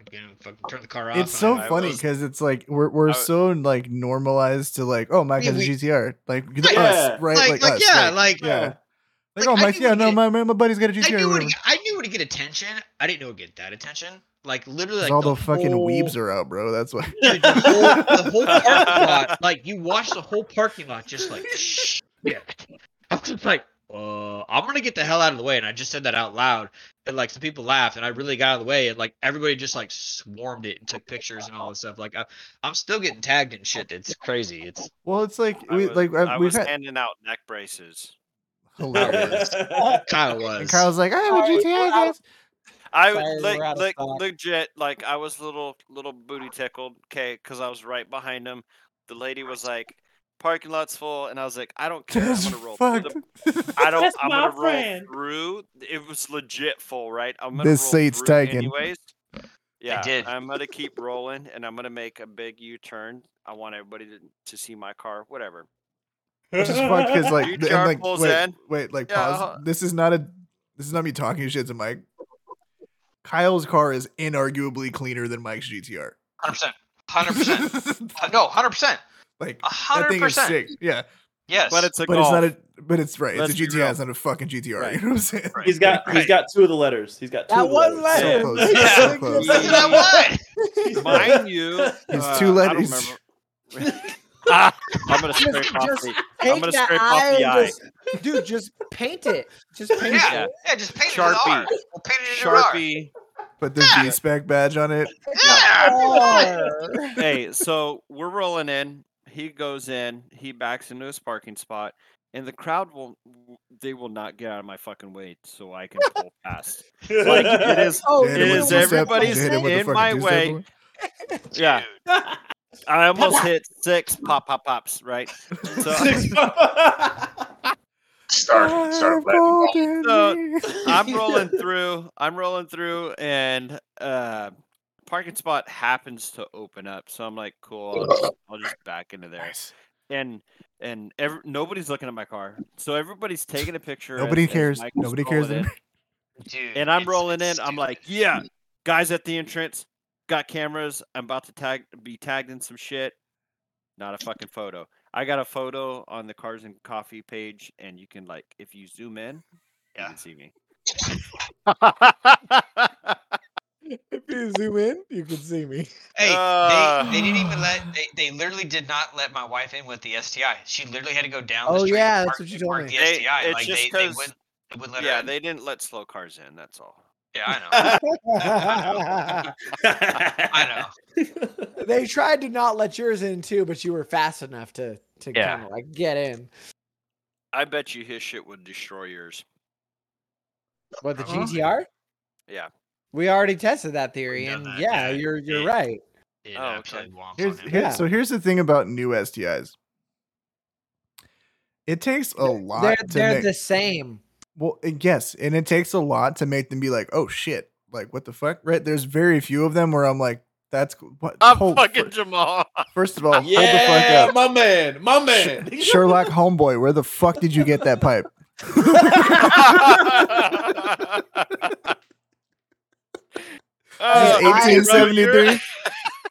Speaker 2: I'm gonna fucking turn the car off.
Speaker 1: It's
Speaker 2: and
Speaker 1: so
Speaker 2: I'm-
Speaker 3: I
Speaker 1: funny
Speaker 3: was-
Speaker 1: because it's like we're we're
Speaker 3: I was-
Speaker 1: so like normalized to like oh Mike
Speaker 2: Yeah,
Speaker 1: has a
Speaker 2: we-
Speaker 1: GTR like
Speaker 7: Yeah.
Speaker 1: us right
Speaker 2: like, like,
Speaker 1: us,
Speaker 2: yeah,
Speaker 1: right?
Speaker 2: like,
Speaker 1: yeah
Speaker 7: yeah.
Speaker 1: like,
Speaker 2: Like,
Speaker 1: oh
Speaker 2: I
Speaker 1: Mike
Speaker 2: knew
Speaker 1: yeah
Speaker 2: what
Speaker 1: no
Speaker 2: it-
Speaker 1: my, my my buddy's got a
Speaker 2: I
Speaker 1: GTR
Speaker 2: knew
Speaker 1: or
Speaker 2: where to,
Speaker 1: whatever.
Speaker 2: get- I knew where to get attention. I didn't know where to get that attention. Like literally,
Speaker 1: 'Cause
Speaker 2: like,
Speaker 1: all the, fucking
Speaker 2: whole,
Speaker 1: weebs are out bro that's why
Speaker 2: dude, the whole, the whole parking lot. Like you watch the whole parking lot just like, yeah. I'm just like, uh. uh, I'm gonna get the hell out of the way, and I just said that out loud, and like some people laughed, and I really got out of the way, and like everybody just like swarmed it and took pictures and all this stuff. Like I, I'm still getting tagged and shit. It's crazy. It's
Speaker 1: Well, it's like
Speaker 3: I
Speaker 1: we
Speaker 3: was,
Speaker 1: like
Speaker 3: I
Speaker 1: I've- we've
Speaker 3: was
Speaker 1: had
Speaker 3: handing out neck braces.
Speaker 1: hilarious.
Speaker 2: Kyle was.
Speaker 1: And Kyle's like, I have a
Speaker 5: Sorry,
Speaker 1: GTA.
Speaker 5: we're out
Speaker 1: guys."
Speaker 3: I
Speaker 5: Sorry,
Speaker 3: was like,
Speaker 5: we're out of
Speaker 3: like
Speaker 5: stock.
Speaker 3: legit, like I was little little booty tickled, okay, because I was right behind him. The lady was like, "Parking lot's full," and I was like, "I don't care. I'm
Speaker 1: That's
Speaker 3: gonna roll." Through the,
Speaker 1: fucked.
Speaker 3: I don't.
Speaker 6: That's
Speaker 3: I'm
Speaker 6: my
Speaker 3: gonna
Speaker 6: friend.
Speaker 3: roll through. It was legit full, right? I'm gonna
Speaker 1: This
Speaker 3: roll
Speaker 1: seat's
Speaker 3: through
Speaker 1: taken.
Speaker 3: Anyways, yeah,
Speaker 8: did.
Speaker 3: I'm gonna keep rolling, and I'm gonna make a big U-turn. I want everybody to, to see my car. Whatever.
Speaker 1: Which is fucked because like,
Speaker 3: Dude,
Speaker 1: the-
Speaker 3: Jared
Speaker 1: and, like
Speaker 3: pulls
Speaker 1: wait,
Speaker 3: in.
Speaker 1: wait, like
Speaker 3: Yeah,
Speaker 1: pause.
Speaker 3: uh-huh.
Speaker 1: This is not a. This is not me talking shit to Mike. Kyle's car is inarguably cleaner than Mike's GTR.
Speaker 8: Hundred percent. Hundred percent. No, hundred percent.
Speaker 1: like that
Speaker 8: hundred
Speaker 1: thing is
Speaker 8: percent.
Speaker 1: sick. Yeah,
Speaker 8: Yes.
Speaker 3: But it's a
Speaker 1: but
Speaker 3: golf.
Speaker 1: it's not a. But it's right.
Speaker 3: Let's
Speaker 1: it's
Speaker 3: be
Speaker 1: a
Speaker 3: real.
Speaker 1: GTR. It's not a fucking GTR.
Speaker 3: Right.
Speaker 1: You know what I'm saying?
Speaker 7: He's got he's got two of the letters. He's got two
Speaker 5: That
Speaker 7: of the
Speaker 5: one
Speaker 7: letters.
Speaker 1: So
Speaker 5: letter.
Speaker 1: close.
Speaker 8: Yeah.
Speaker 1: So close.
Speaker 8: Isn't that what?
Speaker 3: Mind you,
Speaker 1: It's
Speaker 3: uh, I
Speaker 1: two
Speaker 3: don't
Speaker 1: letters.
Speaker 3: remember- Ah, I'm gonna scrape off
Speaker 5: just
Speaker 3: the.
Speaker 5: Take
Speaker 3: gonna
Speaker 5: the
Speaker 3: scrape off the
Speaker 5: eye
Speaker 3: eye.
Speaker 5: and just- dude, just paint it. Just paint
Speaker 8: Yeah.
Speaker 3: Yeah.
Speaker 5: it.
Speaker 8: Yeah. Just paint
Speaker 3: Sharpie.
Speaker 8: it in an R. We'll paint it in an
Speaker 3: Sharpie.
Speaker 1: Put the G spec badge on it.
Speaker 8: R. Yeah.
Speaker 5: Arr.
Speaker 3: hey, so we're rolling in. He goes in. He backs into his parking spot, and the crowd will—they will not get out of my fucking way, so I can pull past. Like it is.
Speaker 5: Oh,
Speaker 1: Hit
Speaker 3: it
Speaker 1: him with
Speaker 3: is
Speaker 1: the two-step-
Speaker 3: everybody's
Speaker 1: hit him with the
Speaker 3: in
Speaker 1: fucking
Speaker 3: my
Speaker 1: two-step
Speaker 3: way.
Speaker 1: one.
Speaker 3: Yeah,
Speaker 8: Dude.
Speaker 3: I almost hit six pop pop pops. Right. So
Speaker 4: Start start
Speaker 1: I've
Speaker 4: letting
Speaker 1: opened
Speaker 3: So-
Speaker 1: me.
Speaker 3: I'm rolling through. I'm rolling through, and uh, parking spot happens to open up. So I'm like, cool. I'll just, I'll just back into there.
Speaker 1: Nice.
Speaker 3: and and every, nobody's looking at my car, so everybody's taking a picture. as-
Speaker 1: Nobody
Speaker 3: as
Speaker 1: cares.
Speaker 3: Mike's
Speaker 1: Nobody cares.
Speaker 3: rolling in.
Speaker 8: Dude.
Speaker 3: And I'm
Speaker 8: it's-
Speaker 3: rolling in.
Speaker 8: it's
Speaker 3: I'm like,
Speaker 8: stupid.
Speaker 3: yeah, guys at the entrance got cameras. I'm about to tag be tagged in some shit. Not a fucking photo. I got a photo on the Cars and Coffee page, and you can like, if you zoom in, you
Speaker 8: Yeah.
Speaker 3: can see me.
Speaker 5: If you zoom in, you can see me.
Speaker 8: Hey,
Speaker 3: Uh.
Speaker 8: they, they didn't even let they, they literally did not let my wife in with the STI. She literally had to go down.
Speaker 5: Oh,
Speaker 8: the street
Speaker 5: yeah,
Speaker 8: and
Speaker 5: that's
Speaker 8: park,
Speaker 5: what you
Speaker 8: and
Speaker 5: told
Speaker 8: park
Speaker 5: me.
Speaker 8: The
Speaker 3: They-
Speaker 8: STI.
Speaker 3: it's
Speaker 8: like
Speaker 3: just
Speaker 8: they, they
Speaker 3: 'cause-
Speaker 8: wouldn't they wouldn't let
Speaker 3: yeah,
Speaker 8: her. in.
Speaker 3: they didn't let slow cars in. That's all.
Speaker 8: Yeah, I know. I know.
Speaker 5: they tried to not let yours in too, but you were fast enough to to
Speaker 3: Yeah.
Speaker 5: kind of like get in.
Speaker 3: I bet you his shit would destroy yours.
Speaker 5: What the
Speaker 8: Huh?
Speaker 5: GTR?
Speaker 3: Yeah.
Speaker 5: We already tested that theory,
Speaker 8: We've done
Speaker 5: and
Speaker 8: that,
Speaker 5: yeah,
Speaker 8: yeah.
Speaker 5: you're you're
Speaker 8: Yeah.
Speaker 5: right.
Speaker 8: It
Speaker 3: Oh, okay.
Speaker 8: absolutely womps
Speaker 1: Here's,
Speaker 8: on him.
Speaker 1: here-
Speaker 5: Yeah.
Speaker 1: So here's the thing about new STIs. It takes a lot
Speaker 5: They're
Speaker 1: to
Speaker 5: they're
Speaker 1: make.
Speaker 5: the same.
Speaker 1: Well, and yes, and it takes a lot to make them be like, "Oh shit!" Like, what the fuck, right? There's very few of them where I'm like, "That's cool." what." hold- fir-
Speaker 3: Jamal.
Speaker 1: First of all,
Speaker 7: yeah,
Speaker 1: hold the fuck up,
Speaker 7: my man, my man.
Speaker 1: Sh- Sherlock Homeboy. Where the fuck did you get that pipe? Oh,
Speaker 5: Uh, I-
Speaker 1: this is 1873. If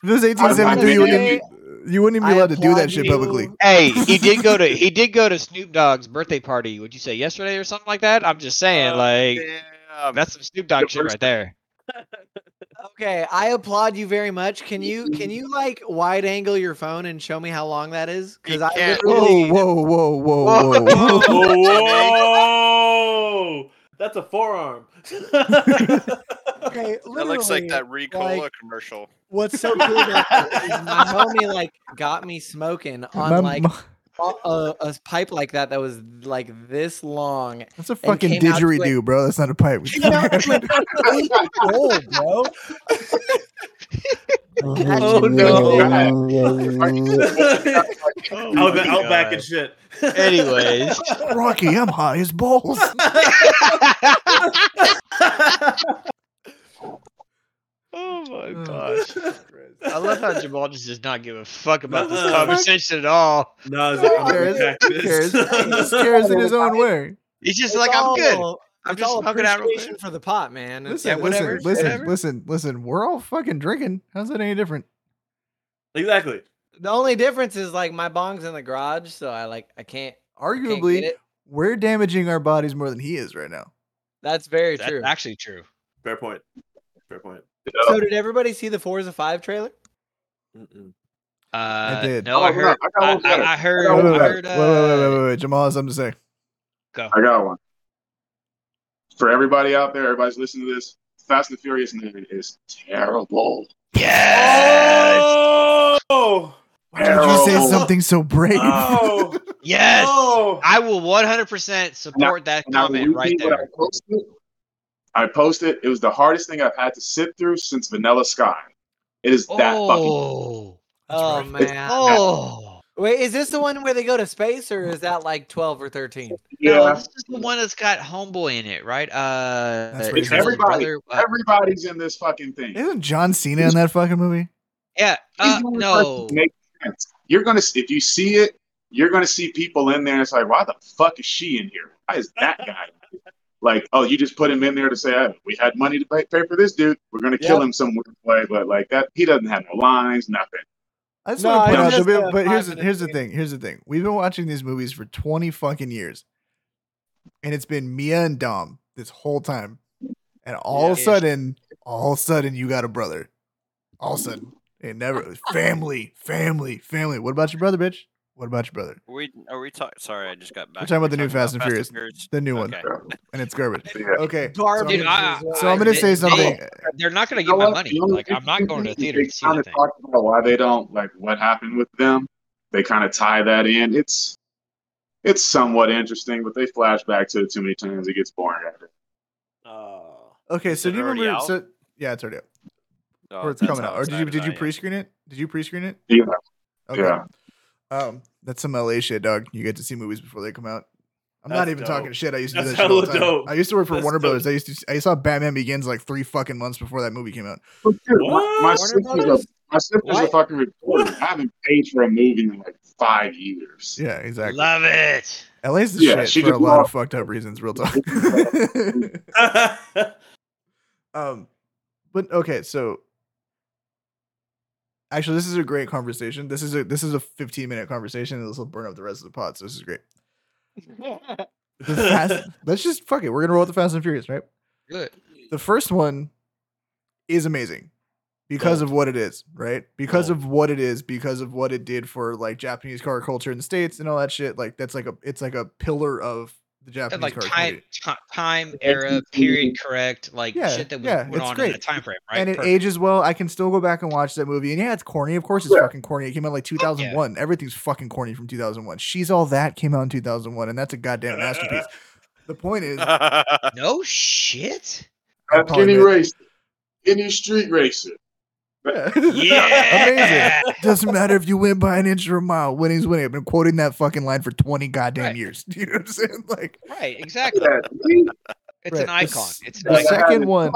Speaker 1: this is
Speaker 5: I
Speaker 1: 1873, you wouldn't,
Speaker 5: say-
Speaker 1: even, you wouldn't even be
Speaker 5: I
Speaker 1: allowed to do
Speaker 5: applaud
Speaker 1: that shit
Speaker 5: you.
Speaker 1: publicly.
Speaker 2: Hey, he did go to he did go to Snoop Dogg's birthday party. Would you say yesterday or something like that? I'm just
Speaker 3: Oh,
Speaker 2: saying, like that's some Snoop Dogg shit right there.
Speaker 5: Okay, I applaud you very much. Can you can you like wide angle your phone and show me how long that is? Because
Speaker 3: You
Speaker 5: I
Speaker 3: can't.
Speaker 5: literally
Speaker 1: Oh, Whoa, whoa, whoa, whoa, whoa, whoa.
Speaker 7: Whoa, that's a forearm.
Speaker 1: Oh.
Speaker 5: okay,
Speaker 3: that looks like
Speaker 5: literally,
Speaker 3: that Ricola commercial.
Speaker 5: What's so cool about that is my homie like got me smoking on
Speaker 1: My-
Speaker 5: like
Speaker 1: my-
Speaker 5: a, a, a pipe like that that was like this long.
Speaker 1: that's a fucking
Speaker 5: came out to it-
Speaker 1: didgeridoo, bro. That's not a pipe.
Speaker 5: You know, it's like eight gold, bro.
Speaker 7: Oh,
Speaker 1: no.
Speaker 7: Out the outback and shit.
Speaker 2: Anyways.
Speaker 1: Rocky, I'm high as balls.
Speaker 2: oh my
Speaker 1: gosh.
Speaker 2: I love how Jamal just does not give a fuck about this
Speaker 7: Uh-uh.
Speaker 2: conversation at all.
Speaker 7: No, it's
Speaker 1: Who cares? Who cares? He just cares in his own way.
Speaker 2: He's just
Speaker 5: It's
Speaker 2: like, I'm good.
Speaker 5: all-
Speaker 2: I'm
Speaker 5: it's
Speaker 2: just
Speaker 5: all
Speaker 2: smoking out real
Speaker 5: appreciation for the pot, man. It's-
Speaker 1: Listen,
Speaker 2: Yeah, whatever,
Speaker 1: listen, listen,
Speaker 2: whatever.
Speaker 1: listen, listen. We're all fucking drinking. How's that any different?
Speaker 7: Exactly.
Speaker 5: The only difference is like my bong's in the garage, so I like I can't. I can't get
Speaker 1: Arguably,
Speaker 5: it.
Speaker 1: we're damaging our bodies more than he is right now.
Speaker 5: that's very
Speaker 2: That's
Speaker 5: true.
Speaker 2: actually true.
Speaker 7: Fair point. Fair point.
Speaker 5: So did everybody see the Forza Five trailer?
Speaker 7: Mm-mm.
Speaker 2: Uh,
Speaker 1: did.
Speaker 2: No,
Speaker 4: Oh,
Speaker 2: I
Speaker 4: no,
Speaker 2: heard.
Speaker 4: I got
Speaker 2: I,
Speaker 4: one better.
Speaker 2: I, I heard.
Speaker 1: Wait, wait,
Speaker 2: I
Speaker 1: wait, wait,
Speaker 2: heard.
Speaker 1: wait, wait,
Speaker 2: Uh,
Speaker 1: wait, wait. Jamal has something to say.
Speaker 4: I got one. for everybody out there, everybody's listening to this. Fast and Furious 9 is terrible.
Speaker 2: Yes.
Speaker 6: Oh,
Speaker 1: Why did you say
Speaker 4: Terrible.
Speaker 1: something so brave?
Speaker 6: oh,
Speaker 2: Yes.
Speaker 6: oh.
Speaker 2: I will 100% support that
Speaker 4: And I
Speaker 2: comment right
Speaker 4: repeat what
Speaker 2: there.
Speaker 4: I posted. I posted. It was the hardest thing I've had to sit through since Vanilla Sky. It is that fucking.
Speaker 2: Oh.
Speaker 5: Oh
Speaker 4: It's-
Speaker 5: man.
Speaker 2: Oh.
Speaker 5: Wait, is this the one where they go to space, or is that like twelve or thirteen?
Speaker 2: No,
Speaker 4: Yeah.
Speaker 2: this is the one that's got homeboy in it, right? Uh,
Speaker 1: That's
Speaker 2: uh,
Speaker 1: right.
Speaker 2: his little
Speaker 4: Everybody-
Speaker 2: brother, uh,
Speaker 4: Everybody's in this fucking thing.
Speaker 1: Isn't John Cena in that fucking movie?
Speaker 2: yeah. Uh,
Speaker 4: These movies
Speaker 2: no.
Speaker 4: make sense. You're gonna if you see it, you're gonna see people in there. and It's like, why the fuck is she in here? Why is that guy? in here?" like, oh, you just put him in there to say, oh, we had money to pay, pay for this dude. We're gonna kill
Speaker 5: Yep.
Speaker 4: him some weird way, but like that, he doesn't have no lines, nothing.
Speaker 1: I just
Speaker 5: No,
Speaker 1: want to
Speaker 5: it's
Speaker 1: put out.
Speaker 5: just
Speaker 1: there,
Speaker 5: a
Speaker 1: but here's
Speaker 5: five-minute
Speaker 1: here's the
Speaker 5: scene.
Speaker 1: thing. Here's the thing. We've been watching these movies for twenty fucking years, and it's been Mia and Dom this whole time, and all of a
Speaker 2: Yeah.
Speaker 1: sudden, all of a sudden, you got a brother. All of a sudden, it never it was family, family, family. What about your brother, bitch? What about your brother?
Speaker 3: we are we talking? Sorry, I just got back.
Speaker 1: talking about the new Fast and Furious. The new one,
Speaker 3: Okay.
Speaker 1: and it's garbage.
Speaker 4: Yeah.
Speaker 1: Okay, so I'm
Speaker 5: Garbage.
Speaker 2: Dude,
Speaker 1: gonna-
Speaker 2: I,
Speaker 5: is uh,
Speaker 1: so I'm gonna
Speaker 2: they-
Speaker 1: say something.
Speaker 2: They're not gonna
Speaker 4: You know
Speaker 2: get my
Speaker 4: what?
Speaker 2: money.
Speaker 4: You know,
Speaker 2: Like
Speaker 4: it's
Speaker 2: I'm not going to the
Speaker 4: interesting.
Speaker 2: theater to
Speaker 4: They
Speaker 2: see
Speaker 4: kind
Speaker 2: that
Speaker 4: of
Speaker 2: thing.
Speaker 4: talk about why they don't like what happened with them. They kind of tie that in. It's it's somewhat interesting, but they flash back to it too many times. It gets boring after.
Speaker 6: Oh.
Speaker 1: Okay, so
Speaker 3: it
Speaker 1: do you
Speaker 3: already
Speaker 1: remember?
Speaker 3: out?
Speaker 1: So yeah, it's already out.
Speaker 3: Oh,
Speaker 1: or it's
Speaker 3: that's
Speaker 1: coming
Speaker 3: how
Speaker 1: out. Or did you
Speaker 3: excited
Speaker 1: did you
Speaker 3: I am.
Speaker 1: pre-screen it? Did you pre-screen it?
Speaker 4: Yeah.
Speaker 1: Okay.
Speaker 4: Yeah.
Speaker 1: Um, that's some LA shit, dog. You get to see movies before they come out. I'm not
Speaker 6: That's
Speaker 1: even
Speaker 6: dope.
Speaker 1: talking shit. I used to do
Speaker 6: That's
Speaker 1: that shit all the
Speaker 6: hella
Speaker 1: time.
Speaker 6: dope.
Speaker 1: I used to work for
Speaker 6: That's
Speaker 1: Warner
Speaker 6: dope.
Speaker 1: Brothers. I used to I saw Batman Begins like three fucking months before that movie came out.
Speaker 4: But dude,
Speaker 6: What?
Speaker 4: My, my
Speaker 6: Warner
Speaker 4: sister's a
Speaker 5: Brothers?
Speaker 4: my sister's a
Speaker 5: What?
Speaker 4: fucking reporter. I haven't paid for a movie in like five years.
Speaker 1: Yeah, exactly.
Speaker 2: Love it.
Speaker 1: LA's the
Speaker 4: Yeah, she
Speaker 1: shit for a
Speaker 4: just
Speaker 1: lot of
Speaker 4: lost-
Speaker 1: fucked up reasons. Real talk. um, but okay, so actually, this is a great conversation. This is a this is a 15 minute conversation. and This will burn up the rest of the pod. So this is great. The Fast- let's just fuck it. We're gonna roll with the Fast and Furious, right?
Speaker 2: Good.
Speaker 1: the first one is amazing because of what it is, right? Because of what it is, because of what it did for like Japanese car culture in the states and all that shit. Like that's like a it's like a pillar of the
Speaker 2: And
Speaker 1: Japanese
Speaker 2: like
Speaker 1: car
Speaker 2: time,
Speaker 1: community.
Speaker 2: ti- time, era, period, correct. Like
Speaker 1: Yeah,
Speaker 2: shit that was
Speaker 1: yeah,
Speaker 2: going
Speaker 1: it's
Speaker 2: on in
Speaker 1: great.
Speaker 2: that time frame, right?
Speaker 1: and it
Speaker 2: Perfect.
Speaker 1: ages well. I can still go back and watch that movie. And yeah, it's corny. Of course, it's
Speaker 4: Yeah.
Speaker 1: fucking corny. It came out like 2001. Everything's fucking corny from 2001. She's all that came out in 2001, and that's a goddamn masterpiece. the point is,
Speaker 2: no shit.
Speaker 4: That's
Speaker 1: Probably
Speaker 4: any
Speaker 1: been-
Speaker 4: racer, any street racer.
Speaker 2: Yeah.
Speaker 1: Amazing. Doesn't matter if you win by an inch or a mile. Winning's winning. I've been quoting that fucking line for 20 goddamn
Speaker 2: Right.
Speaker 1: years. You know what I'm saying? Like,
Speaker 2: Right. Exactly.
Speaker 4: Yeah,
Speaker 2: It's
Speaker 1: right.
Speaker 2: an
Speaker 1: The
Speaker 2: icon.
Speaker 1: s-
Speaker 2: It's an
Speaker 1: the
Speaker 2: icon.
Speaker 1: second one-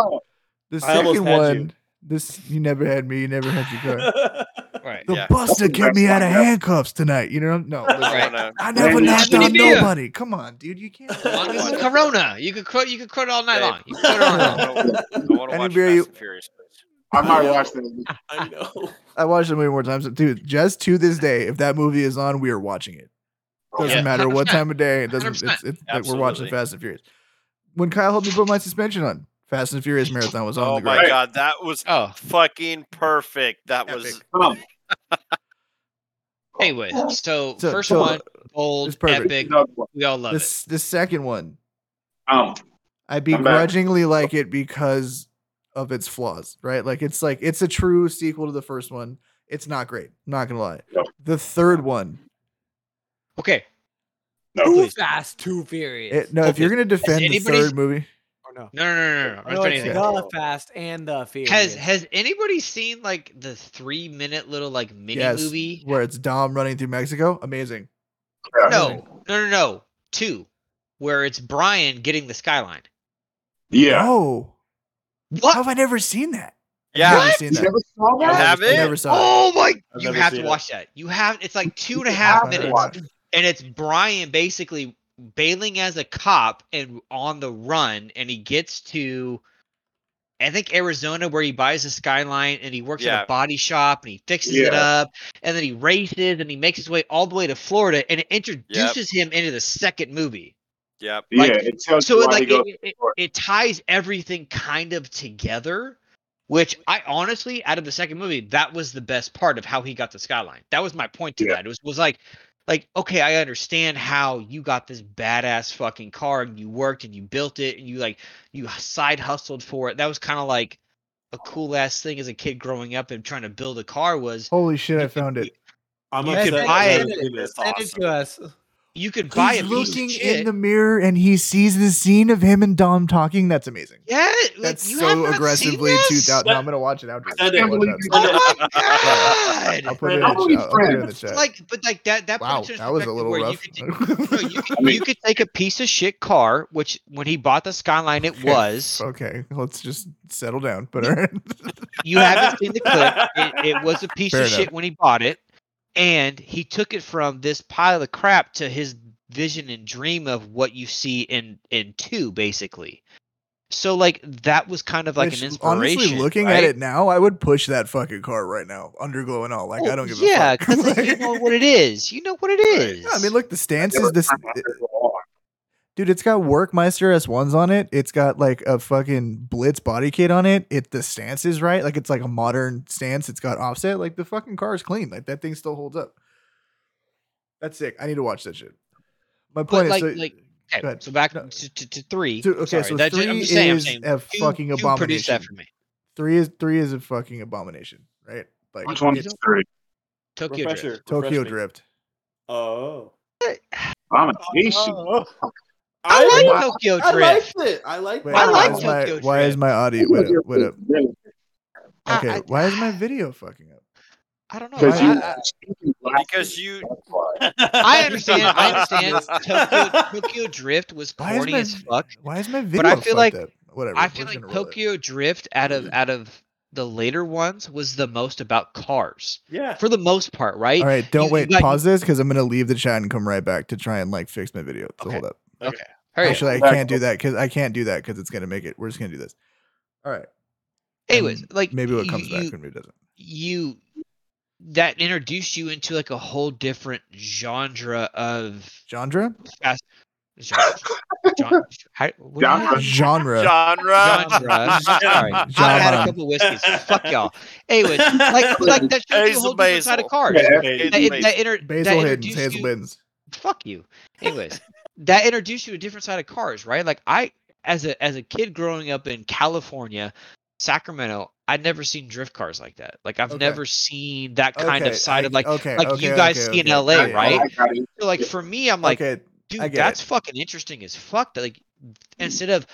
Speaker 1: the
Speaker 6: I
Speaker 1: second
Speaker 6: almost had you.
Speaker 1: one, this, you never had me. You never had your car.
Speaker 2: Right.
Speaker 1: The
Speaker 3: Yeah.
Speaker 1: buster
Speaker 4: That's the
Speaker 1: kept me
Speaker 4: best
Speaker 1: out of
Speaker 4: one, yeah.
Speaker 1: handcuffs tonight. You know? No. listen,
Speaker 2: Right.
Speaker 3: Wanna-
Speaker 1: I never
Speaker 4: Randy
Speaker 1: knocked
Speaker 2: Orton.
Speaker 1: out
Speaker 2: What do you mean?
Speaker 1: nobody. Come on, dude. You can't.
Speaker 2: As long as it's
Speaker 3: Whatever.
Speaker 2: Corona, you could quote, you could quote it all night
Speaker 3: Hey.
Speaker 2: long. You could quote it all night long.
Speaker 3: I want to
Speaker 1: Any
Speaker 3: watch
Speaker 1: beer you-
Speaker 3: Fast and Furious. please.
Speaker 4: I might watch that.
Speaker 6: I know.
Speaker 1: I watched the movie more times. Dude, just to this day, if that movie is on, we are watching it. Doesn't
Speaker 2: Yeah,
Speaker 1: matter what
Speaker 2: 100%.
Speaker 1: time of day. It doesn't.
Speaker 2: 100%.
Speaker 1: It's, it's like we're watching
Speaker 3: Absolutely.
Speaker 1: Fast and Furious. When Kyle helped me put my suspension on, Fast and Furious marathon was on.
Speaker 3: Oh
Speaker 1: the
Speaker 3: my
Speaker 1: garage.
Speaker 3: god, that was
Speaker 2: Oh,
Speaker 3: fucking perfect. That was
Speaker 1: Epic.
Speaker 4: Come.
Speaker 2: anyway,
Speaker 1: So-
Speaker 2: so, first
Speaker 1: so,
Speaker 2: one, bold,
Speaker 1: it's perfect.
Speaker 2: epic.
Speaker 4: Another one.
Speaker 2: We all love it.
Speaker 1: This the second one,
Speaker 4: Um,
Speaker 1: I
Speaker 4: back.
Speaker 1: begrudgingly like it because of its flaws. Right? Like it's like it's a true sequel to the first one. It's not great. Not gonna lie.
Speaker 4: No.
Speaker 1: The third one.
Speaker 2: Okay,
Speaker 4: no,
Speaker 5: Too
Speaker 4: please.
Speaker 5: fast, too furious.
Speaker 1: It, no, if you're gonna defend the
Speaker 2: anybody-
Speaker 1: third movie,
Speaker 5: Or Oh, no.
Speaker 2: no, no, no, no, no. I'm
Speaker 5: No,
Speaker 2: not
Speaker 5: it's
Speaker 2: doing anything.
Speaker 5: the fast and the furious.
Speaker 2: Has has anybody seen like the three minute little like mini
Speaker 1: Yes.
Speaker 2: movie?
Speaker 1: where it's Dom running through Mexico, amazing.
Speaker 4: Yeah.
Speaker 2: No, no, no, no. Two, where it's Brian getting the skyline.
Speaker 4: Yeah.
Speaker 1: Oh, how
Speaker 2: What?
Speaker 1: have I never seen that?
Speaker 3: yeah.
Speaker 1: Never seen that.
Speaker 4: You never saw
Speaker 3: You
Speaker 1: I
Speaker 4: that?
Speaker 3: have
Speaker 1: never- I
Speaker 3: it?
Speaker 1: Never saw it.
Speaker 2: Oh my!
Speaker 6: I've
Speaker 2: You
Speaker 6: never
Speaker 2: have to
Speaker 6: seen it.
Speaker 2: watch that. You have. It's like two and a
Speaker 4: You
Speaker 2: half
Speaker 4: have to
Speaker 2: minutes.
Speaker 4: watch it.
Speaker 2: and it's Brian basically bailing as a cop and on the run, and he gets to, I think Arizona, where he buys a skyline, and he works at
Speaker 3: Yeah.
Speaker 2: a body shop, and he fixes it
Speaker 4: Yeah.
Speaker 2: up, and then he races, and he makes his way all the way to Florida, and it introduces him into the second movie.
Speaker 3: Yep.
Speaker 4: Yeah,
Speaker 2: Like,
Speaker 4: it tells
Speaker 2: So
Speaker 4: you
Speaker 2: it,
Speaker 4: why he
Speaker 2: like
Speaker 4: goes.
Speaker 2: it, it,
Speaker 4: Florida.
Speaker 2: it ties everything kind of together. Which I honestly, out of the second movie, that was the best part of how he got the skyline. That was my point to
Speaker 4: Yeah.
Speaker 2: that. It was was like, like, okay, I understand how you got this badass fucking car and you worked and you built it and you like you side hustled for it. That was kind of like a cool ass thing as a kid growing up and trying to build a car was
Speaker 1: Holy shit, I found it.
Speaker 7: I'm
Speaker 2: You
Speaker 7: upset
Speaker 2: could
Speaker 7: that
Speaker 2: buy
Speaker 7: I
Speaker 2: it.
Speaker 7: didn't do this.
Speaker 5: Send it to us.
Speaker 2: you could buy
Speaker 1: He's
Speaker 2: a piece of
Speaker 1: looking
Speaker 2: shit.
Speaker 1: in the mirror and he sees the scene of him and Dom talking. That's amazing.
Speaker 2: yeah, like,
Speaker 1: That's
Speaker 2: you have
Speaker 1: so
Speaker 2: not seen
Speaker 1: aggressively
Speaker 2: this?
Speaker 1: 2000.
Speaker 6: That-
Speaker 1: I'm gonna watch it after.
Speaker 4: I
Speaker 1: this.
Speaker 4: can't
Speaker 1: I'll
Speaker 4: believe
Speaker 1: watch it
Speaker 4: you-
Speaker 1: after this.
Speaker 2: Oh my
Speaker 1: I'll
Speaker 2: god!
Speaker 1: put it in
Speaker 4: How
Speaker 1: the
Speaker 4: many
Speaker 1: chat. I'll put it in the
Speaker 4: friends?
Speaker 1: chat.
Speaker 2: like, but like that that
Speaker 1: Wow,
Speaker 2: puts it in
Speaker 1: that was a
Speaker 2: perspective
Speaker 1: little
Speaker 2: where
Speaker 1: rough.
Speaker 2: You could, no, you could,
Speaker 4: I mean-
Speaker 2: you could take a piece of shit car, which when he bought the Skyline, it
Speaker 1: Okay,
Speaker 2: was.
Speaker 1: okay. Let's just settle down. But all right.
Speaker 2: You haven't seen the clip. It, it was a piece
Speaker 1: Fair
Speaker 2: of
Speaker 1: enough.
Speaker 2: shit when he bought it, and he took it from this pile of crap to his vision and dream of what you see in in two, basically. So like that was kind of like
Speaker 1: Which,
Speaker 2: an inspiration.
Speaker 1: Honestly, looking
Speaker 2: right?
Speaker 1: at it now, I would push that fucking car right now, underglow and all. Like I
Speaker 2: Oh,
Speaker 1: don't give
Speaker 2: yeah,
Speaker 1: a fuck.
Speaker 2: because you know what it is. You know what it is.
Speaker 1: Yeah, I mean, look, the stance is this.
Speaker 4: Never-
Speaker 1: Dude, it's got Workmeister S1s on it. It's got like a fucking Blitz body kit on it. It the stance is right. Like it's like a modern stance. It's got offset. Like the fucking car is clean. Like that thing still holds up. That's sick. I need to watch that shit. My
Speaker 2: but
Speaker 1: point
Speaker 2: like,
Speaker 1: is, so,
Speaker 2: like
Speaker 1: go
Speaker 2: okay,
Speaker 1: ahead.
Speaker 2: so back
Speaker 1: No.
Speaker 2: to, to, to three.
Speaker 1: Dude, okay,
Speaker 2: Sorry,
Speaker 1: so
Speaker 2: that's it. I'm
Speaker 1: three
Speaker 2: just saying, I'm
Speaker 1: is
Speaker 2: saying
Speaker 1: a
Speaker 2: two-
Speaker 1: fucking
Speaker 2: two Produce that
Speaker 1: abomination.
Speaker 2: for me.
Speaker 1: three is three is a fucking abomination, right? Like
Speaker 4: Which one's
Speaker 1: it's
Speaker 4: three?
Speaker 2: Tokyo Drift.
Speaker 7: Refresher,
Speaker 1: Tokyo
Speaker 7: refresh me.
Speaker 1: Drift.
Speaker 7: Oh.
Speaker 2: Oh,
Speaker 4: Abomination.
Speaker 2: I like
Speaker 4: I-
Speaker 2: Tokyo
Speaker 7: I
Speaker 2: Drift.
Speaker 7: liked it. I liked
Speaker 1: Wait,
Speaker 2: I
Speaker 1: why
Speaker 2: like
Speaker 1: is my,
Speaker 2: Tokyo
Speaker 1: Why is
Speaker 2: Drift.
Speaker 1: my audio? Wait up, wait up.
Speaker 2: I-
Speaker 1: Okay,
Speaker 2: I-
Speaker 1: why is my video fucking up?
Speaker 2: I don't know.
Speaker 1: Because
Speaker 2: I,
Speaker 1: you-
Speaker 2: I-
Speaker 3: Because you-
Speaker 2: I understand. I understand.
Speaker 6: Yes.
Speaker 2: Tokyo, Tokyo Drift was
Speaker 1: Why is
Speaker 2: corny
Speaker 1: my-
Speaker 2: as fuck.
Speaker 1: Why is my video?
Speaker 2: But I feel
Speaker 1: fucked
Speaker 2: like-
Speaker 1: up? whatever.
Speaker 2: I
Speaker 1: we're
Speaker 2: feel
Speaker 1: just
Speaker 2: like
Speaker 1: gonna roll with it.
Speaker 2: Tokyo Drift out of out of the later ones was the most about cars
Speaker 7: Yeah.
Speaker 2: for the most part, right?
Speaker 1: All right, don't
Speaker 2: you
Speaker 1: wait.
Speaker 2: got-
Speaker 1: pause this because I'm gonna leave the chat and come right back to try and like fix my video. So
Speaker 2: Okay.
Speaker 1: hold up.
Speaker 2: Hurry up.
Speaker 1: Actually, I
Speaker 4: Exactly.
Speaker 1: can't do that because I can't do that because it's gonna make it. We're just gonna do this. All right.
Speaker 2: Anyways,
Speaker 1: and
Speaker 2: like
Speaker 1: maybe what
Speaker 2: you-
Speaker 1: comes
Speaker 2: you-
Speaker 1: back, maybe it doesn't.
Speaker 2: you that introduced you into like a whole different genre of
Speaker 1: Genre,
Speaker 2: fast genre. genre how, what do you-
Speaker 1: genre.
Speaker 4: Genre.
Speaker 9: Genre.
Speaker 2: genre. Sorry, I had a
Speaker 1: Genre.
Speaker 2: couple whiskeys. Fuck y'all. Anyways, like like that shows you a
Speaker 9: Hazel
Speaker 2: whole different side
Speaker 9: Basil.
Speaker 2: of cars.
Speaker 7: Yeah.
Speaker 2: That,
Speaker 9: It's
Speaker 2: it,
Speaker 9: amazing.
Speaker 2: that, inter- that
Speaker 1: Basil Hiddens,
Speaker 2: introduced
Speaker 1: Hazel
Speaker 2: you-
Speaker 1: Hiddens.
Speaker 2: fuck you. Anyways, that introduced you to a different side of cars, right? Like I, as a as a kid growing up in California, Sacramento, I'd never seen drift cars like that. Like I've
Speaker 1: Okay.
Speaker 2: never seen that kind
Speaker 1: Okay,
Speaker 2: of side
Speaker 1: I-
Speaker 2: of like
Speaker 1: okay,
Speaker 2: like
Speaker 1: okay,
Speaker 2: you guys
Speaker 1: okay,
Speaker 2: see in
Speaker 1: okay.
Speaker 2: LA,
Speaker 1: Yeah, yeah,
Speaker 2: right?
Speaker 1: yeah.
Speaker 4: I got it.
Speaker 2: So like for me, I'm like,
Speaker 1: okay, I
Speaker 2: dude,
Speaker 1: get
Speaker 2: that's
Speaker 1: it.
Speaker 2: fucking interesting as fuck. That like instead of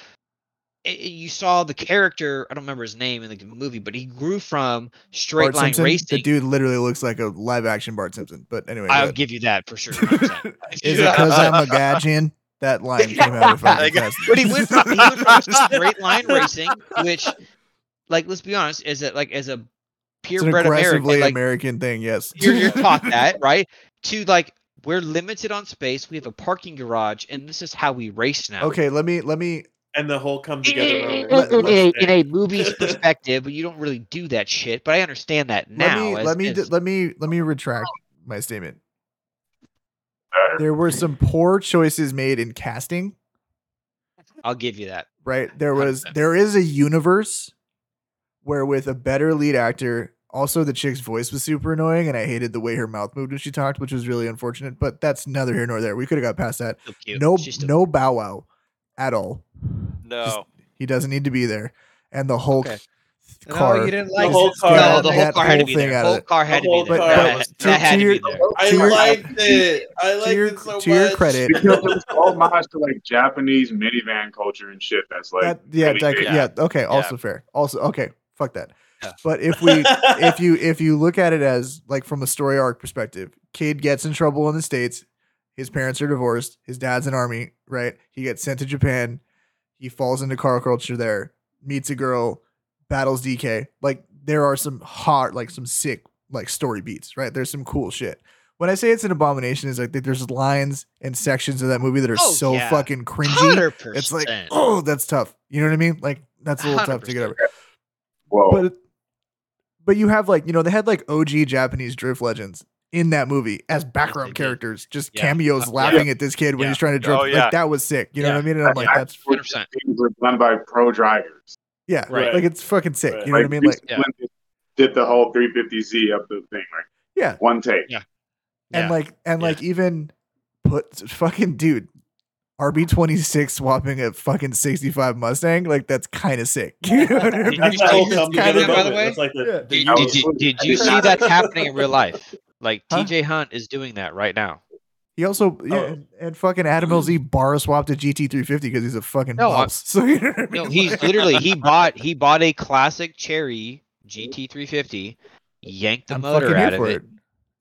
Speaker 2: i- i- you saw the character, I don't remember his name in the movie, but he grew from straight
Speaker 1: Bart
Speaker 2: line
Speaker 1: Simpson. The
Speaker 2: racing.
Speaker 1: dude literally looks like a live action Bart Simpson. But anyway, go
Speaker 2: I'll
Speaker 1: ahead.
Speaker 2: give you that for sure. 100%.
Speaker 1: Is it because I'm a Gajian? That line came out of
Speaker 9: Like-
Speaker 1: fucking Fast and
Speaker 2: But he went from, he went from
Speaker 1: Furious.
Speaker 2: straight line racing, which, like, let's be honest, is that like as
Speaker 1: It's
Speaker 2: a
Speaker 1: an
Speaker 2: purebred
Speaker 1: aggressively
Speaker 2: American, like,
Speaker 1: American thing, yes.
Speaker 2: you're, you're taught that, right? To like, we're limited on space. We have a parking garage, and this is how we race now.
Speaker 1: okay, let me let me
Speaker 7: And the whole come
Speaker 2: In,
Speaker 7: together.
Speaker 2: in-
Speaker 1: Let-
Speaker 2: in a, in a movie's
Speaker 7: let's-
Speaker 2: perspective, but you don't really do that shit. But I understand that
Speaker 1: let
Speaker 2: now.
Speaker 1: me
Speaker 2: as-
Speaker 1: let me
Speaker 2: as-
Speaker 1: d- let me let me retract my statement. There were some poor choices made in casting,
Speaker 2: I'll give you that.
Speaker 1: right? There was there is a universe where with a better lead actor, also the chick's voice was super annoying and I hated the way her mouth moved when she talked, which was really unfortunate, but that's neither here nor there. We could have got past that.
Speaker 2: So cute.
Speaker 1: No
Speaker 2: She's still-
Speaker 1: no bow wow at all.
Speaker 3: No.
Speaker 1: He doesn't need to be there. And the Hulk
Speaker 5: Okay.
Speaker 1: th- car.
Speaker 5: No, you didn't
Speaker 1: is-
Speaker 5: like
Speaker 7: The whole
Speaker 1: get
Speaker 7: car.
Speaker 2: no,
Speaker 1: out-
Speaker 2: the whole
Speaker 1: that
Speaker 2: car had to be
Speaker 1: thing
Speaker 2: there.
Speaker 1: out
Speaker 2: The
Speaker 1: of
Speaker 2: whole car had to
Speaker 7: The
Speaker 2: be
Speaker 7: whole
Speaker 2: there.
Speaker 7: car
Speaker 2: That,
Speaker 1: was-
Speaker 2: that
Speaker 1: to-
Speaker 2: had
Speaker 1: to
Speaker 2: to be
Speaker 1: your-
Speaker 2: there.
Speaker 7: I
Speaker 1: To your-
Speaker 7: liked it. I liked
Speaker 1: to your,
Speaker 7: it so
Speaker 1: to your
Speaker 7: much.
Speaker 1: credit,
Speaker 4: Because it's homage to like Japanese minivan culture and shit. That's like
Speaker 1: that, yeah,
Speaker 4: really
Speaker 1: that-
Speaker 4: big.
Speaker 1: yeah, okay, also fair, also okay, fuck that.
Speaker 2: Yeah.
Speaker 1: But if we, if you, if you look at it as like from a story arc perspective, kid gets in trouble in the states, his parents are divorced, his dad's an army, right? He gets sent to Japan, he falls into car culture there, meets a girl, battles DK. Like there are some hot, like some sick, like story beats, right? There's some cool shit. When I say it's an abomination, is like that there's lines and sections of that movie that are
Speaker 2: Oh,
Speaker 1: so
Speaker 2: yeah.
Speaker 1: fucking cringy.
Speaker 2: Hundred percent.
Speaker 1: It's like, oh, that's tough. You know what I mean? Like that's a little tough to get
Speaker 2: 100%.
Speaker 1: over.
Speaker 4: Whoa.
Speaker 1: But but you have like you know they had like OG Japanese drift legends in that movie as
Speaker 2: They
Speaker 1: background
Speaker 2: did.
Speaker 1: characters, just
Speaker 2: Yeah.
Speaker 1: cameos laughing at this kid when
Speaker 2: Yeah.
Speaker 1: he's trying to drift.
Speaker 9: Oh, yeah.
Speaker 1: Like that was sick. You know
Speaker 2: Yeah.
Speaker 1: what I mean? And I'm like, that's
Speaker 2: hundred percent.
Speaker 4: things were done by pro drivers.
Speaker 1: yeah,
Speaker 7: Right.
Speaker 1: like it's fucking sick.
Speaker 7: Right.
Speaker 1: You know what I mean? Like
Speaker 4: Deuce Lynn did the whole 350Z up the thing, right?
Speaker 1: yeah,
Speaker 4: One take.
Speaker 2: Yeah.
Speaker 1: and
Speaker 7: Yeah.
Speaker 1: like and like even put fucking dude RB26 swapping a fucking 65 Mustang, like that's kind of sick. You know what I mean?
Speaker 2: Did you
Speaker 7: That's all
Speaker 2: see
Speaker 7: come
Speaker 2: this
Speaker 7: together
Speaker 2: guy, by the
Speaker 7: moment.
Speaker 2: way?
Speaker 7: That's like the,
Speaker 1: Yeah.
Speaker 7: the
Speaker 2: Did,
Speaker 7: you-
Speaker 2: did you, did you see that's happening in real life? Like
Speaker 1: Huh?
Speaker 2: TJ Hunt is doing that right now.
Speaker 1: He also, yeah,
Speaker 7: Oh.
Speaker 1: and, and fucking Adam LZ bar swapped a GT350 because he's a fucking
Speaker 2: No, I-
Speaker 1: boss. So you know what I mean?
Speaker 2: No, he's literally he bought he bought a classic Cherry GT350, yanked the
Speaker 1: I'm
Speaker 2: motor
Speaker 1: fucking here
Speaker 2: out of
Speaker 1: for
Speaker 2: it,
Speaker 1: it.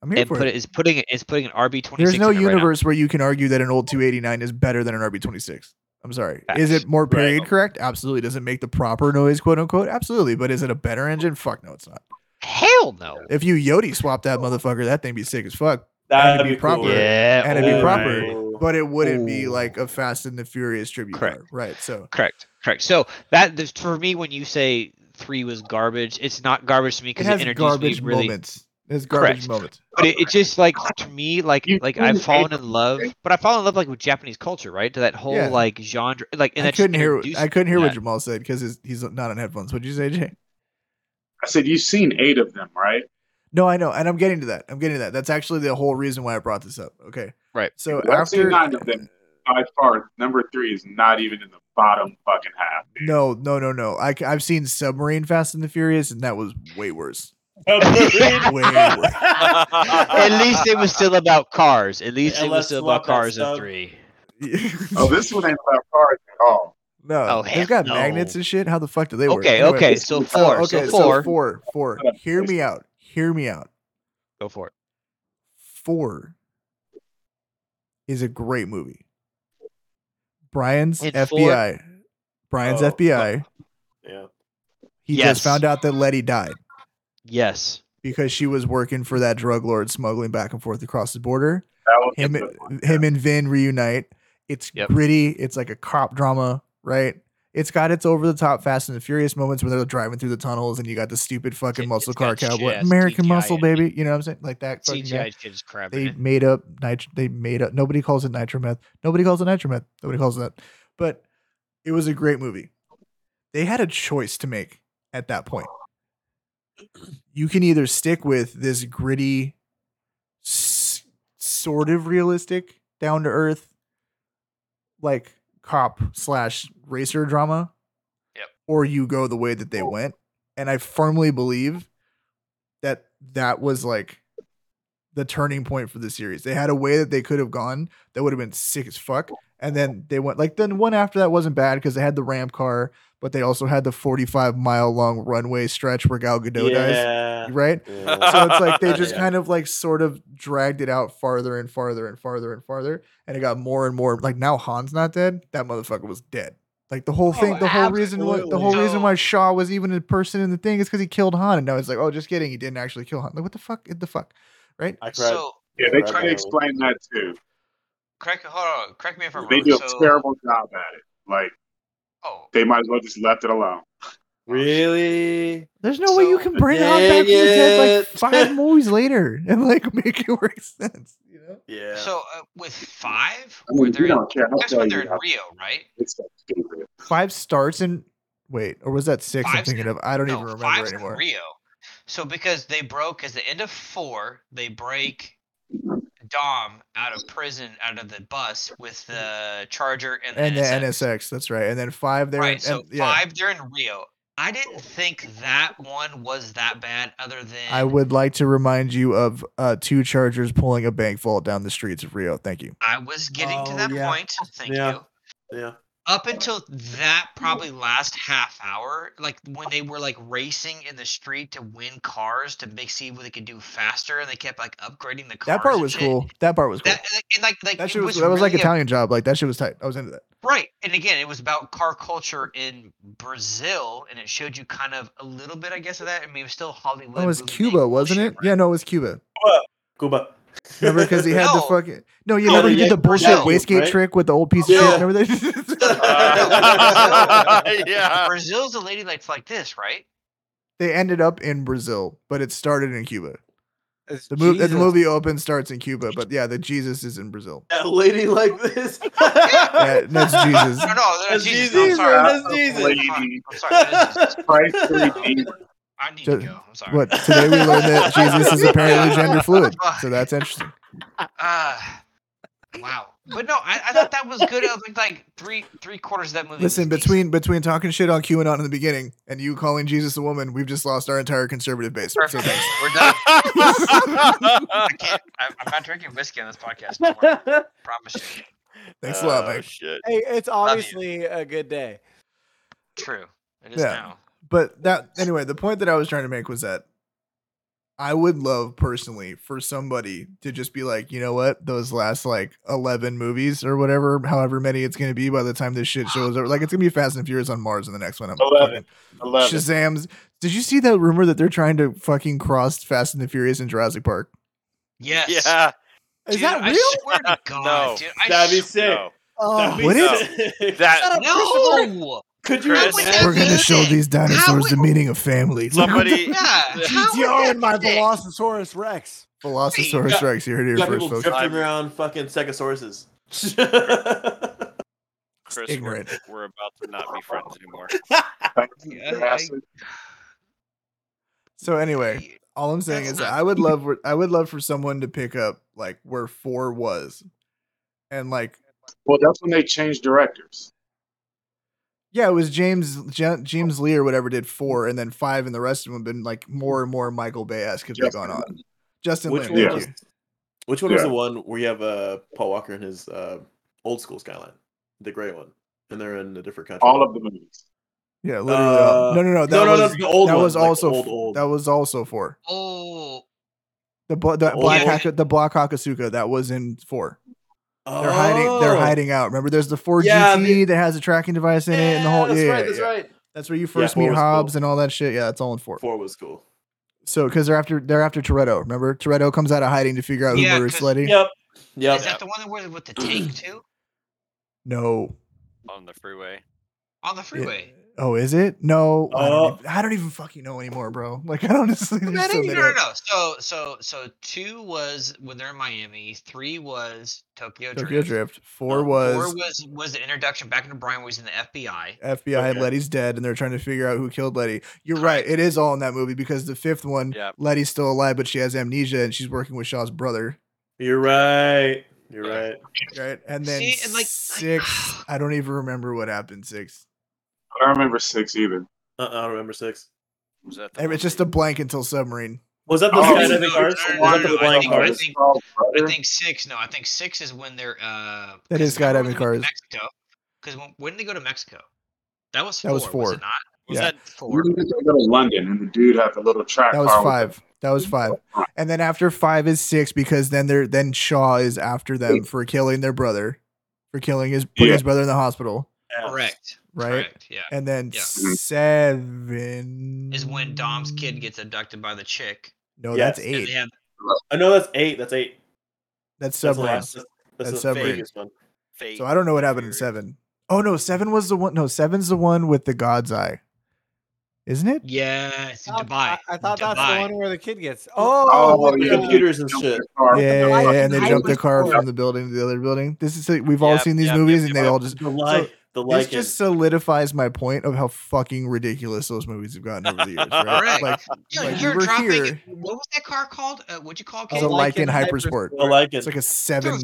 Speaker 1: I'm here
Speaker 2: and
Speaker 1: for
Speaker 2: put
Speaker 1: it.
Speaker 2: it is putting it is putting an RB26.
Speaker 1: There's no
Speaker 2: in it right now.
Speaker 1: universe where you can argue that an old 289 is better than an RB26. I'm sorry. Is
Speaker 2: Facts.
Speaker 1: it more period
Speaker 7: Right.
Speaker 1: correct? Absolutely. Does it make the proper noise, quote unquote? Absolutely. But is it a better engine? Fuck no, it's not.
Speaker 2: Hell no.
Speaker 1: If you Yodi swap that motherfucker, that thing be sick as fuck.
Speaker 7: that'd
Speaker 1: be
Speaker 7: be
Speaker 1: proper.
Speaker 7: cool.
Speaker 2: Yeah,
Speaker 1: And it'd be
Speaker 2: oh,
Speaker 1: proper.
Speaker 2: right.
Speaker 1: But it wouldn't be
Speaker 2: Ooh.
Speaker 1: like a Fast and the Furious tribute
Speaker 2: Correct.
Speaker 1: car. Right. So
Speaker 2: Correct, correct. So that this- for me, when you say three was garbage, it's not garbage to me
Speaker 1: it
Speaker 2: because it,
Speaker 1: has
Speaker 2: introduced me
Speaker 1: garbage
Speaker 2: really.
Speaker 1: moments. It has garbage
Speaker 2: Correct.
Speaker 1: moments.
Speaker 2: But it, it just like to me, like
Speaker 4: You
Speaker 2: like
Speaker 4: couldn't
Speaker 2: I've fallen
Speaker 4: take-
Speaker 2: in love, but I fall in love like with Japanese culture, right? To that whole
Speaker 1: Yeah.
Speaker 2: like genre, like and
Speaker 1: I
Speaker 2: that just
Speaker 1: couldn't hear
Speaker 2: introduced
Speaker 1: I
Speaker 2: me
Speaker 1: couldn't hear
Speaker 2: to
Speaker 1: what
Speaker 2: that.
Speaker 1: Jamal said because he's not on headphones. What'd you say, Jay?
Speaker 4: I said you've seen eight of them, right?
Speaker 1: No, I know, and I'm getting to that. I'm getting to that. That's actually the whole reason why I brought this up. Okay.
Speaker 2: Right.
Speaker 1: So
Speaker 4: Well, I've
Speaker 1: after
Speaker 4: seen nine of them. By far, number three is not even in the bottom fucking half.
Speaker 1: No, no, no, no. I, have seen Submarine Fast and the Furious, and that was way worse. Way worse.
Speaker 2: At least it was still about cars. At least
Speaker 7: Yeah,
Speaker 2: it was
Speaker 7: let's
Speaker 2: still about
Speaker 7: swap that
Speaker 2: cars in
Speaker 7: stuff.
Speaker 2: three.
Speaker 4: Oh, this one ain't about cars at all.
Speaker 1: no,
Speaker 2: Oh,
Speaker 1: they've
Speaker 2: heck
Speaker 1: got
Speaker 2: no.
Speaker 1: magnets and shit. How the fuck do they work?
Speaker 2: Okay,
Speaker 1: Anyway,
Speaker 2: okay. So four.
Speaker 1: So, okay,
Speaker 2: so four.
Speaker 1: four, four. Hear me out. Hear me out.
Speaker 2: Go for it.
Speaker 1: Four is a great movie. Brian's
Speaker 2: And four-
Speaker 1: FBI. Brian's
Speaker 7: Oh,
Speaker 1: FBI.
Speaker 7: Yeah.
Speaker 1: He
Speaker 2: Yes.
Speaker 1: just found out that Letty died.
Speaker 2: Yes.
Speaker 1: because she was working for that drug lord smuggling back and forth across the border.
Speaker 4: That was
Speaker 1: Him, him and Vin reunite. It's
Speaker 2: Yep.
Speaker 1: gritty. It's like a cop drama, right? It's got its over the top Fast and the Furious moments where they're driving through the tunnels and you got the stupid fucking
Speaker 2: It's-
Speaker 1: muscle
Speaker 2: it's
Speaker 1: car
Speaker 2: got
Speaker 1: cowboy,
Speaker 2: jazz,
Speaker 1: American
Speaker 2: CGI
Speaker 1: muscle
Speaker 2: in it.
Speaker 1: baby. You know what I'm saying? Like that. fucking guy.
Speaker 2: CGI shit is crap. in
Speaker 1: They
Speaker 2: it.
Speaker 1: made up nit- They made up. Nobody calls it nitro meth. Nobody calls it nitro meth. Nobody calls it that. But it was a great movie. They had a choice to make at that point. You can either stick with this gritty, s- sort of realistic, down to earth, like cop slash racer drama,
Speaker 8: Yep.
Speaker 1: or you go the way that they went. And I firmly believe that that was like the turning point for the series. They had a way that they could have gone that would have been sick as fuck. And then they went like then one after that wasn't bad because they had the ramp car, but they also had the 45 mile long runway stretch where Gal Gadot
Speaker 7: yeah.
Speaker 1: dies, right?
Speaker 7: Yeah.
Speaker 1: So it's like they just
Speaker 7: Yeah.
Speaker 1: kind of like sort of dragged it out farther and farther and farther and farther, and it got more and more like now Han's not dead. That motherfucker was dead. Like the whole thing,
Speaker 8: Oh,
Speaker 1: the whole reason why the
Speaker 7: absolutely.
Speaker 1: whole reason
Speaker 8: No.
Speaker 1: why Shaw was even a person in the thing is because he killed Han, and now it's like, oh, just kidding, he didn't actually kill Han. Like what the fuck? The fuck, right?
Speaker 7: I cried.
Speaker 8: So,
Speaker 4: yeah, they
Speaker 7: Right.
Speaker 4: try to explain that too.
Speaker 8: correct, hold on, correct me if I'm
Speaker 4: They
Speaker 8: wrong.
Speaker 4: do a
Speaker 8: so,
Speaker 4: terrible job at it. Like
Speaker 8: Oh,
Speaker 4: they might as well just left it alone.
Speaker 7: really?
Speaker 1: There's no way you
Speaker 8: So-
Speaker 1: can bring Han back from the dead like
Speaker 7: Dang it.
Speaker 1: five movies later and like make it work sense, you know?
Speaker 7: Yeah.
Speaker 8: so uh, with five,
Speaker 4: I
Speaker 8: were
Speaker 4: mean,
Speaker 8: there,
Speaker 4: you don't care. I'll
Speaker 8: that's
Speaker 4: tell
Speaker 8: when
Speaker 4: you
Speaker 8: they're in
Speaker 4: that.
Speaker 8: Rio, right?
Speaker 4: It's so stupid.
Speaker 1: Five starts and wait, or was that six? I'm
Speaker 8: Five's
Speaker 1: thinking
Speaker 8: in-
Speaker 1: of. I don't
Speaker 8: no,
Speaker 1: even remember
Speaker 8: five's in
Speaker 1: anymore.
Speaker 8: Rio. So because they broke, because the end of four, they break Dom out of prison, out of the bus with the Charger and the
Speaker 1: and the
Speaker 8: NSX.
Speaker 1: NSX. That's right. And then five there.
Speaker 8: right,
Speaker 1: and,
Speaker 8: so
Speaker 1: and- yeah,
Speaker 8: five, they're in Rio. I didn't think that one was that bad, other than
Speaker 1: I would like to remind you of uh, two Chargers pulling a bank vault down the streets of Rio. Thank you.
Speaker 8: I was getting to
Speaker 7: Oh,
Speaker 8: that
Speaker 7: yeah.
Speaker 8: point. Thank
Speaker 7: Yeah.
Speaker 8: you.
Speaker 7: yeah.
Speaker 8: Up until that probably last half hour, like when they were like racing in the street to win cars to make see what they could do faster, and they kept like upgrading the cars.
Speaker 1: That part
Speaker 8: and
Speaker 1: was
Speaker 8: shit.
Speaker 1: cool. That part was cool.
Speaker 8: That
Speaker 1: That,
Speaker 8: and, like- and like like it
Speaker 1: shit was, that was like
Speaker 8: really a-
Speaker 1: Italian job. Like that shit was tight. I was into that.
Speaker 8: Right. And again, it was about car culture in Brazil, and it showed you kind of a little bit, I guess, of that. I mean, it was still Hollywood.
Speaker 1: That was
Speaker 8: movie
Speaker 1: Cuba,
Speaker 8: making
Speaker 1: wasn't
Speaker 8: bullshit,
Speaker 1: it?
Speaker 8: right?
Speaker 1: Yeah, no, it was Cuba.
Speaker 7: Cuba.
Speaker 1: Remember because he had the
Speaker 8: No.
Speaker 1: fucking no. You
Speaker 7: No,
Speaker 1: remember
Speaker 7: they
Speaker 1: he did the
Speaker 7: did
Speaker 1: bullshit
Speaker 8: Brazil,
Speaker 1: wastegate
Speaker 7: right?
Speaker 1: trick with the old piece of
Speaker 7: Yeah.
Speaker 1: shit. Remember that?
Speaker 8: Yeah.
Speaker 9: yeah.
Speaker 8: Brazil's a lady that's like this, right?
Speaker 1: they ended up in Brazil, but it started in Cuba.
Speaker 5: It's
Speaker 1: The movie, the
Speaker 5: Jesus.
Speaker 1: movie opens starts in Cuba, but yeah, the Jesus is in Brazil.
Speaker 7: That lady like this.
Speaker 1: Yeah, that's Jesus.
Speaker 8: No, no,
Speaker 7: That's
Speaker 8: that's Jesus.
Speaker 7: Jesus,
Speaker 8: I'm sorry.
Speaker 7: that's
Speaker 8: I'm sorry. I'm
Speaker 7: Jesus.
Speaker 8: sorry. that is Jesus.
Speaker 4: Christ redeemed.
Speaker 8: I need
Speaker 1: Ju-
Speaker 8: to go. I'm sorry.
Speaker 1: What today we learned that Jesus is apparently gender fluid, so that's interesting.
Speaker 2: Uh, wow. But no, I, I thought that was good. I think like three three quarters of that movie.
Speaker 1: Listen,
Speaker 2: was decent.
Speaker 1: between between talking shit on QAnon in the beginning and you calling Jesus a woman, we've just lost our entire conservative base. So
Speaker 2: Perfect.
Speaker 1: thanks.
Speaker 2: We're done. I can't. I, I'm not drinking whiskey on this podcast. Anymore. Promise you.
Speaker 1: Thanks a lot,
Speaker 7: Uh,
Speaker 3: Oh,
Speaker 1: Mike.
Speaker 3: Shit.
Speaker 5: Hey, it's obviously a good day.
Speaker 2: True. It is
Speaker 1: Yeah.
Speaker 2: now.
Speaker 1: But that anyway, the point that I was trying to make was that I would love personally for somebody to just be like, you know what, those last like eleven movies or whatever, however many it's gonna be by the time this shit shows over. Like it's gonna be Fast and Furious on Mars in the next one. I'm fucking-
Speaker 4: 11. I love it.
Speaker 1: Shazam's. Did you see that rumor that they're trying to fucking cross Fast and the Furious and Jurassic Park?
Speaker 2: Yes.
Speaker 3: Yeah.
Speaker 5: Is
Speaker 2: Dude,
Speaker 5: that
Speaker 2: I
Speaker 5: real?
Speaker 2: swear to God,
Speaker 3: No.
Speaker 2: dude. I
Speaker 7: That'd be
Speaker 2: sw-
Speaker 7: sick.
Speaker 3: No.
Speaker 5: Oh,
Speaker 7: That'd be
Speaker 1: Would it?
Speaker 7: sick.
Speaker 3: That
Speaker 2: no.
Speaker 7: Could you
Speaker 3: Chris.
Speaker 7: imagine?
Speaker 1: We're gonna show
Speaker 2: Absolutely.
Speaker 1: these dinosaurs
Speaker 2: How
Speaker 1: the meaning of family. Look what
Speaker 3: somebody.
Speaker 2: Yeah. how would
Speaker 5: GTO
Speaker 2: that
Speaker 5: and my
Speaker 2: be sick?
Speaker 5: Velociraptor Rex.
Speaker 1: the Velociraptor
Speaker 7: Yeah.
Speaker 1: strikes. You heard it here
Speaker 7: You got
Speaker 1: first,
Speaker 7: people
Speaker 1: folks.
Speaker 7: drifting around fucking Segosauruses.
Speaker 3: Chris, we're,
Speaker 1: Ignorant.
Speaker 3: we're about to not be friends anymore.
Speaker 4: Thank you,
Speaker 2: Yeah, I-
Speaker 4: bastard.
Speaker 1: So anyway, All I'm saying
Speaker 2: That's
Speaker 1: is
Speaker 2: not-
Speaker 1: I would love I would love for someone to pick up like where four was, and like
Speaker 4: Well, that's when they changed directors.
Speaker 1: yeah, it was James
Speaker 7: Oh.
Speaker 1: Ja- James Lee or whatever did four, and then five, and the rest of them have been like more and more Michael Bay esque as they've
Speaker 4: Justin
Speaker 1: gone on. Justin
Speaker 7: Which
Speaker 1: Lin,
Speaker 7: one
Speaker 1: thank
Speaker 7: was-
Speaker 1: you.
Speaker 7: Which one was
Speaker 4: Yeah.
Speaker 7: the one where you have uh, Paul Walker in his uh, old school skyline, the gray one, and they're in a different country?
Speaker 4: All of the movies.
Speaker 1: yeah, literally. all-
Speaker 7: Uh,
Speaker 1: no, no, no, that
Speaker 7: no, no, no,
Speaker 1: was
Speaker 7: the old
Speaker 1: that
Speaker 7: one,
Speaker 1: was
Speaker 7: like
Speaker 1: also
Speaker 7: old,
Speaker 1: f-
Speaker 7: old.
Speaker 1: that was also four.
Speaker 2: Oh,
Speaker 1: The, bla- the
Speaker 7: old
Speaker 1: black
Speaker 2: one?
Speaker 1: Haka- the black Hakasuka that was in four. They're hiding. They're
Speaker 7: Oh!
Speaker 1: hiding out. Remember, there's the four
Speaker 7: Yeah,
Speaker 1: GT that has a tracking device in it, and the whole
Speaker 7: that's
Speaker 1: yeah,
Speaker 7: right.
Speaker 1: yeah,
Speaker 7: That's
Speaker 1: yeah.
Speaker 7: right.
Speaker 1: That's where you first
Speaker 7: four
Speaker 1: meet
Speaker 7: was
Speaker 1: Hobbs
Speaker 7: cool.
Speaker 1: and all that shit. Yeah, it's all in four.
Speaker 7: Four was cool.
Speaker 1: So because they're after they're after Toretto. Remember, Toretto comes out of hiding to figure out who
Speaker 2: Yeah,
Speaker 1: murdered
Speaker 2: 'cause-
Speaker 1: Sletty.
Speaker 7: Yep. Yep.
Speaker 2: is that the one that was with the tank too
Speaker 1: No.
Speaker 3: On the freeway.
Speaker 2: on the
Speaker 1: It-
Speaker 2: freeway?
Speaker 1: oh, is it? No. I,
Speaker 7: Oh.
Speaker 1: don't even, I don't even fucking know anymore, bro. Like I don't honestly.
Speaker 2: No,
Speaker 1: There's
Speaker 2: no,
Speaker 1: so
Speaker 2: no,
Speaker 1: many.
Speaker 2: no, no. So, so, so two was when they're in Miami. Three was Tokyo,
Speaker 1: Tokyo
Speaker 2: Drift.
Speaker 1: Drift. Four
Speaker 2: Uh,
Speaker 1: was,
Speaker 2: four was was the introduction back into Brian was in the FBI.
Speaker 1: FBI.
Speaker 7: Okay.
Speaker 1: Letty's dead, and they're trying to figure out who killed Letty. You're right.
Speaker 2: Correct.
Speaker 1: It is all in that movie because the fifth one,
Speaker 3: Yep.
Speaker 1: Letty's still alive, but she has amnesia and she's working with Shaw's brother.
Speaker 7: You're right. You're
Speaker 2: Yeah.
Speaker 7: right.
Speaker 1: Right. And then
Speaker 2: See, and, like- like-
Speaker 1: six. I don't even remember what happened. Six.
Speaker 4: I don't remember six either.
Speaker 7: Uh-uh, I don't remember six.
Speaker 3: Was that the one
Speaker 1: It's just
Speaker 3: that-
Speaker 1: a blank until submarine.
Speaker 7: Was that the
Speaker 4: Oh,
Speaker 7: skydiving
Speaker 2: no,
Speaker 7: cars?
Speaker 2: no, no,
Speaker 7: Was that
Speaker 2: no,
Speaker 7: the
Speaker 2: no, I
Speaker 7: flying
Speaker 2: think- I
Speaker 7: cars?
Speaker 2: think-
Speaker 4: Paul's
Speaker 2: I
Speaker 4: brother?
Speaker 2: think six. No, I think six is when they're uh.
Speaker 1: That
Speaker 2: 'cause
Speaker 1: is
Speaker 2: remember
Speaker 1: skydiving
Speaker 2: when they went to
Speaker 1: cars.
Speaker 2: Mexico. Because when, when did they go to Mexico? That was four.
Speaker 1: That was
Speaker 2: Was
Speaker 1: four.
Speaker 2: it not?
Speaker 3: Was
Speaker 1: yeah.
Speaker 3: that
Speaker 4: We
Speaker 2: Four.
Speaker 4: need to go to London, and the dude had the little track
Speaker 1: That was
Speaker 4: car with
Speaker 1: five. That was five. And then after five is six because then they're then Shaw is after them for killing their brother, for killing his putting
Speaker 4: Yeah.
Speaker 1: his brother in the hospital,
Speaker 7: Yeah.
Speaker 2: Correct.
Speaker 1: right?
Speaker 2: Correct. Yeah.
Speaker 1: And then
Speaker 2: Yeah.
Speaker 1: seven
Speaker 2: Is when Dom's kid gets abducted by the chick.
Speaker 1: no,
Speaker 7: Yes,
Speaker 1: that's
Speaker 7: and
Speaker 2: And
Speaker 1: eight.
Speaker 2: they have
Speaker 7: Oh, no, that's eight. That's eight.
Speaker 1: That's
Speaker 7: That's the
Speaker 1: submarine.
Speaker 7: last. That's,
Speaker 1: That's
Speaker 7: the
Speaker 1: submarine.
Speaker 7: previous one.
Speaker 3: fate?
Speaker 1: So I don't know what
Speaker 3: and
Speaker 1: happened in
Speaker 3: Furious?
Speaker 1: seven. Oh no, seven was the one. No, seven's the one with the God's Eye, isn't it?
Speaker 2: yes,
Speaker 5: Oh,
Speaker 2: Dubai.
Speaker 5: I, I thought that's the
Speaker 2: Dubai.
Speaker 5: one where the kid gets.
Speaker 4: Oh,
Speaker 5: Oh, with
Speaker 4: yeah.
Speaker 5: the-
Speaker 7: Computers and shit.
Speaker 1: Yeah, yeah,
Speaker 5: I-
Speaker 1: yeah, and they
Speaker 5: I
Speaker 1: jumped the
Speaker 5: was
Speaker 1: car
Speaker 5: four.
Speaker 1: from the building to the other building. This is we've all
Speaker 3: Yep,
Speaker 1: seen these
Speaker 3: yep,
Speaker 1: movies,
Speaker 3: yep,
Speaker 1: and they
Speaker 3: yep.
Speaker 1: all just
Speaker 7: The like, the
Speaker 1: This
Speaker 7: like
Speaker 1: just
Speaker 7: is
Speaker 1: solidifies my point of how fucking ridiculous those movies have gotten over the years. Right?
Speaker 2: Correct.
Speaker 1: like,
Speaker 2: Yeah,
Speaker 1: like, we
Speaker 2: you're
Speaker 1: were
Speaker 2: dropping.
Speaker 1: here.
Speaker 2: What was that car called? Uh, what'd you call it?
Speaker 1: it's
Speaker 5: It's
Speaker 1: a
Speaker 5: a
Speaker 2: Kate?
Speaker 1: like
Speaker 5: Lycan
Speaker 1: in hypersport.
Speaker 7: the like
Speaker 1: It's
Speaker 7: is.
Speaker 1: like a seven.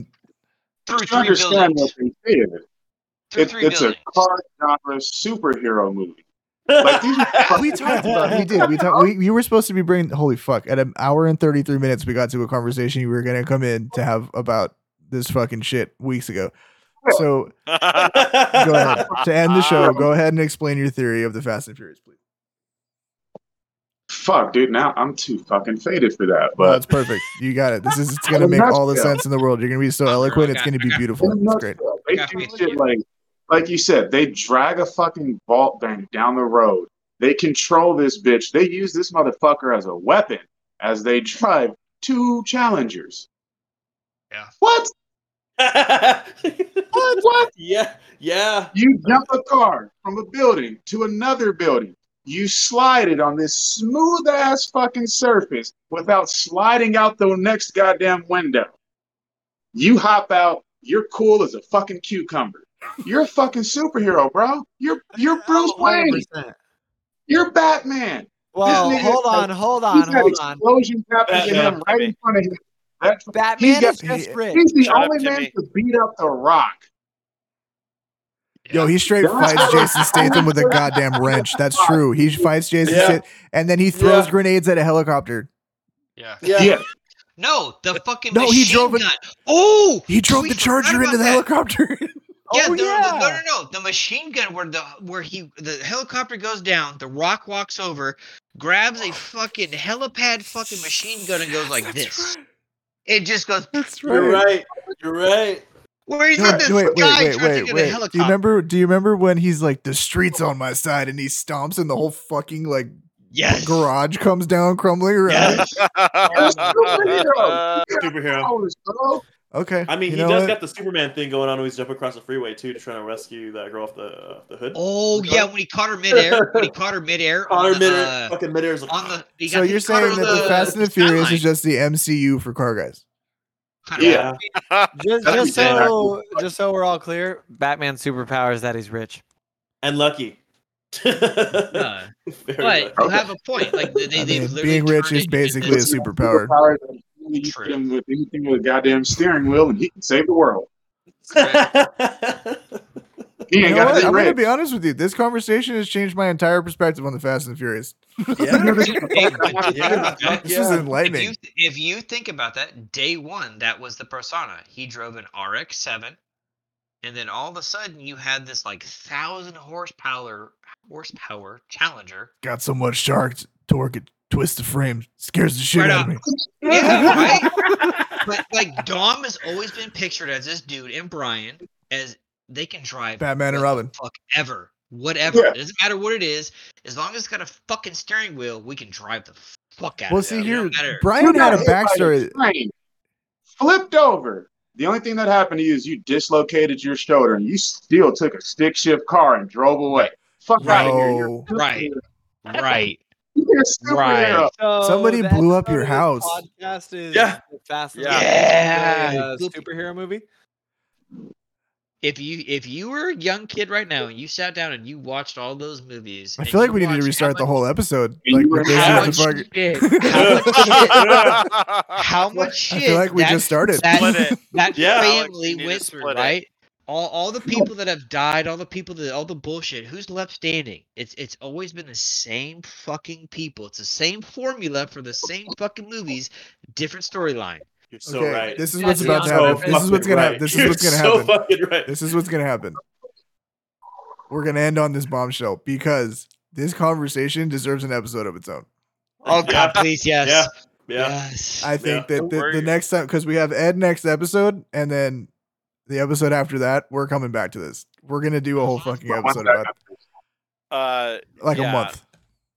Speaker 2: Through
Speaker 4: You
Speaker 2: three
Speaker 4: understand
Speaker 2: buildings.
Speaker 4: what they did.
Speaker 2: Through
Speaker 4: It,
Speaker 2: three
Speaker 4: it's a
Speaker 2: buildings.
Speaker 4: car genre superhero movie. Like these are
Speaker 1: We talked about. We did. We talked. We, you were supposed to be bringing. Holy fuck! At an hour and thirty three minutes, we got to a conversation you were gonna come in to have about this fucking shit weeks ago. So go ahead to end the show. Go ahead and explain your theory of the Fast and Furious, please.
Speaker 4: fuck, dude. Now I'm too fucking faded for that.
Speaker 1: Well,
Speaker 4: But
Speaker 1: that's perfect. You got it. This is. It's gonna make all the sense in the world. You're gonna be so eloquent. It's gonna be beautiful.
Speaker 4: In a
Speaker 1: It's great.
Speaker 4: nutshell, they
Speaker 2: Yeah,
Speaker 4: do
Speaker 2: please.
Speaker 4: shit like, like you said, they drag a fucking vault bank down the road. They control this bitch. They use this motherfucker as a weapon as they drive two challengers.
Speaker 2: Yeah.
Speaker 4: What?
Speaker 7: what?
Speaker 4: What?
Speaker 7: Yeah, yeah.
Speaker 4: You jump a car from a building to another building. You slide it on this smooth ass fucking surface without sliding out the next goddamn window. You hop out. You're cool as a fucking cucumber. You're a fucking superhero, bro. You're you're
Speaker 5: Oh,
Speaker 4: Bruce Wayne.
Speaker 5: 100%.
Speaker 4: You're Batman.
Speaker 5: Well,
Speaker 4: This nigga-
Speaker 5: hold on, hold
Speaker 4: He's
Speaker 5: on,
Speaker 4: got
Speaker 5: hold on.
Speaker 4: explosions happening to
Speaker 7: Batman,
Speaker 4: him right in front of him. That's,
Speaker 5: Batman
Speaker 4: got-
Speaker 5: is just rich.
Speaker 4: he's the
Speaker 3: Shut up,
Speaker 4: only man
Speaker 3: Timmy.
Speaker 4: to beat up The Rock.
Speaker 1: Yo, he straight
Speaker 4: That's
Speaker 1: fights
Speaker 4: true.
Speaker 1: Jason Statham with a goddamn wrench. That's true. He fights Jason
Speaker 7: Yeah.
Speaker 1: Statham, and then he throws
Speaker 7: Yeah.
Speaker 1: grenades at a helicopter.
Speaker 2: Yeah.
Speaker 7: Yeah.
Speaker 2: No, the fucking
Speaker 1: No,
Speaker 2: no,
Speaker 1: he
Speaker 2: machine
Speaker 1: drove a-
Speaker 2: gun. Oh,
Speaker 1: He drove
Speaker 2: we
Speaker 1: the
Speaker 2: forgot
Speaker 1: charger into
Speaker 2: about
Speaker 1: the
Speaker 2: that.
Speaker 1: helicopter.
Speaker 2: Yeah,
Speaker 5: Oh,
Speaker 2: the,
Speaker 5: yeah.
Speaker 2: no, no, no, the machine gun where the where he the helicopter goes down, the Rock walks over, grabs a fucking helipad fucking machine gun and goes like this. It just goes.
Speaker 1: That's
Speaker 7: You're right. You're right.
Speaker 2: Where is
Speaker 1: No,
Speaker 2: it? This guy trying to get a
Speaker 1: Do
Speaker 2: helicopter.
Speaker 1: you remember? Do you remember when he's like, "The street's on my side," and he stomps, and the whole fucking like
Speaker 2: Yes.
Speaker 1: garage comes down crumbling around?
Speaker 2: Yes.
Speaker 4: Superhero.
Speaker 7: Superhero.
Speaker 4: Oh, so-
Speaker 1: Okay,
Speaker 7: I mean,
Speaker 1: you
Speaker 7: he
Speaker 1: know
Speaker 7: does
Speaker 1: what?
Speaker 7: got the Superman thing going on. Where he's jumping across the freeway too to try to rescue that girl off the uh, the hood.
Speaker 2: Oh yeah, when he caught her midair, when he caught her midair,
Speaker 7: Caught
Speaker 2: on
Speaker 7: her
Speaker 2: the,
Speaker 7: midair,
Speaker 2: uh,
Speaker 7: fucking midair is like,
Speaker 2: on the. he
Speaker 1: So
Speaker 2: got- he
Speaker 1: you're
Speaker 2: caught her
Speaker 1: saying
Speaker 2: on
Speaker 1: that the Fast and the Furious is
Speaker 2: skyline.
Speaker 1: just the MCU for car guys?
Speaker 2: Kinda like-
Speaker 7: yeah,
Speaker 5: Just,
Speaker 4: That'd
Speaker 5: just
Speaker 4: be bad.
Speaker 5: so, just so we're all clear, Batman's superpower is that he's rich.
Speaker 7: and lucky.
Speaker 2: Uh, but
Speaker 7: Very
Speaker 2: you
Speaker 4: Okay.
Speaker 2: have a point. Like they, they,
Speaker 1: I
Speaker 2: they've
Speaker 1: mean,
Speaker 2: literally
Speaker 1: being rich
Speaker 2: turned
Speaker 1: is
Speaker 2: it into
Speaker 1: basically a
Speaker 2: this-
Speaker 1: superpower.
Speaker 4: Superpowers, and you
Speaker 2: True.
Speaker 4: put him with anything with a goddamn steering wheel, and he can save the world.
Speaker 7: lucky.
Speaker 4: He
Speaker 1: You
Speaker 4: ain't
Speaker 1: know
Speaker 4: got
Speaker 1: what?
Speaker 4: to
Speaker 1: I'm
Speaker 4: be
Speaker 1: gonna
Speaker 4: rich.
Speaker 1: be honest with you. This conversation has changed my entire perspective on the Fast and the Furious.
Speaker 2: Hey, but
Speaker 7: Yeah.
Speaker 2: think about that.
Speaker 1: This is
Speaker 7: Yeah. If you-
Speaker 2: If you
Speaker 1: enlightening.
Speaker 2: if you think about that, day one that was the persona. He drove an RX seven, and then all of a sudden you had this like thousand horsepower horsepower Challenger.
Speaker 1: Got so much shark torque it twists the frame, scares the shit
Speaker 2: Right
Speaker 1: out of
Speaker 2: on.
Speaker 1: me.
Speaker 2: Yeah, right. but like Dom has always been pictured as this dude and Brian as they can drive
Speaker 1: Batman and
Speaker 2: what the
Speaker 1: Robin.
Speaker 2: fuck ever, whatever.
Speaker 4: Yeah.
Speaker 2: It doesn't matter what it is. As long as it's got a fucking steering wheel, we can drive the fuck out.
Speaker 1: Well,
Speaker 2: of it.
Speaker 1: see
Speaker 2: It
Speaker 1: here,
Speaker 2: don't matter.
Speaker 1: Brian
Speaker 4: You
Speaker 1: had a
Speaker 4: got hit by
Speaker 1: backstory.
Speaker 4: train, flipped over. The only thing that happened to you is you dislocated your shoulder, and you still took a stick shift car and drove away. Fuck
Speaker 2: Right.
Speaker 4: out of here! You're a superhero.
Speaker 2: Right. right.
Speaker 4: You're a superhero.
Speaker 10: Right.
Speaker 5: So
Speaker 1: Somebody
Speaker 5: the
Speaker 1: blew up your
Speaker 5: episode of this
Speaker 1: house.
Speaker 5: Podcast is
Speaker 7: Yeah.
Speaker 5: the Fast and the
Speaker 3: Yeah.
Speaker 5: Furious,
Speaker 10: Yeah.
Speaker 5: uh, superhero movie.
Speaker 2: If you if you were a young kid right now and you sat down and you watched all those movies,
Speaker 1: I
Speaker 2: and
Speaker 1: feel like
Speaker 2: you
Speaker 1: we need to
Speaker 2: watched
Speaker 1: restart the
Speaker 2: how much-
Speaker 1: whole episode.
Speaker 4: And
Speaker 1: Like
Speaker 4: you were
Speaker 1: with this
Speaker 7: how
Speaker 1: as
Speaker 2: How
Speaker 1: the
Speaker 2: much,
Speaker 1: fucking-
Speaker 2: shit, how much shit? How much
Speaker 1: I
Speaker 2: shit?
Speaker 1: feel like we
Speaker 2: that-
Speaker 1: just started.
Speaker 3: Split it.
Speaker 2: that
Speaker 7: Yeah.
Speaker 3: Alex, you
Speaker 2: family
Speaker 3: need to
Speaker 2: went through,
Speaker 3: split it.
Speaker 2: right? All, all the people that have died, all the people that all the bullshit, who's left standing? It's it's always been the same fucking people. It's the same formula for the same fucking movies, different storyline.
Speaker 7: You're so
Speaker 1: okay,
Speaker 7: right.
Speaker 1: this is
Speaker 5: Yeah,
Speaker 1: what's
Speaker 5: to be
Speaker 1: about to
Speaker 5: honest,
Speaker 1: happen.
Speaker 5: I'm
Speaker 1: This is what's
Speaker 7: fucking
Speaker 1: gonna
Speaker 7: right.
Speaker 1: happen. This is
Speaker 7: You're
Speaker 1: what's gonna
Speaker 7: so
Speaker 1: happen.
Speaker 7: fucking right.
Speaker 1: This is what's gonna happen. We're gonna end on this bombshell because this conversation deserves an episode of its own.
Speaker 2: Oh
Speaker 7: Yeah.
Speaker 2: god, please, yes.
Speaker 7: Yeah. Yeah.
Speaker 2: Yes.
Speaker 1: I think
Speaker 7: Yeah.
Speaker 1: that the,
Speaker 3: Word.
Speaker 1: the next time because we have Ed next episode and then the episode after that, we're coming back to this. We're gonna do a whole fucking episode about it,
Speaker 3: Uh,
Speaker 1: like
Speaker 3: Yeah.
Speaker 1: a month.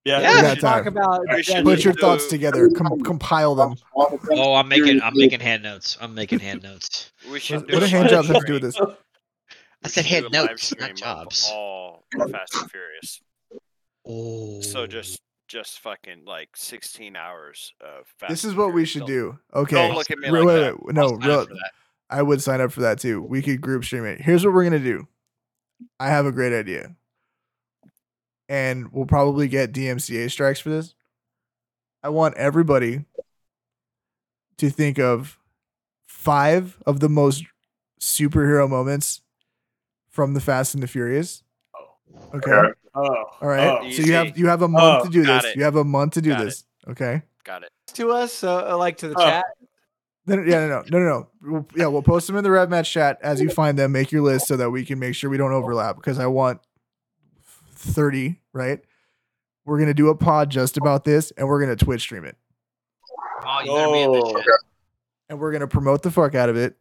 Speaker 7: Yeah.
Speaker 1: We
Speaker 2: Yeah.
Speaker 1: got
Speaker 5: Talk
Speaker 1: time.
Speaker 5: about
Speaker 3: I should-
Speaker 5: Deadpool.
Speaker 1: Put your
Speaker 3: So-
Speaker 1: thoughts together. Com- compile them.
Speaker 2: oh, I'm making I'm making hand notes. I'm making hand notes.
Speaker 3: we should
Speaker 1: What
Speaker 3: do
Speaker 1: do
Speaker 3: a
Speaker 1: hand
Speaker 3: live
Speaker 1: jobs have to do
Speaker 3: stream.
Speaker 1: with this?
Speaker 2: I
Speaker 3: We
Speaker 2: said
Speaker 3: should do
Speaker 2: hand
Speaker 3: a live
Speaker 2: notes,
Speaker 3: stream
Speaker 2: not
Speaker 3: of
Speaker 2: jobs.
Speaker 3: All Fast and Furious.
Speaker 2: Oh.
Speaker 3: So just just fucking like 16 hours of Fast.
Speaker 1: This is
Speaker 3: and
Speaker 1: what we
Speaker 3: Furious.
Speaker 1: should
Speaker 3: Don't-
Speaker 1: do. Okay.
Speaker 3: Don't look at me
Speaker 1: Wait,
Speaker 3: like
Speaker 1: wait,
Speaker 3: that.
Speaker 1: wait, No,
Speaker 2: I'll sign up
Speaker 1: real,
Speaker 2: for that.
Speaker 1: I would sign up for that too. We could group stream it. Here's what we're gonna do. I have a great idea, and we'll probably get DMCA strikes for this. I want everybody to think of five of the most superhero moments from the Fast and the Furious. Okay.
Speaker 4: Okay.
Speaker 7: Oh.
Speaker 1: All right.
Speaker 7: Oh.
Speaker 1: so you have
Speaker 3: Easy.
Speaker 1: you have a month
Speaker 7: Oh,
Speaker 1: to do
Speaker 3: got
Speaker 1: this.
Speaker 3: it.
Speaker 1: You have a month to do
Speaker 3: Got it.
Speaker 1: this. Okay.
Speaker 3: Got it.
Speaker 5: to us, uh, like to the
Speaker 7: Oh.
Speaker 5: chat.
Speaker 1: No, no, yeah, no, no, no, no. We'll, yeah, we'll post them in the Rev Match chat as you find them. Make your list so that we can make sure we don't overlap because I want thirty. Right. We're gonna do a pod just about this, and we're gonna Twitch stream it,
Speaker 2: Oh, you better be in the
Speaker 7: Oh.
Speaker 2: chat.
Speaker 1: and we're gonna promote the fuck out of it.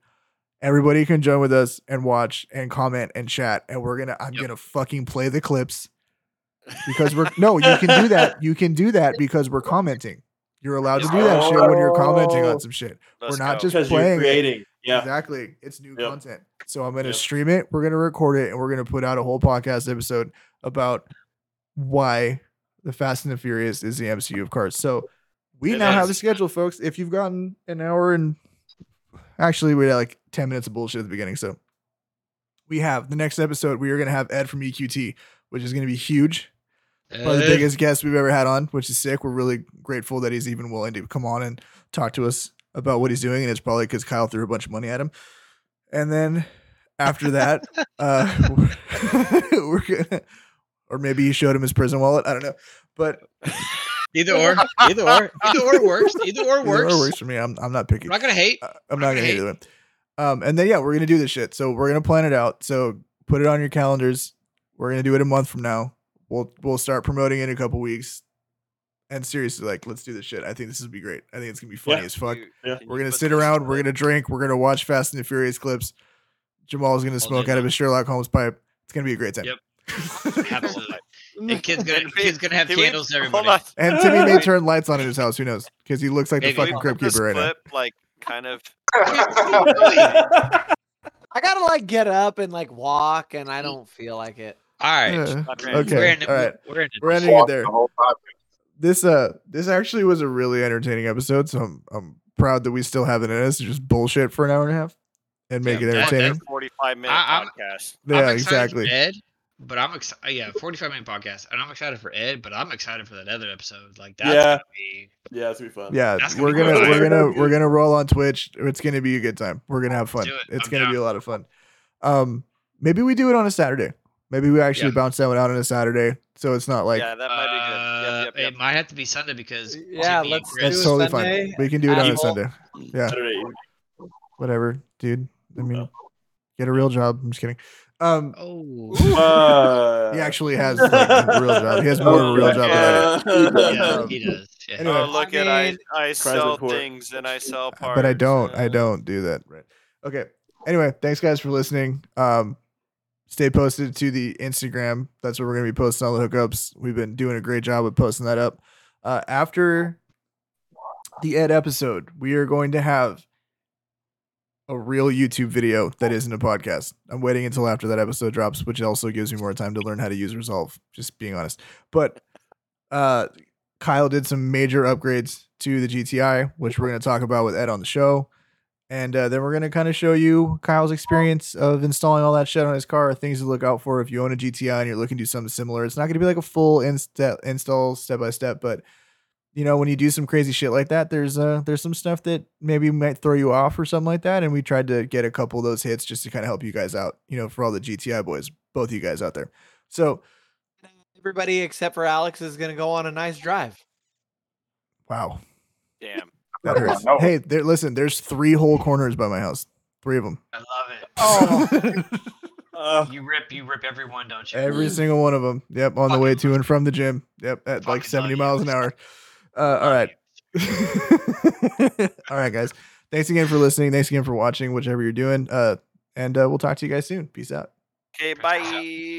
Speaker 1: Everybody can join with us and watch and comment and chat, and we're gonna. I'm
Speaker 2: Yep.
Speaker 1: gonna fucking play the clips because we're no. You can do that. You can do that because we're commenting. You're allowed to do that shit when you're commenting on some shit.
Speaker 3: Let's
Speaker 1: not
Speaker 3: go.
Speaker 1: just-
Speaker 7: Because
Speaker 1: playing
Speaker 7: oh. you're
Speaker 1: it.
Speaker 7: creating. Yeah.
Speaker 1: Exactly. It's new
Speaker 7: Yep.
Speaker 1: content. So I'm going to
Speaker 7: Yep.
Speaker 1: stream it. We're going to record it and we're going to put out a whole podcast episode about why the Fast and the Furious is the MCU of cars. So we
Speaker 7: It
Speaker 1: now have
Speaker 7: is.
Speaker 1: a schedule, folks. If you've gotten an hour and actually we had like 10 minutes of bullshit at the beginning. So we have the next episode. We are going to have Ed from EQT, which is going to be huge. Probably the
Speaker 2: Eh.
Speaker 1: biggest guest we've ever had on, which is sick. We're really grateful that he's even willing to come on and talk to us about what he's doing, and it's probably because Kyle threw a bunch of money at him. And then after that, uh, we're, we're gonna, or maybe he showed him his prison wallet. I don't know, but
Speaker 2: Either or, either or, either or works. Either or
Speaker 1: either or
Speaker 2: works.
Speaker 1: works for me. I'm I'm not picky.
Speaker 2: I'm not gonna hate.
Speaker 1: Uh, I'm not gonna
Speaker 2: Okay.
Speaker 1: hate them. Um, and then yeah, we're gonna do this shit. So we're gonna plan it out. So put it on your calendars. We're gonna do it a month from now. We'll we'll start promoting it in a couple weeks. And seriously, like, let's do this shit. I think this would be great. I think it's gonna be funny
Speaker 7: Yeah.
Speaker 1: as fuck.
Speaker 3: You-
Speaker 7: Yeah.
Speaker 3: can
Speaker 1: We're
Speaker 3: you
Speaker 1: gonna
Speaker 3: put
Speaker 1: sit
Speaker 3: this
Speaker 1: around. We're
Speaker 3: away?
Speaker 1: gonna drink. We're gonna watch Fast and the Furious clips. Jamal's gonna
Speaker 2: day
Speaker 1: smoke out of
Speaker 2: long.
Speaker 1: his Sherlock Holmes pipe. It's gonna be a great time.
Speaker 2: Yep.
Speaker 1: Yep.
Speaker 2: Absolutely. The kid's gonna,
Speaker 3: Can we-
Speaker 2: kid's gonna have
Speaker 3: can we-
Speaker 2: candles.
Speaker 3: hold
Speaker 2: everybody.
Speaker 3: on.
Speaker 1: and Timmy may
Speaker 3: Wait,
Speaker 1: turn lights on in his house. Who knows? Because he looks like the
Speaker 2: Maybe.
Speaker 1: fucking
Speaker 3: can
Speaker 1: crib
Speaker 3: we put
Speaker 1: keeper right now.
Speaker 3: this clip, Like kind of
Speaker 2: Oh.
Speaker 5: I gotta like get up and like walk, and I don't feel like it.
Speaker 2: All right.
Speaker 1: Yeah.
Speaker 3: okay.
Speaker 2: We're
Speaker 1: Okay,
Speaker 2: in.
Speaker 1: all right.
Speaker 2: We're in.
Speaker 1: We're ending it
Speaker 4: Walk
Speaker 1: there.
Speaker 4: the whole time.
Speaker 1: this uh this actually was a really entertaining episode so i'm i'm proud that we still have it in us to just bullshit for an hour and a half and make
Speaker 2: Yeah,
Speaker 1: it
Speaker 2: that- that's-
Speaker 1: entertaining
Speaker 3: 45 minute
Speaker 2: I- I'm-
Speaker 3: podcast.
Speaker 1: yeah
Speaker 2: I'm excited
Speaker 1: exactly
Speaker 2: For Ed, but I'm excited. Yeah, 45 minute podcast, and I'm excited for Ed, but I'm excited for that other episode. Like that's
Speaker 7: Yeah.
Speaker 2: gonna be.
Speaker 7: Yeah, it's gonna be fun.
Speaker 1: yeah
Speaker 2: That's gonna
Speaker 1: we're
Speaker 2: be
Speaker 1: gonna
Speaker 2: good.
Speaker 1: we're gonna
Speaker 7: Good.
Speaker 1: we're gonna roll on twitch it's gonna be a good time we're gonna have fun
Speaker 2: Do it.
Speaker 1: it's
Speaker 2: I'm
Speaker 1: gonna be
Speaker 2: down.
Speaker 1: a lot of fun um maybe we do it on a saturday maybe we actually
Speaker 2: Yeah.
Speaker 1: bounce that one out on a saturday so it's not like
Speaker 3: yeah, that might be good. Yep,
Speaker 2: Uh,
Speaker 3: yep, yep.
Speaker 2: It might have to be Sunday because
Speaker 5: Yeah,
Speaker 2: Timmy
Speaker 5: let's
Speaker 2: Chris-
Speaker 1: it's
Speaker 5: do a
Speaker 1: totally fine
Speaker 5: Sunday
Speaker 1: we can do it on a
Speaker 5: Apple.
Speaker 1: sunday yeah
Speaker 7: Saturday.
Speaker 1: whatever dude i mean get a real job i'm just kidding um
Speaker 2: Oh,
Speaker 7: Uh,
Speaker 1: He actually has like, a real job. He has more of a real job. Than I, do.
Speaker 2: he
Speaker 7: Uh,
Speaker 2: does. He does. Yeah.
Speaker 1: anyway.
Speaker 3: Oh, look at I,
Speaker 5: mean-
Speaker 3: I sell
Speaker 7: report.
Speaker 3: things and I sell parts.
Speaker 1: but I don't. I
Speaker 3: uh,
Speaker 1: don't do that. Right. Okay. Anyway, thanks guys for listening. Um, stay posted to the Instagram. That's where we're gonna be posting all the hookups. We've been doing a great job with posting that up. Uh, after the Ed episode, we are going to have a real YouTube video that isn't a podcast. I'm waiting until after that episode drops, which also gives me more time to learn how to use Resolve. Just being honest, but uh, Kyle did some major upgrades to the GTI, which we're going to talk about with Ed on the show. And uh, then we're going to kind of show you Kyle's experience of installing all that shit on his car, things to look out for if you own a GTI and you're looking to do something similar. It's not going to be like a full insta- install step by step, but you know when you do some crazy shit like that, there's uh there's some stuff that maybe might throw you off or something like that. And we tried to get a couple of those hits just to kind of help you guys out, you know, for all the GTI boys, both you guys out there. So
Speaker 5: Everybody except for Alex is gonna go on a nice drive.
Speaker 1: wow,
Speaker 3: Damn.
Speaker 1: That hurts.
Speaker 4: No.
Speaker 1: Hey, there. Listen, there's three whole corners by my house. Three of them.
Speaker 2: I love it.
Speaker 1: Oh.
Speaker 7: uh,
Speaker 2: You rip, you rip everyone, don't you?
Speaker 1: Every single one of them. Yep, on the way to and from the gym. Yep, at like
Speaker 2: Fucking
Speaker 1: 70
Speaker 2: love
Speaker 1: miles an hour. Uh, all right. all right, guys. Thanks again for listening. Thanks again for watching, whichever you're doing. Uh, and uh, we'll talk to you guys soon. Peace out.
Speaker 3: Okay, bye.